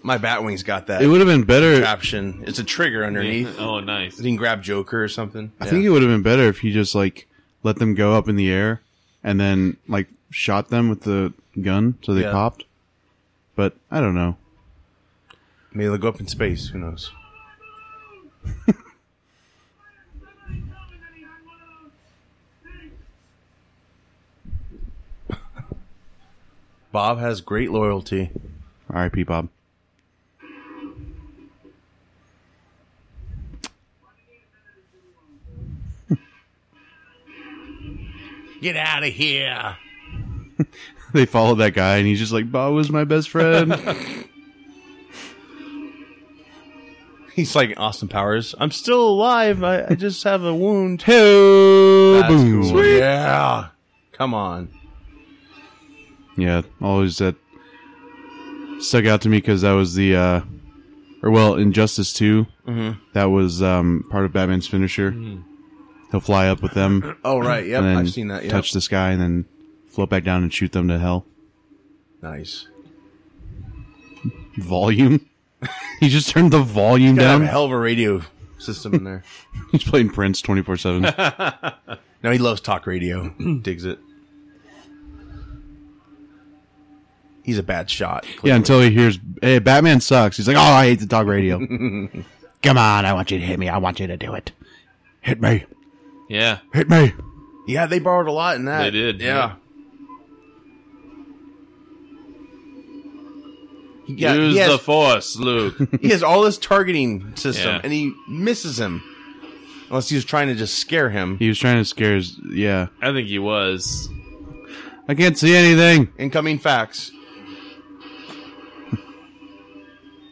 My Batwing's got that It would have been better. option. It's a trigger underneath. oh, nice. You can grab Joker or something. I think it would have been better if he just, like, let them go up in the air and then, like, shot them with the gun so they Yeah. popped. But I don't know. Maybe they'll go up in space. Who knows? Bob has great loyalty. R.I.P. Bob. Get out of here. They followed that guy and he's just like, Bob was my best friend. He's like Austin Powers. I'm still alive. I, I just have a wound. Hello, That's boom. cool. Yeah. Come on. Yeah, always that stuck out to me because that was the, uh, Mm-hmm. or well, Injustice 2 that was um, part of Batman's finisher. he'll fly up with them Oh right, yep, and then I've seen that. Yep. touch the sky and then float back down and shoot them to hell. nice. Volume. he just turned the volume Gotta have a down. hell of a radio system in there. He's playing Prince twenty four seven. No, he loves talk radio. Digs it. He's a bad shot. Yeah, until he hears, "Hey, Batman sucks." He's like, "Oh, I hate the dog radio." Come on, I want you to hit me. I want you to do it. Hit me. Yeah. Hit me. Yeah, they borrowed a lot in that. They did, Yeah. He, got- Use he, has, the force, Luke. he has all this targeting system, Yeah. and he misses him. Unless he was trying to just scare him. He was trying to scare his. Yeah, I think he was. I can't see anything. Incoming fax.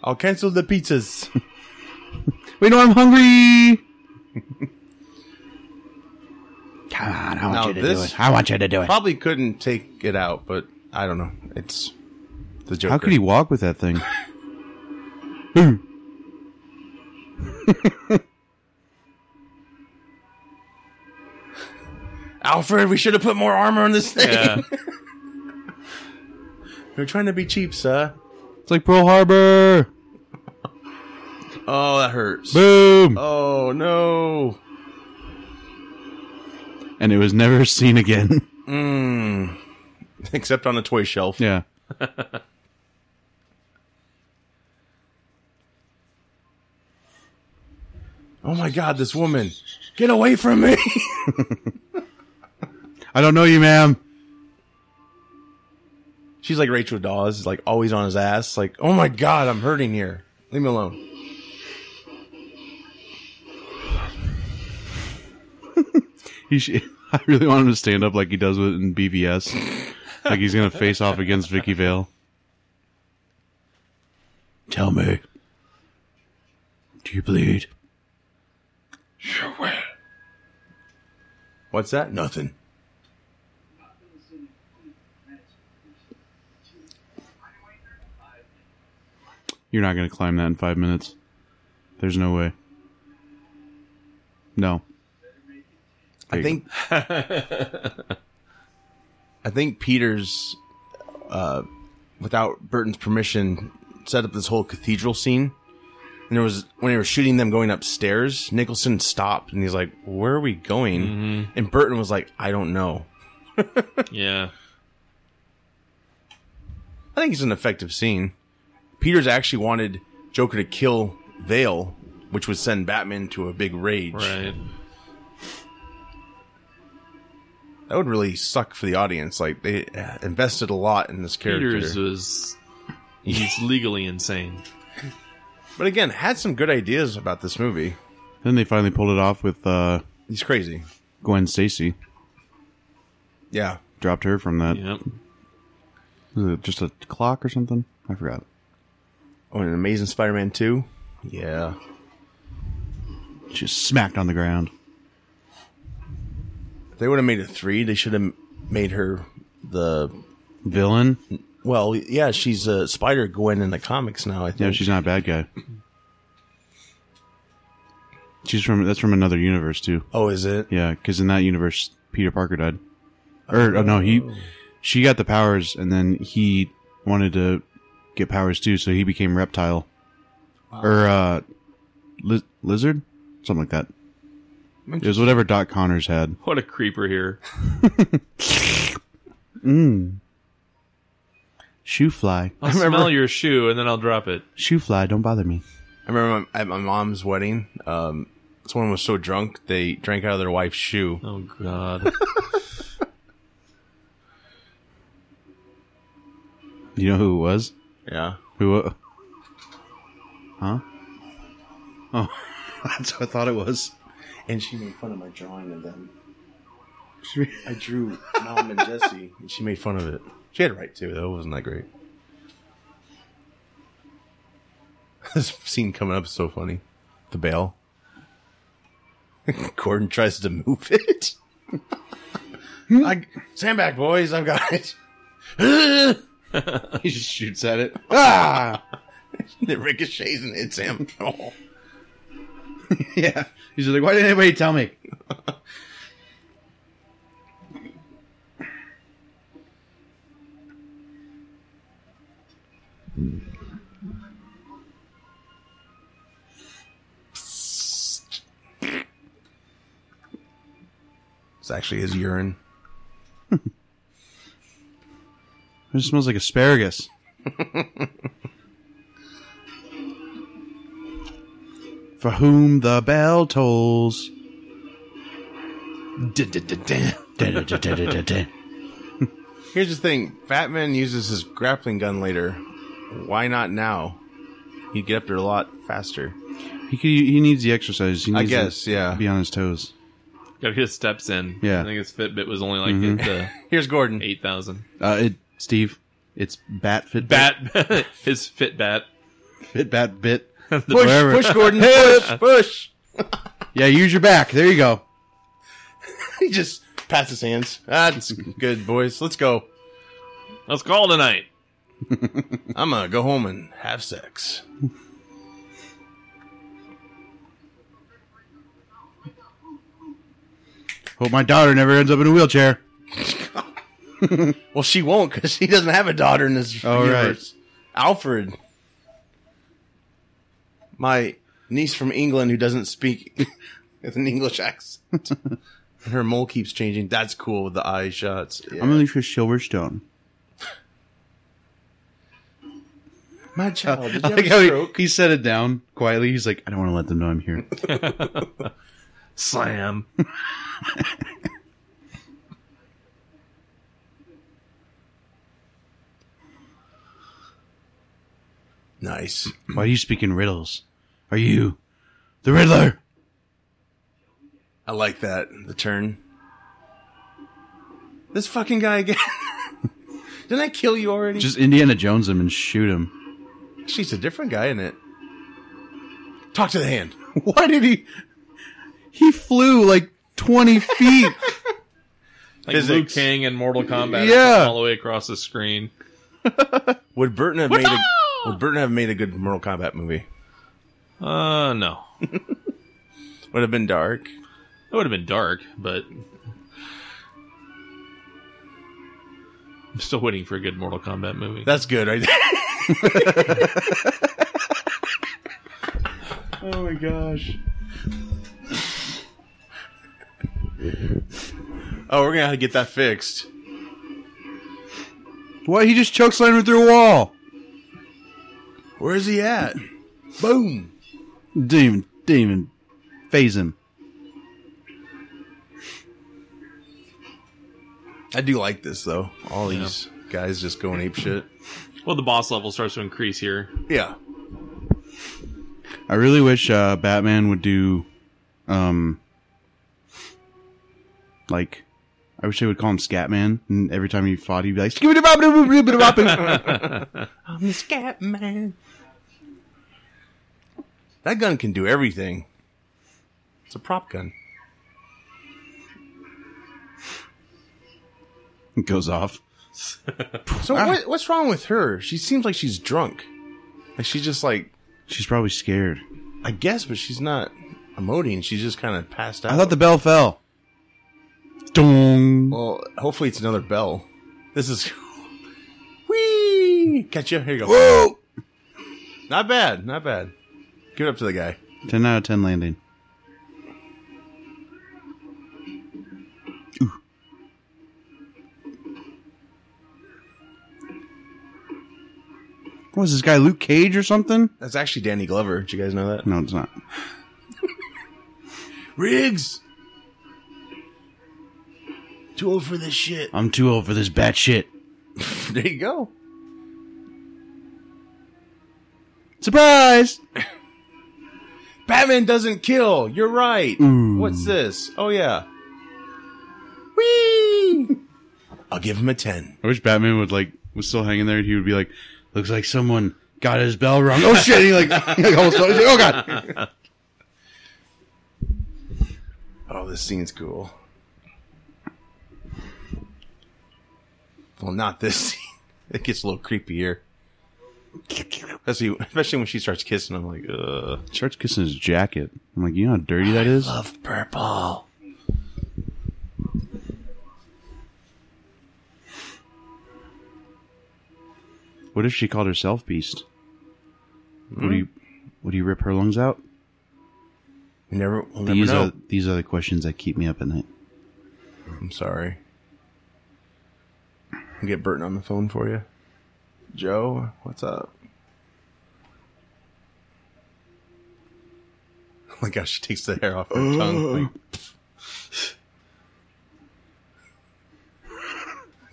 I'll cancel the pizzas. We know I'm hungry. Come on, I want Now you to do this- it. I want you to do it. Probably couldn't take it out, but I don't know. It's the Joker. How could he walk with that thing? Alfred, we should have put more armor on this thing. Yeah. We're trying to be cheap, sir. It's like Pearl Harbor. Oh, that hurts. Boom. Oh no. And it was never seen again. Mm. Except on a toy shelf. yeah. Oh my god, this woman. Get away from me. I don't know you, ma'am. She's like Rachel Dawes, like always on his ass. Like, oh my god, I'm hurting here. Leave me alone. He sh- I really want him to stand up like he does with in BVS, like he's gonna face off against Vicky Vale. Tell me, do you bleed? What's that? Nothing. You're not gonna climb that in five minutes. There's no way. No. I think I think Peter's uh without Burton's permission set up this whole cathedral scene. And there was when they were shooting them going upstairs, Nicholson stopped and he's like, "Where are we going?" And Burton was like, "I don't know." Yeah. I think it's an effective scene. Peters actually wanted Joker to kill Vale, which would send Batman to a big rage. Right. That would really suck for the audience. Like they uh, invested a lot in this character. Peters was. He's legally insane. But again, had some good ideas about this movie. Then they finally pulled it off with uh, He's crazy. Gwen Stacy. Yeah. Dropped her from that. Yep. Was it just a clock or something? I forgot. Oh, and Amazing Spider-Man 2. Yeah. She was smacked on the ground. If they would have made it 3, they should have made her the Villain? well, yeah, she's a Spider Gwen in the comics now, I think. Yeah, she's not a bad guy. She's from that's from another universe too. Oh, is it? Yeah, because in that universe, Peter Parker died. Or oh, no, he she got the powers, and then he wanted to get powers too, so he became reptile or uh, li- lizard, something like that. It was whatever Doc Connors had. What a creeper here. Shoe fly, Oh. I'll smell your shoe and then I'll drop it. shoe fly, don't bother me. I remember my, at my mom's wedding, um, someone was so drunk they drank out of their wife's shoe. Oh God. You know who it was? Yeah. Who? Uh, huh? Oh, that's what I thought it was. And she made fun of my drawing of them. I drew mom and Jesse, and she made fun of it. She had it right too, though. It wasn't that great. This scene coming up is so funny. The bail. Gordon tries to move it. I, sandbag, boys. I've got it. He just shoots at it. Ah! it ricochets and hits him. Oh. Yeah. He's just like, why didn't anybody tell me? It's actually his urine. It just smells like asparagus. For whom the bell tolls. Here's the thing: Fat Man uses his grappling gun later. Why not now? He'd get up there a lot faster. He could, he needs the exercise. He I needs guess, to yeah. Be on his toes. Gotta get his steps in. Yeah. I think his Fitbit was only like at the Here's Gordon. eight thousand. Uh, it, Steve, it's bat fit Bat his Fitbat. fit bat bit. Push, Wherever. push, Gordon, push, push. Yeah, use your back. There you go. He just pats his hands. That's good, boys. Let's go. Let's call tonight. I'm gonna go home and have sex. Hope my daughter never ends up in a wheelchair. Well, she won't because she doesn't have a daughter in this Oh, universe. Alfred, my niece from England who doesn't speak with an English accent, and her mole keeps changing. That's cool with the eye shots. Yeah. I'm really sure Silverstone. my child, did I you like have how a he, stroke? he set it down quietly. He's like, I don't want to let them know I'm here. Slam. Nice. Why are you speaking riddles? Are you the Riddler? I like that. The turn. This fucking guy again. Didn't I kill you already? Just Indiana Jones him and shoot him. She's a different guy in it. Talk to the hand. Why did he? He flew like 20 feet. Like Liu Physics. Kang in Mortal Kombat. Yeah. All the way across the screen. Would Burton have made a, Would Burton have made a good Mortal Kombat movie? Uh no. Would have been dark. It would have been dark, but I'm still waiting for a good Mortal Kombat movie. That's good, right? oh my gosh. oh, we're gonna have to get that fixed. Why he just chokeslammed him through a wall? Where is he at? Boom. Didn't even, didn't even phase him. I do like this though. All these guys just going ape shit. well, the boss level starts to increase here. Yeah. I really wish uh, Batman would do, um, like, I wish they would call him Scatman. And every time he fought, he'd be like, "Skibidi-bop-bidi-bidi-bidi-bop-bidi." I'm the scat man. That gun can do everything. It's a prop gun. It goes off. So Ah. what, what's wrong with her? She seems like she's drunk. Like she's just like She's probably scared. I guess, but she's not emoting. She's just kind of passed out. I thought the bell fell. Dong. Well, hopefully it's another bell. This is. Whee! Catch you. Here you go. Whoa! Not bad. Not bad. Give it up to the guy. 10 out of 10 landing. Ooh. What is this guy, Luke Cage or something? That's actually Danny Glover. Did you guys know that? No, it's not. Riggs! Too old for this shit. I'm too old for this bat shit. There you go. Surprise! Batman doesn't kill. You're right. Ooh. What's this? Oh, yeah. Whee! I'll give him a 10. I wish Batman would like was still hanging there and he would be like, looks like someone got his bell rung. Oh shit! He like, he, like, almost- he's like, oh god. Oh, this scene's cool. Well, not this scene. It gets a little creepier. Especially, especially when she starts kissing, I'm like, ugh. Starts kissing his jacket. I'm like, you know how dirty that is? Love purple. What if she called herself Beast? Would he would he rip her lungs out? We never, we'll never These know. are these are the questions that keep me up at night. I'm sorry. I'll get Burton on the phone for you. Joe, what's up? Oh my gosh, she takes the hair off her tongue. like-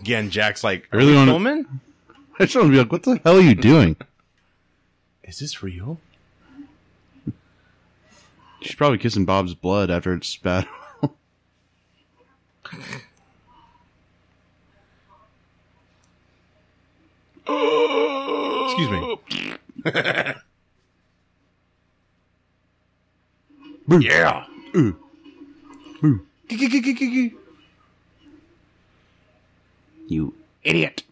Again, Jack's like, I really wanna- woman? I just want to be like, what the hell are you doing? Is this real? She's probably kissing Bob's blood after it's spat. Excuse me. yeah. You idiot.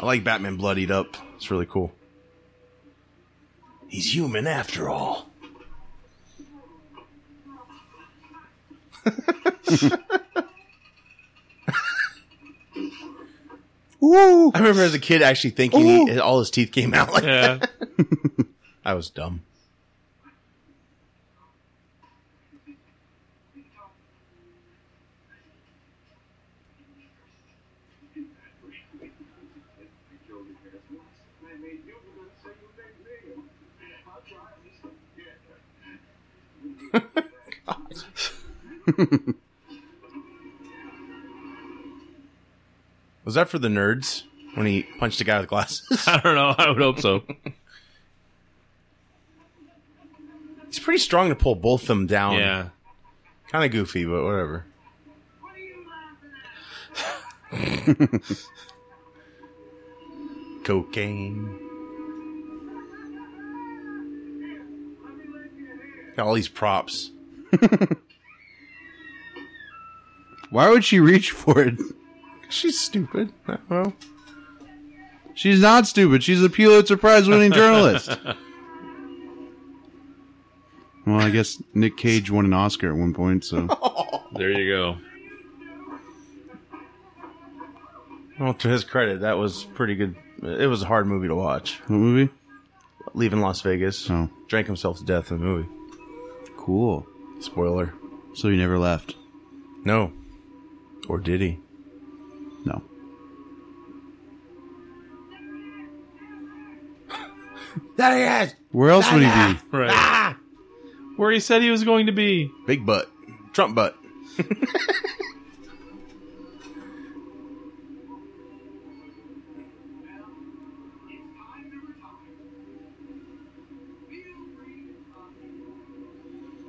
I like Batman bloodied up. It's really cool. He's human after all. Ooh. I remember as a kid actually thinking he, all his teeth came out like Yeah. I was dumb. Was that for the nerds when he punched the guy with glasses? I don't know. I would hope so. He's pretty strong to pull both of them down. Yeah. Kind of goofy, but whatever. Cocaine. Got all these props. Why would she reach for it? She's stupid. I don't know. She's not stupid. She's a Pulitzer Prize winning journalist. well, I guess Nick Cage won an Oscar at one point, so There you go. Well, to his credit, that was pretty good. It was a hard movie to watch. what movie? Leaving Las Vegas. Oh, Drank himself to death in the movie. cool. Spoiler. So he never left. No. Or did he? No. That he has! Where else would he be? Right. Where he said he was going to be. Big butt. Trump butt.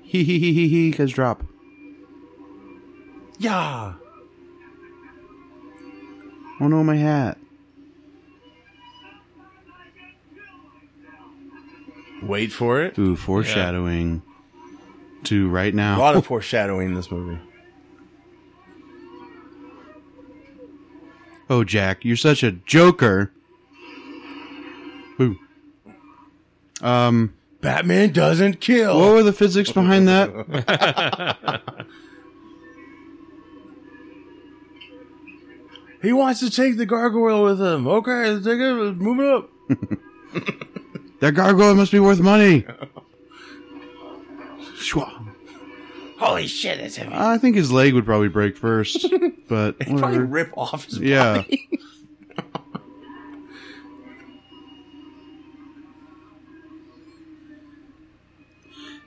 He he he he he. Cause drop. Yeah. Oh no, my hat. Wait for it. Ooh, foreshadowing to right now. A lot of foreshadowing in this movie. oh, Jack, you're such a joker. Boo. Um, Batman doesn't kill. what were the physics behind that? He wants to take the gargoyle with him. Okay, take it. let's Move it up. That gargoyle must be worth money. Shwa. Holy shit, that's heavy. I think his leg would probably break first, but Probably whatever. rip off his. Yeah.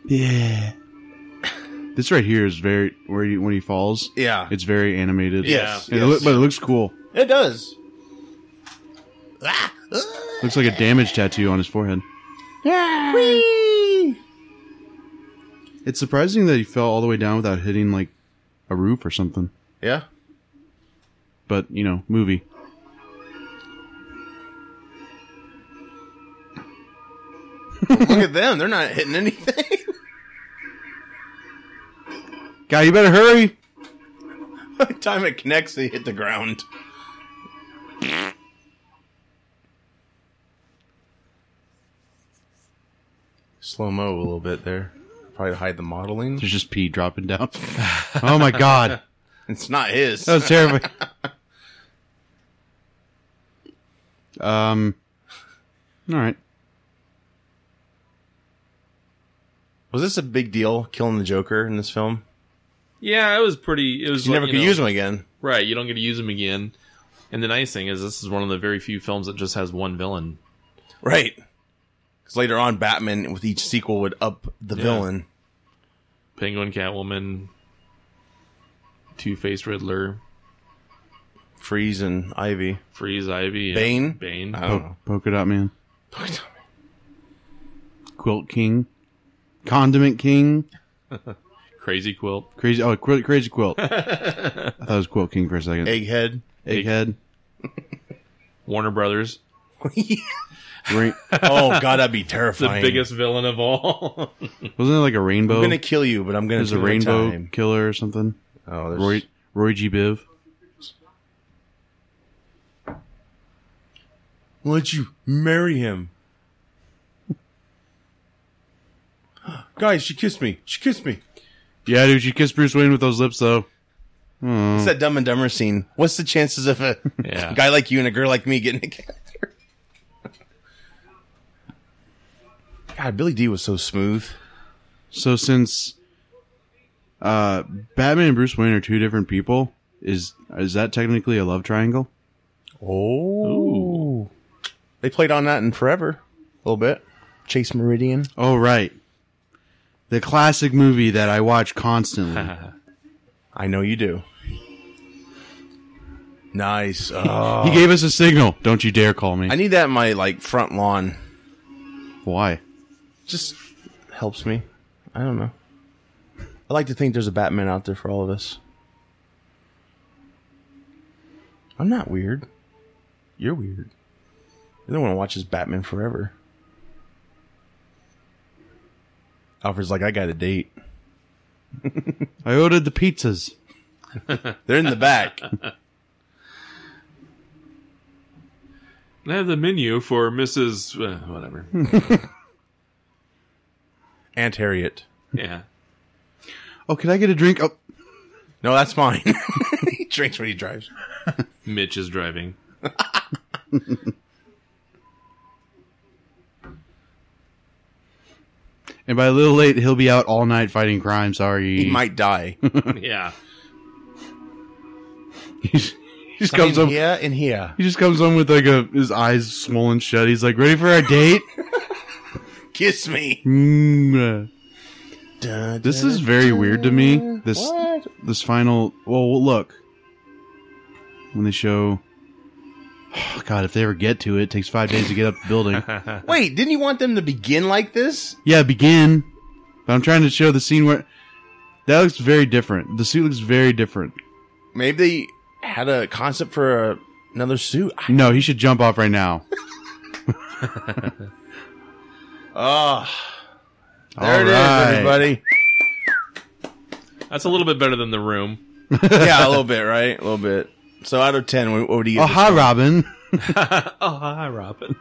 yeah. This right here is very where he, when he falls. Yeah. It's very animated. Yes, It yes. loo- but it looks cool. It does. Looks like a damage tattoo on his forehead. It's surprising that he fell all the way down without hitting like a roof or something. Yeah. But you know, movie. Look at them. They're not hitting anything. Guy, you better hurry. By the time it connects, they hit the ground. Slow mo a little bit there. Probably to hide the modeling. There's just pee dropping down. oh my god, It's not his. that was terrible. um, all right. Was this a big deal killing the Joker in this film? Yeah, it was pretty. It was You like, never could know, use him again. right. You don't get to use him again. And the nice thing is, this is one of the very few films that just has one villain. Right. Because later on, Batman with each sequel would up the villain. Penguin, Catwoman, Two Faced Riddler, Freeze and Ivy. Freeze, Ivy, and Bane? Oh. Bane. I don't Po- polka dot man, know. quilt king, condiment king, Crazy Quilt. crazy. Oh, Qu- crazy quilt. I thought it was quilt king for a second. Egghead. Egghead. Warner Brothers, Rain- Oh, God, that'd be the terrifying. biggest villain of all. wasn't it like a rainbow? I'm going to kill you, but I'm going There's to a rainbow killer or something. Oh, there's Roy Roy G. Biv. Let you marry him. Guys, she kissed me. She kissed me. Yeah, dude, she kissed Bruce Wayne with those lips though. It's that Dumb and Dumber scene. What's the chances of a Yeah. guy like you and a girl like me getting together? God, Billy D was so smooth. So since uh Batman and Bruce Wayne are two different people, is is that technically a love triangle? Oh. They played on that in Forever a little bit. Chase Meridian. Oh right. The classic movie that I watch constantly. I know you do. Nice. Oh. He gave us a signal. Don't you dare call me. I need that in my like front lawn. Why? Just helps me. I don't know. I like to think there's a Batman out there for all of us. I'm not weird. You're weird. You're the one who watches Batman forever. Alfred's like, I got a date. I ordered the pizzas. They're in the back. And I have the menu for Mrs. Uh, whatever. Aunt Harriet. yeah. Oh, can I get a drink? Oh, No, that's mine. he drinks when he drives. Mitch is driving. and by a little late, he'll be out all night fighting crime. Sorry, He might die. Yeah. he just comes up. here and here. He just comes home with like a his eyes swollen shut. He's like, ready for our date? Kiss me. Mm. This is very weird to me. This What? this final. Well, well, look when they show. God, if they ever get to it, it takes five days to get up the building. Wait, didn't you want them to begin like this? yeah, begin. But I'm trying to show the scene where that looks very different. The suit looks very different. Maybe they had a concept for a, another suit. No, he should jump off right now. Ah, All there it is, right. everybody. That's a little bit better than the room. yeah, a little bit, right? A little bit. So out of ten, what what would you Oh, get? hi, Robin. Oh, hi, Robin.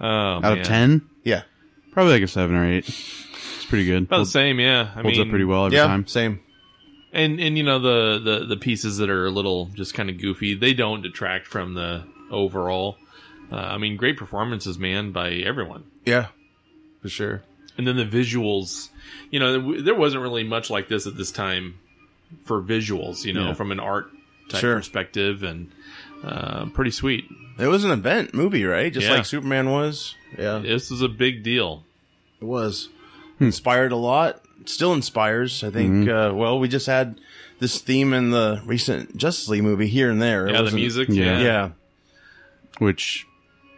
Oh, Out of ten, yeah, probably like a seven or eight. It's pretty good. About the Holds, same, yeah. I holds mean, up pretty well every yeah, time. same. And and you know the the the pieces that are a little just kind of goofy, they don't detract from the overall. Uh, I mean, great performances, man, by everyone. Yeah, for sure. And then the visuals, you know, there- there wasn't really much like this at this time for visuals, you know, Yeah. from an art type Sure. perspective, and uh, pretty sweet. It was an event movie, right? Just Yeah. like Superman was. Yeah, This was a big deal. It was inspired a lot. Still inspires. I think. Uh, well, we just had this theme in the recent Justice League movie here and there. It Yeah, the wasn't- music, yeah. yeah, Yeah, Which,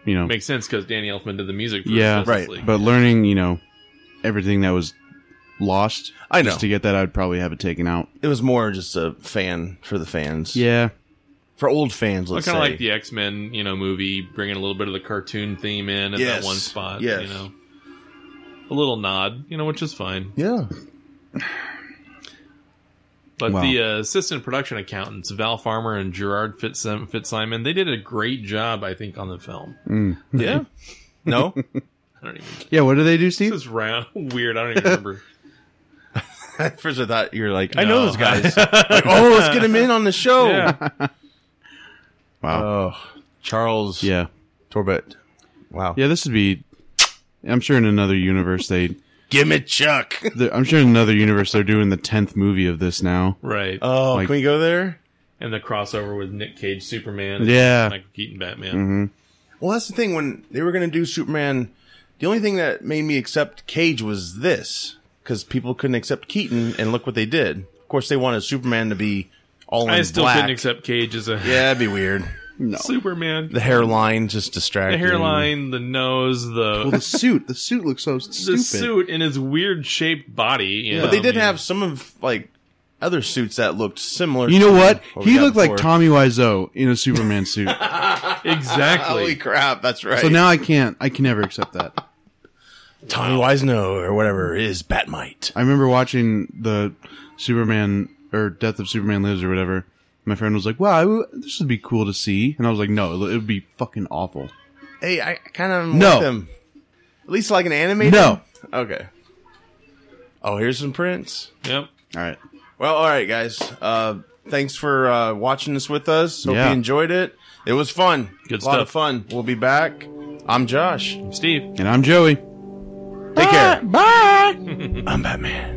you know, makes sense because Danny Elfman did the music. For Yeah, Justice right. League. But learning, you know, everything that was lost. I know. Just to get that, I'd probably have it taken out. it was more just a fan for the fans. Yeah. for old fans. I Let's kind of say. like the X Men, you know, movie bringing a little bit of the cartoon theme in at Yes. that one spot. Yes. you know, a little nod, you know, which is fine. yeah. But Wow. the uh, assistant production accountants Val Farmer and Gerard Fitzsim- Fitzsimon, they did a great job, I think, on the film. Yeah. No, I don't even. Yeah, what do they do, This Steve? is round weird. I don't even remember. Uh, at first I thought you were like, I know No. those guys. like, oh, let's get him in on the show. yeah, Wow. Oh, Charles yeah. Torbett. Wow. Yeah, this would be. I'm sure in another universe they. Give me Chuck. they're- I'm sure in another universe they're doing the tenth movie of this now. right. Oh, Like- can we go there? and the crossover with Nick Cage, Superman. and Yeah. Michael Keaton, Batman. Mm-hmm. Well, that's the thing. When they were going to do Superman, the only thing that made me accept Cage was this because people couldn't accept Keaton, and look what they did. Of course, they wanted Superman to be all in I still black. couldn't accept Cage as a yeah, that'd be weird. Superman. The hairline just The distracting. hairline, the nose, Well, the the suit. The suit looks so the stupid. suit, and his weird shaped body. you know, But they I did mean, have some of like other suits that looked similar. You know to what? we He got looked like before. Tommy Wiseau in a Superman suit. Holy exactly. crap! That's right. so now I can't. I can never accept that. Tommy Wiseau or whatever is Batmite. I remember watching the Superman or Death of Superman Lives or whatever. My friend was like, "Wow, I w- this would be cool to see," and I was like, "No, it would be fucking awful." Hey, I kind of No. want them. At least like an animated. No. Okay. Oh, here's some prints. Yep. All right, Well, all right, guys. Uh, thanks for uh, watching this with us. Hope Yeah. you enjoyed it. It was fun. Good a lot of stuff. fun. We'll be back. I'm Josh. Steve. and I'm Joey. Take care. Bye. I'm Batman.